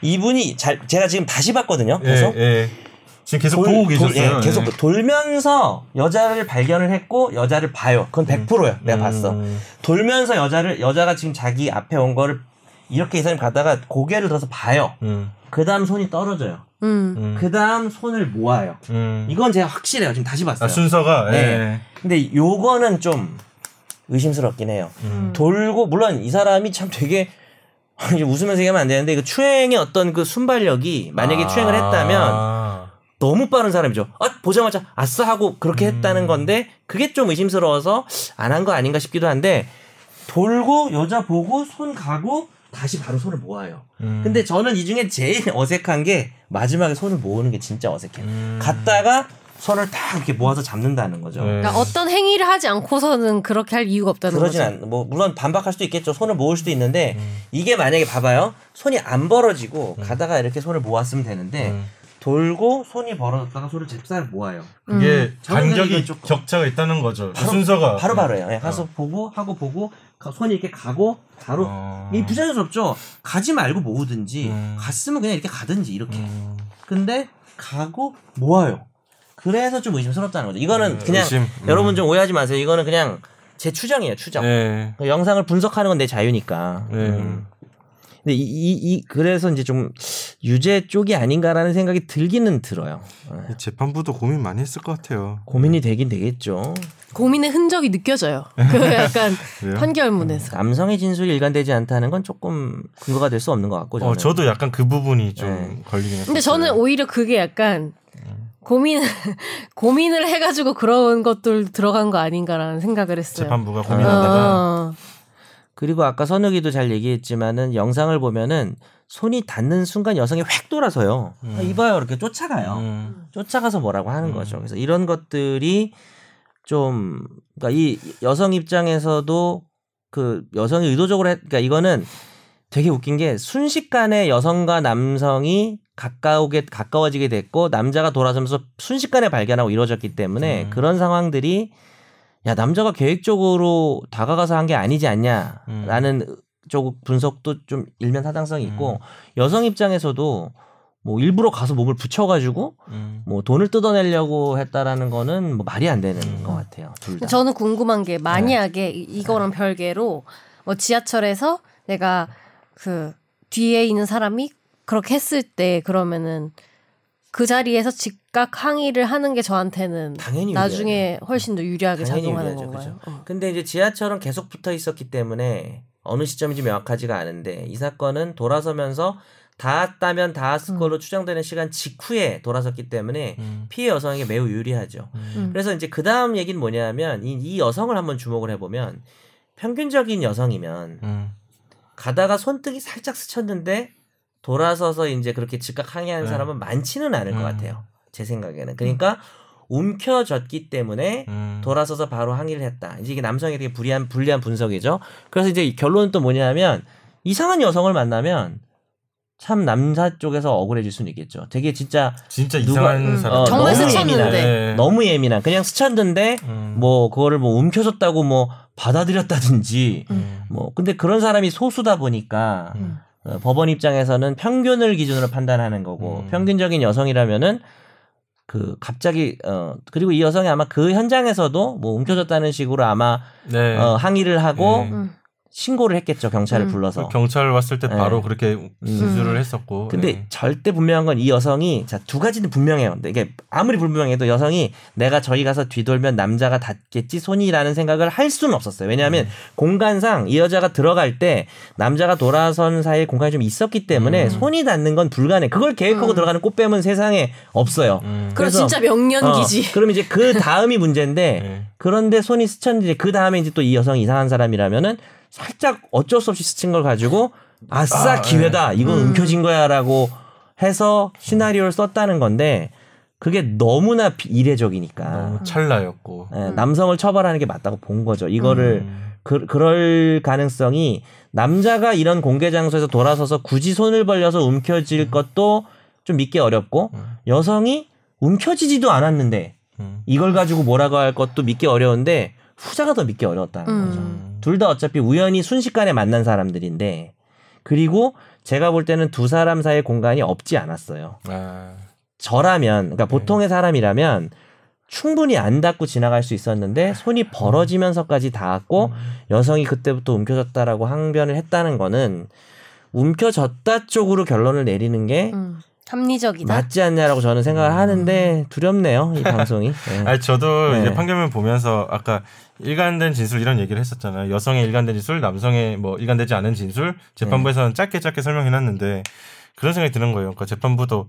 C: 이분이 잘 제가 지금 다시 봤거든요. 그래서
A: 어. 예, 예. 지금 계속
C: 돌-
A: 보고
C: 돌-
A: 계셨어요.
C: 예, 계속 돌면서 여자를 발견을 했고 여자를 봐요.
A: 음.
C: 그건 100%야. 내가 봤어. 돌면서 여자를 여자가 지금 자기 앞에 온 거를 이렇게 이 사람이 가다가 고개를 들어서 봐요.
A: 음,
C: 그다음 손이 떨어져요.
B: 음.
A: 음,
C: 그다음 손을 모아요.
A: 음.
C: 이건 제가 확실해요. 지금 다시 봤어요.
A: 아, 순서가 예.
C: 네. 근데 요거는 좀 의심스럽긴 해요.
A: 음.
C: 돌고 물론 이 사람이 참 되게 이제 웃으면서 얘기하면 안 되는데 그 추행의 어떤 그 순발력이 만약에
A: 아.
C: 추행을 했다면 너무 빠른 사람이죠. 아, 보자마자 아싸 하고 그렇게
A: 음.
C: 했다는 건데 그게 좀 의심스러워서 안 한 거 아닌가 싶기도 한데 돌고 여자 보고 손 가고 다시 바로 손을 모아요.
A: 음.
C: 근데 저는 이 중에 제일 어색한 게 마지막에 손을 모으는 게 진짜 어색해요.
A: 음.
C: 갔다가 손을 딱 이렇게 모아서 잡는다는 거죠.
A: 네.
B: 그러니까 어떤 행위를 하지 않고서는 그렇게 할 이유가 없다는
C: 그러진
B: 거죠.
C: 않, 뭐, 물론 반박할 수도 있겠죠. 손을 모을 수도 있는데,
A: 음.
C: 이게 만약에 봐봐요. 손이 안 벌어지고, 가다가 이렇게 손을 모았으면 되는데,
A: 음.
C: 돌고, 손이 벌어졌다가 손을 잽싸를 모아요.
A: 이게
C: 저는
A: 간격이
C: 이건 조금-
A: 격차가 있다는 거죠. 아, 순서가
C: 바로 바로예요. 예, 가서 보고 하고 보고 가- 손이 이렇게 가고 바로
A: 어.
C: 이 부자연스럽죠. 가지 말고 모으든지
A: 음.
C: 갔으면 그냥 이렇게 가든지 이렇게.
A: 음.
C: 근데 가고 모아요. 그래서 좀 의심스럽다는 거죠. 이거는
A: 네,
C: 그냥
A: 의심. 음.
C: 여러분 좀 오해하지 마세요. 이거는 그냥 제 추정이에요. 추정.
A: 네.
C: 그 영상을 분석하는 건 내 자유니까.
A: 네.
C: 음. 근데 이, 이, 이- 그래서 이제 좀 유죄 쪽이 아닌가라는 생각이 들기는 들어요. 예.
A: 음. 재판부도 고민 많이 했을 것 같아요.
C: 고민이 되긴 되겠죠.
B: 고민의 흔적이 느껴져요. 그 약간
A: 음.
B: 판결문에서.
C: 남성의 진술이 일관되지 않다는 건 조금 근거가 될 수 없는 것 같고 저는.
A: 어, 저도 약간 그 부분이 좀
C: 네.
A: 걸리긴 했어요.
B: 근데 저는 오히려 그게 약간 고민 고민을 해가지고 그런 것들 들어간 거 아닌가라는 생각을 했어요.
A: 재판부가
B: 어,
A: 고민하다가
C: 그리고 아까 선욱이도 잘 얘기했지만은 영상을 보면은 손이 닿는 순간 여성이 확 돌아서요.
A: 음.
C: 아, 이봐요 이렇게 쫓아가요.
A: 음.
C: 쫓아가서 뭐라고 하는
A: 음.
C: 거죠. 그래서 이런 것들이 좀 그러니까 이 여성 입장에서도 그 여성이 의도적으로 했, 그러니까 이거는 되게 웃긴 게 순식간에 여성과 남성이 가까우게 가까워지게 됐고 남자가 돌아서면서 순식간에 발견하고 이루어졌기 때문에
A: 음.
C: 그런 상황들이 야 남자가 계획적으로 다가가서 한 게 아니지 않냐라는 쪽 분석도 좀 일면 타당성이 있고
A: 음.
C: 여성 입장에서도 뭐 일부러 가서 몸을 붙여가지고
A: 음.
C: 뭐 돈을 뜯어내려고 했다라는 거는 뭐 말이 안 되는
A: 음.
C: 것 같아요. 둘 다. 네.
B: 저는 궁금한 게 만약에 이- 이거랑 별개로 뭐 지하철에서 내가 그 뒤에 있는 사람이 그렇게 했을 때 그러면은 그 자리에서 즉각 항의를 하는 게 저한테는
C: 당연히
B: 나중에 훨씬 더 유리하게
C: 당연히
B: 작용하는
C: 유리하죠,
B: 건가요? 어.
C: 근데 이제 지하철은 계속 붙어 있었기 때문에 어느 시점인지 명확하지가 않은데 이 사건은 돌아서면서 닿았다면
B: 음.
C: 닿았을 걸로 추정되는 시간 직후에 돌아섰기 때문에
A: 음,
C: 피해 여성에게 매우 유리하죠.
B: 음.
C: 그래서 이제 그 다음 얘기는 뭐냐면 이, 이 여성을 한번 주목을 해보면 평균적인 여성이면
A: 음,
C: 가다가 손등이 살짝 스쳤는데 돌아서서 이제 그렇게 즉각 항해하는
E: 네.
C: 사람은 많지는 않을 것
E: 음.
C: 같아요. 제 생각에는. 그러니까 움켜졌기
E: 음.
C: 때문에
A: 음.
C: 돌아서서 바로 항의를 했다. 이제 이게 남성에 되게 불리한 불리한 분석이죠. 그래서 이제 이 결론은 또 뭐냐면 이상한 여성을 만나면 참 남사 쪽에서 억울해질 수는 있겠죠. 되게 진짜
A: 진짜
C: 누가-
A: 이상한 네. 음.
B: 음.
A: 사람.
C: 어,
B: 정말
C: 너무
B: 스쳤는데.
E: 네.
A: 예민한.
C: 너무 예민한 그냥 스쳤는데
E: 음.
C: 뭐 그거를 뭐 움켜졌다고 뭐 받아들였다든지
A: 음.
C: 뭐 근데 그런 사람이 소수다 보니까
B: 음.
C: 어, 법원 입장에서는 평균을 기준으로 판단하는 거고
E: 음.
C: 평균적인 여성이라면은 그 갑자기 어 그리고 이 여성이 아마 그 현장에서도 뭐 움켜졌다는 식으로 아마
A: 네.
C: 어, 항의를 하고
E: 네.
B: 음.
C: 신고를 했겠죠 경찰을
B: 음.
C: 불러서.
A: 그 경찰 왔을 때
C: 네.
A: 바로 그렇게 진술을 했었고.
C: 근데
A: 네.
C: 절대 분명한 건 이 여성이 자 두 가지는 분명해요. 근데 이게 아무리 불분명해도 여성이 내가 저희 가서 뒤돌면 남자가 닿겠지 손이라는 생각을 할 수는 없었어요.
B: 네.
C: 왜냐하면 공간상 이 여자가 들어갈 때 남자가 돌아선 사이에 공간이 좀 있었기 때문에 손이 닿는 건 불가능. 그걸 계획하고
B: 음.
C: 들어가는 꽃뱀은 세상에 없어요.
A: 음.
B: 그럼
C: 그래서-
B: 진짜 명년기지.
C: 그럼 이제 그 다음이 문제인데
E: 네.
C: 그런데 손이 스쳤는데 그 다음에 이제 또 이 여성이 이상한 사람이라면은 살짝 어쩔 수 없이 스친 걸 가지고 아싸
E: 아,
C: 기회다 이건
B: 음.
C: 움켜진 거야라고 해서 시나리오를 썼다는 건데 그게 너무나 비- 이례적이니까
A: 너무 찰나였고.
C: 예, 남성을 처벌하는 게 맞다고 본 거죠. 이거를
A: 음.
C: 그, 그럴 가능성이 남자가 이런 공개 장소에서 돌아서서 굳이 손을 벌려서 움켜질 것도 좀 믿기 어렵고
A: 음.
C: 여성이 움켜지지도 않았는데
E: 음.
C: 이걸 가지고 뭐라고 할 것도 믿기 어려운데 후자가 더 믿기 어려웠다는 거죠.
B: 음.
C: 둘 다 어차피 우연히 순식간에 만난 사람들인데 그리고 제가 볼 때는 두 사람 사이에 공간이 없지 않았어요.
A: 아.
C: 저라면 그러니까 보통의 사람이라면 충분히 안 닿고 지나갈 수 있었는데 손이 벌어지면서까지 닿았고
A: 음.
C: 여성이 그때부터 움켜졌다라고 항변을 했다는 거는 움켜졌다 쪽으로 결론을 내리는 게
B: 음. 합리적이다.
C: 어. 맞지 않냐라고 저는 생각을 하는데 두렵네요 이 방송이. 네.
A: 아니 저도
C: 네.
A: 이제 판결문 보면서 아까 일관된 진술 이런 얘기를 했었잖아요. 여성의 일관된 진술, 남성의 뭐 일관되지 않은 진술. 재판부에서는
C: 네.
A: 짧게 짧게 설명해 놨는데 그런 생각이 드는 거예요. 그러니까 재판부도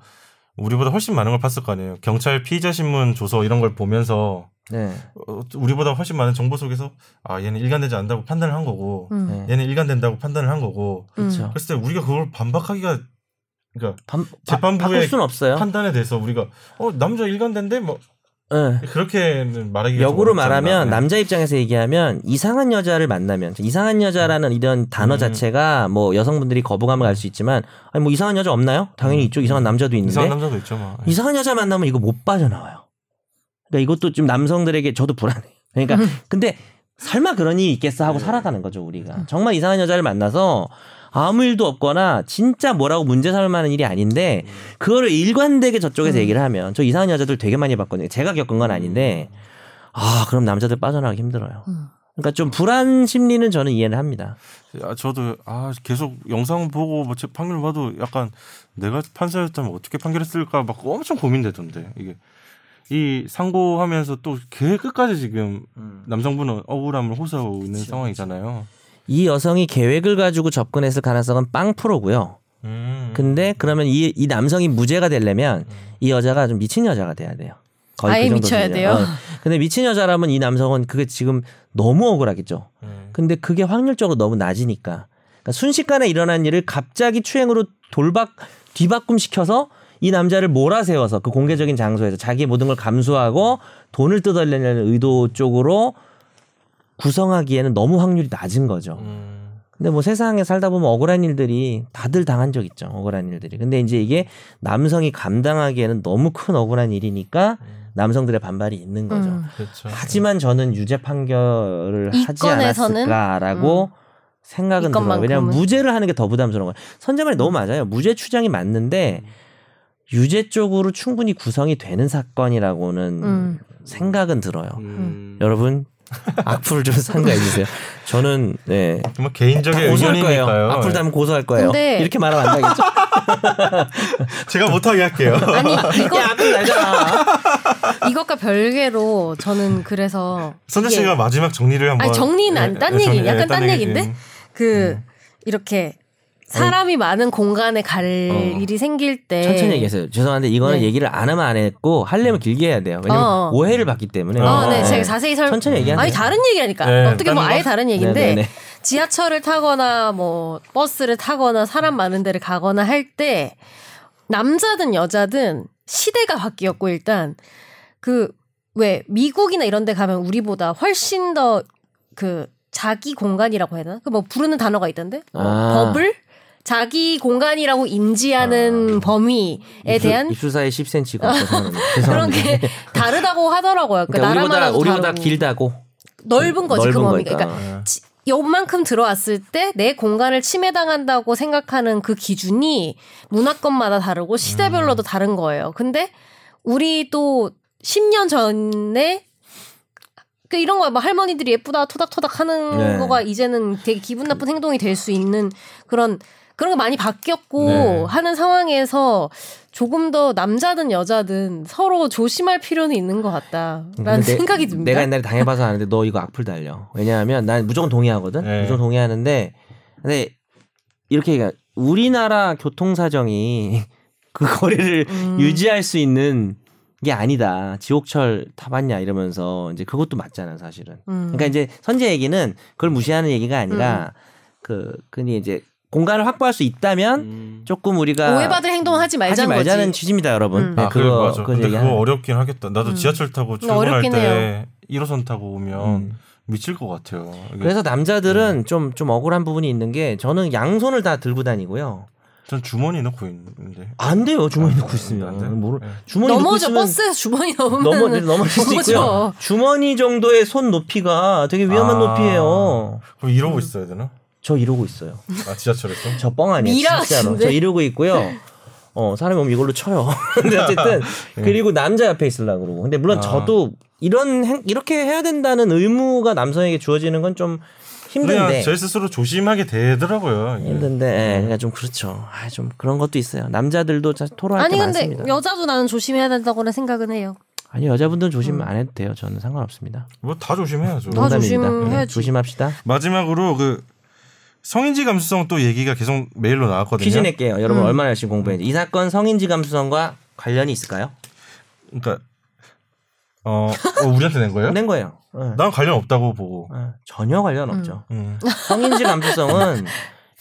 A: 우리보다 훨씬 많은 걸 팠을 거 아니에요. 경찰 피의자 신문 조서 이런 걸 보면서
C: 네.
A: 어, 우리보다 훨씬 많은 정보 속에서 아 얘는 일관되지 않다고 판단을 한 거고
B: 음.
C: 네.
A: 얘는 일관된다고 판단을 한 거고
C: 그렇죠.
A: 그랬을 때 우리가 그걸 반박하기가 그러니까
C: 반,
A: 재판부의
C: 바, 바꿀 순 없어요.
A: 판단에 대해서 우리가 어 남자 일관된데 뭐
C: 예.
A: 그렇게는 말하기가 좀
C: 역으로
A: 어렵지 않나.
C: 말하면
A: 네.
C: 남자 입장에서 얘기하면 이상한 여자를 만나면 이상한 여자라는 이런
A: 음.
C: 단어 자체가 뭐 여성분들이 거부감을 갈 수 있지만 아니 뭐 이상한 여자 없나요? 당연히 있죠. 이상한 남자도 있는데
A: 음. 이상한
C: 네. 이상한,
A: 남자도 있죠 뭐.
C: 여자 만나면 이거 못 빠져나와요. 그러니까 이것도 좀 남성들에게 저도 불안해요. 그러니까 근데 설마 그런 일이 있겠어 하고 살아가는 거죠 우리가 정말 이상한 여자를 만나서 아무 일도 없거나 진짜 뭐라고 문제 삼을 만한 일이 아닌데 그거를 일관되게 저쪽에서 얘기를 하면 저 이상한 여자들 되게 많이 봤거든요 제가 겪은 건 아닌데 아 그럼 남자들 빠져나가기 힘들어요
B: 음.
C: 그러니까 좀 불안 심리는 저는 이해를 합니다
A: 아, 저도 아 계속 영상 보고 뭐제 판결 봐도 약간 내가 판사였다면 어떻게 판결했을까 막 엄청 고민되던데 이게 이 상고하면서 또 개 끝까지 지금
B: 음.
A: 남성분은 억울함을 호소하고 있는 상황이잖아요.
C: 이 여성이 계획을 가지고 접근했을 가능성은 빵 프로고요
A: 음,
C: 근데 그러면 이, 이 남성이 무죄가 되려면 이 여자가 좀 미친 여자가 돼야 돼요 거의
B: 아예
C: 그 정도
B: 미쳐야
C: 수준이에요.
B: 돼요?
C: 어. 근데 미친 여자라면 이 남성은 그게 지금 너무 억울하겠죠 근데 그게 확률적으로 너무 낮으니까 그러니까 순식간에 일어난 일을 갑자기 추행으로 돌박 뒤바꿈 시켜서 이 남자를 몰아세워서 그 공개적인 장소에서 자기의 모든 걸 감수하고 돈을 뜯어내려는 의도 쪽으로 구성하기에는 너무 확률이 낮은
A: 음.
C: 거죠. 근데 뭐 세상에 살다 보면 억울한 일들이 다들 당한 적 있죠. 억울한 일들이. 근데 이제 이게 남성이 감당하기에는 너무 큰 억울한 일이니까 남성들의 반발이 있는 거죠.
B: 음.
A: 그렇죠.
C: 하지만 저는 유죄 판결을
B: 이
C: 하지
B: 건에서는? 음.
C: 않았을까라고 생각은 들어요.
B: 이것만큼은? 음.
C: 왜냐하면 무죄를 하는 게 더 부담스러운 거예요. 선재말이 너무 맞아요. 무죄 추정이 맞는데 유죄 쪽으로 충분히 구성이 되는 사건이라고는
B: 음.
C: 생각은 들어요.
A: 음.
C: 여러분 악플 좀 상가해 주세요. 저는 네.
A: 정말 개인적인
C: 다 고소할 거예요.
A: 의견이니까요. 네.
C: 악플 달면 고소할 거예요.
B: 근데-
C: 이렇게 말하면 안 되겠죠.
A: 제가 못하게 할게요.
B: 아니 이거
C: 야, 악플 날잖아.
B: 이것과 별개로 저는 그래서
A: 선재
B: 이게
A: 씨가 마지막 정리를 한번.
B: 아니, 정리는 아니, 딴
A: 예, 예,
B: 얘기,
A: 정리-
B: 약간
A: 예,
B: 딴 얘기인데?
A: 음.
B: 그 이렇게 사람이 많은 공간에 갈
C: 어.
B: 일이 생길 때
C: 천천히 얘기하세요. 죄송한데 이거는
B: 예. 네.
C: 얘기를 안 하면 안 했고
A: 음.
C: 하려면 길게 해야 돼요. 왜냐면
B: 어.
C: 오해를 받기 때문에.
B: 아, 네,
A: 어.
C: 네.
B: 제가 자세히 설.
C: 천천히 얘기하세요.
B: 아니 다른 얘기라니까.
A: 네,
B: 어떻게 보면
A: 다른
B: 아예
A: 거?
B: 다른 얘기인데
C: 네, 네, 네.
B: 지하철을 타거나 뭐 버스를 타거나 사람 많은 데를 가거나 할 때 남자든 여자든 시대가 바뀌었고 일단 그 왜 미국이나 이런 데 가면 우리보다 훨씬 더 그 자기 공간이라고 해야 되나? 그 뭐 부르는 단어가 있던데. 뭐
C: 아.
B: 버블? 자기 공간이라고 인지하는 범위에
C: 입술-
B: 대한
C: 아. 입술사이 10cm가
B: 그런
C: 죄송합니다.
B: 게 다르다고 하더라고요. 그러니까,
C: 그러니까 우리보다
B: 나라마다
C: 우리보다 길다고
B: 넓은 거지
C: 넓은
B: 그 범위가.
C: 거니까. 어.
B: 그러니까 지- 요만큼 들어왔을 때 내 공간을 침해당한다고 생각하는 그 기준이 문화권마다 다르고 시대별로도
C: 음.
B: 다른 거예요. 근데 우리 또 10년 전에 그 이런 거뭐 할머니들이 예쁘다 토닥토닥 하는
C: 네. 그
B: 거가 이제는 되게 기분 나쁜 행동이 될 수 있는 그런 그런 게 많이 바뀌었고
A: 네.
B: 하는 상황에서 조금 더 남자든 여자든 서로 조심할 필요는 있는 것 같다라는
C: 근데
B: 생각이 듭니다.
C: 내가 옛날에 당해봐서 아는데 너 이거 악플 달려. 왜냐하면 난 무조건 동의하거든.
A: 네.
C: 무조건 동의하는데 근데 이렇게 얘기해. 우리나라 교통 사정이 그 거리를
B: 음.
C: 유지할 수 있는 게 아니다. 지옥철 타봤냐 이러면서 이제 그것도 맞잖아 사실은.
B: 음.
C: 그러니까 이제 선제 얘기는 그걸 무시하는 얘기가 아니라 그 그니 이제 공간을 확보할 수 있다면
A: 음.
C: 조금 우리가
B: 오해받을 행동을 하지
C: 그러니까 하지
B: 말자는
C: 말자는
B: 거지.
C: 취지입니다, 여러분.
B: 음.
C: 네,
A: 아, 그거 맞아.
C: 그건
A: 근데
C: 얘기
A: 그거
C: 하나.
A: 어렵긴 하겠다. 나도
B: 음.
A: 지하철 타고 출근할
B: 어렵긴
A: 때 1호선 타고 오면
C: 음.
A: 미칠 것 같아요. 이게
C: 그래서
A: 음.
C: 남자들은 좀 좀 억울한 부분이 있는 게 저는 양손을 다 들고 다니고요.
A: 전 주머니 넣고 있는데.
C: 안 돼요 주머니 넣고
A: 아, 안 돼?
C: 있으면 모르-
A: 네.
C: 주머니 넣고
B: 넘어져
C: 있으면
B: 버스에서 주머니 넘으면
C: 넘어 넘어질 수
B: 넘어져.
C: 있고요. 주머니 정도의 손 높이가 되게 위험한
A: 아.
C: 높이예요.
A: 그럼
B: 음.
A: 이러고 있어야 되나?
C: 저 이러고 있어요.
A: 아 지하철에서?
C: 저 뻥 아니에요.
B: 미라
C: 진짜로.
B: 같은데? 네.
C: 저 이러고 있고요. 어, 사람이 오면 이걸로 쳐요. 근데 어쨌든 그리고 남자 옆에 있으려고 그러고. 근데 물론
A: 네. 아.
C: 저도 이런 행- 이렇게 해야 된다는 의무가 남성에게 주어지는 건 좀
A: 그냥
C: 힘든데.
A: 제 스스로 조심하게 되더라고요. 이게.
C: 힘든데. 예, 그러니까 좀 그렇죠. 아, 좀 그런 것도 있어요. 남자들도 자- 토로할
B: 아니
C: 게
B: 근데
C: 많습니다.
B: 여자도 나는 조심해야 된다고는 생각은 해요.
C: 아니, 여자분들은 조심 안 해도 돼요. 저는 상관없습니다.
A: 뭐 다 조심해야죠.
B: 다
C: 농담입니다.
B: 음. 아,
C: 네,
B: 조심해야지.
C: 조심합시다.
A: 마지막으로 그 성인지 감수성 또 얘기가 계속 메일로 나왔거든요.
C: 퀴즈 낼게요. 여러분
B: 음.
C: 얼마나 열심히 공부했는지. 이 사건 성인지 감수성과 관련이 있을까요?
A: 그러니까 어, 어, 우리한테 낸 거예요?
C: 낸 거예요. 예.
A: 난 관련 없다고 보고.
C: 예, 전혀 관련 없죠.
A: 음.
C: 성인지 감수성은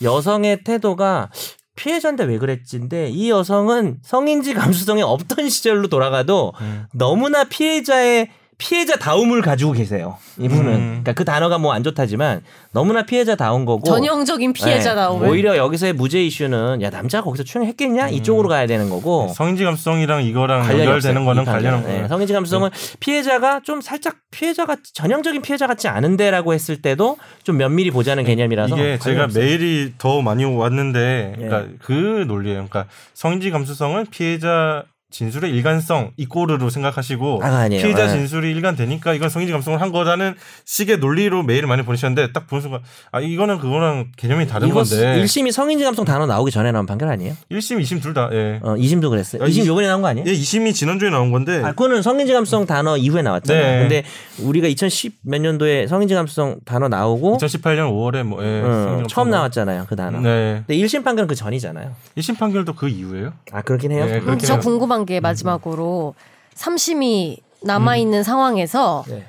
C: 여성의 태도가 피해자인데 왜 그랬지인데 이 여성은 성인지 감수성이 없던 시절로 돌아가도 너무나 피해자의 피해자 다움을 가지고 계세요. 이분은
A: 음.
C: 그러니까 그 단어가 뭐 안 좋다지만 너무나 피해자 다운 거고
B: 전형적인 피해자
C: 네.
B: 나오면
C: 오히려 여기서의 무죄 이슈는 야 남자가 거기서 추행했겠냐 이쪽으로 가야 되는 거고
A: 성인지 감수성이랑 이거랑
C: 어. 아, 관련이
A: 연결되는
C: 없어요.
A: 거는
C: 이 판결은.
A: 관련 없고.
C: 네,
A: 요
C: 성인지 감수성은 피해자가 좀 살짝 피해자 같이 전형적인 피해자 같지 않은데라고 했을 때도 좀 면밀히 보자는 개념이라서
A: 네. 이게 제가
C: 관련없어요.
A: 메일이 더 많이 왔는데
C: 예.
A: 그러니까 그 논리예요. 그러니까 성인지 감수성은 피해자 진술의 일관성 이꼬르로 생각하시고
C: 아, 아니에요.
A: 피해자
C: 예.
A: 진술이 일관되니까 이건 성인지 감수성을 한 거라는 식의 논리로 메일을 많이 보내셨는데 딱 보는 순간 아 이거는 그거랑 개념이 다른
C: 이거
A: 건데
C: 1심이 성인지 감성 단어 나오기 전에 나온 판결 아니에요?
A: 일심 2심 둘 다 예.
C: 어, 2심도 그랬어요.
A: 아,
C: 2심
A: 이-
C: 요번에 나온 거 아니에요?
A: 예, 2심이 지난주에 나온 건데
C: 아, 그거는 성인지 감성 단어 이후에 나왔잖아요.
A: 네.
C: 근데 우리가 2010 몇 년도에 성인지 감성 단어 나오고
A: 2018년 5월에 뭐 예,
C: 어,
A: 성인지
C: 처음
A: 감수성 뭐-
C: 나왔잖아요. 그 단어.
A: 네.
C: 근데 1심 판결은 그 전이잖아요.
A: 1심 판결도 그 이후에요?
C: 아, 그렇긴 해요.
A: 네,
B: 음,
A: 그렇긴
B: 저
A: 해요.
B: 궁금한 게 마지막으로 삼심이 남아 있는 상황에서
C: 음. 네.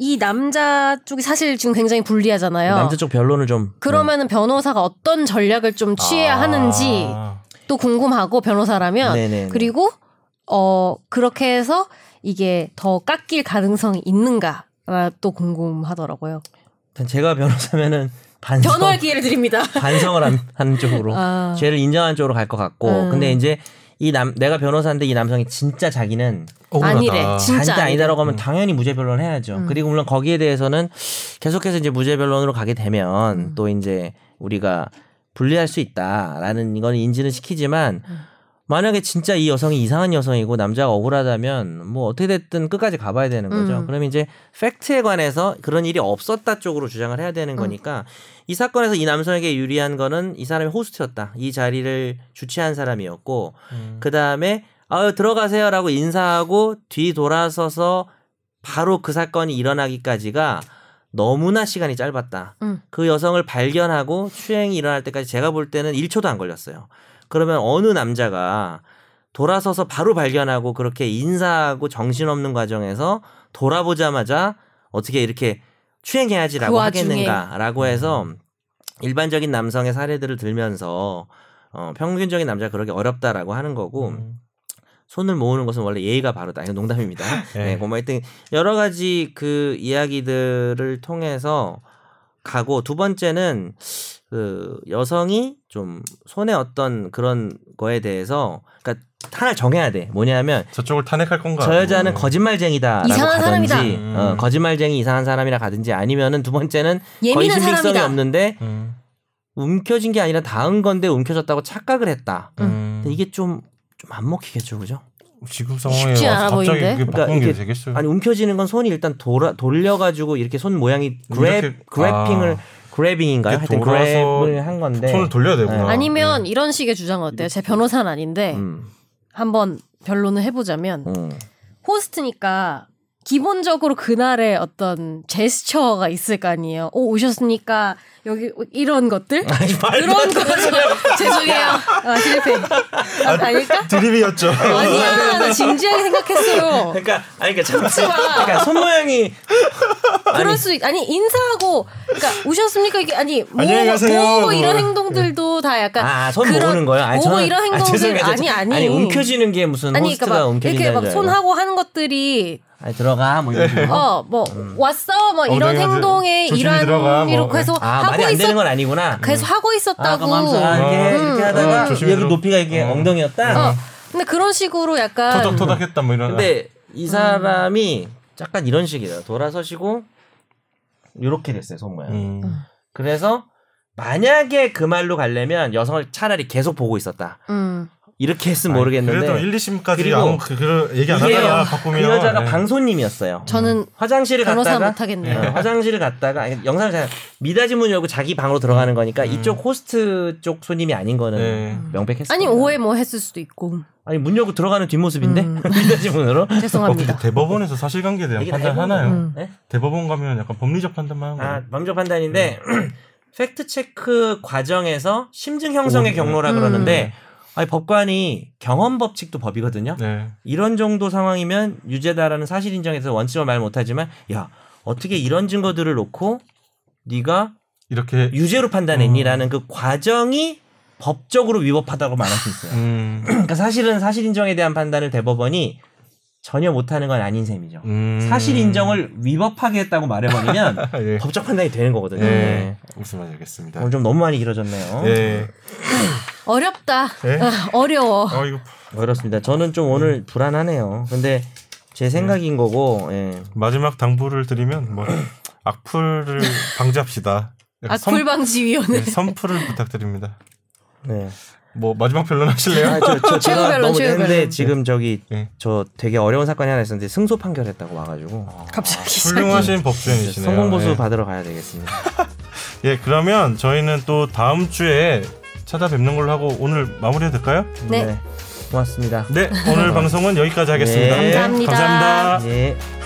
B: 이 남자 쪽이 사실 지금 굉장히 불리하잖아요.
C: 남자 쪽 변론을 좀 네.
B: 그러면은 변호사가 어떤 전략을 좀 취해야
A: 아.
B: 하는지 또 궁금하고 변호사라면
C: 네네네.
B: 그리고 어 그렇게 해서 이게 더 깎일 가능성이 있는가 아, 또 궁금하더라고요.
C: 일단 제가 변호사면은 반성
B: 변호할 기회를 드립니다.
C: 반성을 한, 하는 쪽으로
B: 아.
C: 죄를 인정하는 쪽으로 갈 것 같고
B: 음.
C: 근데 이제 이 남 내가 변호사인데 이 남성이 진짜 자기는
A: 억울하다. 음.
B: 아니래. 진짜
C: 아니다
B: 아니다.
C: 아니다라고 하면 당연히 무죄 변론을 해야죠. 그리고 물론 거기에 대해서는 계속해서 이제 무죄 변론으로 가게 되면 또 이제 우리가 분리할 수 있다라는 이건 인지는 시키지만 만약에 진짜 이 여성이 이상한 여성이고 남자가 억울하다면 뭐 어떻게 됐든 끝까지 가봐야 되는 거죠.
B: 음.
C: 그럼 이제 팩트에 관해서 그런 일이 없었다 쪽으로 주장을 해야 되는 거니까 이 사건에서 이 남성에게 유리한 거는 이 사람이 호스트였다. 이 자리를 주최한 사람이었고 그 다음에 아유 들어가세요라고 인사하고 뒤 돌아서서 바로 그 사건이 일어나기까지가 너무나 시간이 짧았다.
B: 음.
C: 그 여성을 발견하고 추행이 일어날 때까지 제가 볼 때는 1초도 안 걸렸어요. 그러면 어느 남자가 돌아서서 바로 발견하고 그렇게 인사하고 정신없는 과정에서 돌아보자마자 어떻게 이렇게 추행해야지라고
B: 그 와중에. 음.
C: 하겠는가라고 해서 일반적인 남성의 사례들을 들면서 어, 평균적인 남자가 그러기 어렵다라고 하는 거고
A: 음.
C: 손을 모으는 것은 원래 예의가 바르다. 이거 농담입니다.
A: 예.
C: 네, 고마 하여튼 여러 가지 그 이야기들을 통해서 가고 두 번째는 그 여성이 좀 손에 어떤 그런 거에 대해서 그러니까 하나 정해야 돼. 뭐냐면
A: 저쪽을 탄핵할 건가? 음.
C: 저 여자는 거짓말쟁이다라고
B: 이상한
C: 가든지
B: 사람이다.
E: 음.
C: 어, 거짓말쟁이 이상한 사람이라 가든지 아니면은 두 번째는 거의
B: 예민한
C: 신빙성이
B: 사람이다.
C: 없는데
E: 음.
C: 움켜쥔 게 아니라 닿은 건데 움켜졌다고 착각을 했다.
E: 음.
C: 근데 이게 좀 좀 안 먹히겠죠, 그죠?
A: 지금 상황에
B: 쉽지
A: 와서
B: 않아
A: 갑자기
B: 보이는데?
A: 그게
C: 그러니까
A: 바꾼 게
C: 이게-
A: 되겠어요?
C: 아니 움켜지는 건 손이 일단 돌아 돌려가지고 이렇게 손 모양이
A: 이렇게-
C: 그랩 그래핑을
A: 아.
C: 그래빙인가요?
A: 이렇게
C: 하여튼
A: 돌아서
C: 그랩을 한 건데. 네.
A: 손을 돌려야 되구나.
B: 아니면 이런 식의 주장 어때요? 제 변호사는 아닌데
C: 음,
B: 한번 변론을 해보자면
C: 음.
B: 호스트니까 기본적으로 그날의 어떤 제스처가 있을 거 아니에요. 어, 오 오셨으니까 여기 이런 것들 그런 거 죄송해요. 아 실패. 아, 아닐까?
A: 드립이었죠.
B: 아니야 나 진지하게 생각했어요.
C: 그러니까 아니 그러니까 참-
B: 웃지 마.
C: 그러니까 손 모양이
B: 그럴 수 있, 아니 인사하고 그러니까 오셨습니까 이게 아니 뭐,
A: 안녕히 가세요.
B: 뭐 이런
A: 뭐.
B: 행동들도 다 약간
C: 아 손
B: 그러니까 그런-
C: 모으는 거예요. 아니
B: 뭐
C: 저는
B: 이런
C: 아,
B: 행동들
C: 죄송해요.
B: 아니 아니
C: 아니 움켜지는 게 무슨
B: 아니, 그러니까
C: 호스트가
B: 막 이렇게
C: 움켜진다는
B: 막
C: 줄 알고.
B: 손하고 하는 것들이
C: 아니 들어가 뭐 이런 식으로.
B: 어 뭐 왔어 뭐
A: 음. 엉덩이
B: 이런
A: 만져-
B: 행동에
A: 조심히
B: 이런
A: 들어가, 뭐.
B: 이렇게 해서
C: 아
B: 하고
C: 말이 안 되는
B: 있었
C: 건 아니구나.
B: 계속 하고
C: 아,
B: 있었다고
C: 그만 아, 이게
A: 음,
C: 이렇게
A: 음,
C: 하다가
A: 음, 조심히
C: 여기
A: 들어.
C: 높이가 이게
A: 어.
C: 엉덩이였다.
B: 어 근데 그런 식으로 약간
A: 토닥토닥했다 뭐 이런.
C: 근데 이 사람이 약간 이런 식이에요. 돌아서시고 이렇게 됐어요 손모양.
A: 음.
C: 그래서 만약에 그 말로 가려면 여성을 차라리 계속 보고 있었다.
B: 음.
C: 이렇게 했으면
A: 아, 그래도
C: 모르겠는데
A: 1, 2심까지
C: 그리고
A: 아무 그, 그 얘기 안
C: 이게
A: 하다가 바꾸면
C: 그 여자가
A: 네.
C: 방송님이었어요.
B: 저는
C: 화장실을
B: 변호사
C: 음. 갔다가
B: 못하겠네요.
C: 어, 화장실을 갔다가 아니, 영상을 잘 미닫이 문 열고 자기 방으로 들어가는 거니까 이쪽 호스트 쪽 손님이 아닌 거는
A: 음. 네.
C: 명백했어요.
B: 아니 오해 뭐 했을 수도 있고
C: 아니 문 열고 들어가는 뒷모습인데
B: 음.
C: 미닫이 문으로.
A: 어, 근데
B: 죄송합니다.
A: 대법원에서 사실관계에 대한
C: 얘기 다
A: 판단
C: 해보는
A: 하나요?
B: 음.
C: 네?
A: 대법원 가면 약간 법리적 판단만 하고.
C: 아, 방조 판단인데
A: 네.
C: 팩트 체크 과정에서 심증
A: 오,
C: 형성의
A: 네.
C: 경로라
B: 음.
C: 그러는데 아니, 법관이 경험 법칙도 법이거든요.
A: 네.
C: 이런 정도 상황이면 유죄다라는 사실 인정에서 원칙을 말 못하지만 야 어떻게 이런 증거들을 놓고 네가
A: 이렇게
C: 유죄로 판단했니라는
A: 음.
C: 그 과정이 법적으로 위법하다고 말할 수 있어요.
A: 음.
C: 그러니까 사실은 사실 인정에 대한 판단을 대법원이 전혀 못하는 건 아닌 셈이죠.
A: 음.
C: 사실 인정을 위법하게 했다고 말해버리면
A: 예.
C: 법적 판단이 되는 거거든요.
A: 예.
C: 네.
A: 무슨 말인지 알겠습니다.
C: 오늘 좀 너무 많이 길어졌네요.
A: 예.
B: 어렵다.
A: 예?
B: 아, 어려워.
A: 어 이거
C: 어렵습니다. 저는 좀
A: 음.
C: 오늘 불안하네요. 근데 제 생각인 거고, 예.
A: 마지막 당부를 드리면 뭐 악플을 방지합시다.
C: 아,
B: 아,
A: 약간 선-
B: 악플방지위원회
A: 네, 선풀을 부탁드립니다.
C: 네.
A: 뭐 마지막 변론 하실래요?
C: 아, 저,
B: 최고
C: 저, 제가
B: 변론,
C: 너무
B: 최고
C: 했는데
B: 변론.
C: 지금 저기
A: 예.
C: 저 되게 어려운 사건이 하나 있었는데 승소 판결했다고 와가지고
B: 갑자기
A: 훌륭하신 법조인이시네요.
C: 성공 보수
A: 아, 예.
C: 받으러 가야 되겠습니다.
A: 예, 그러면 저희는 또 다음 주에 찾아뵙는 걸로 하고 오늘 마무리해도 될까요?
B: 네.
C: 고맙습니다.
A: 네, 오늘 방송은 여기까지 하겠습니다.
C: 네.
B: 감사합니다.
A: 감사합니다.
C: 예.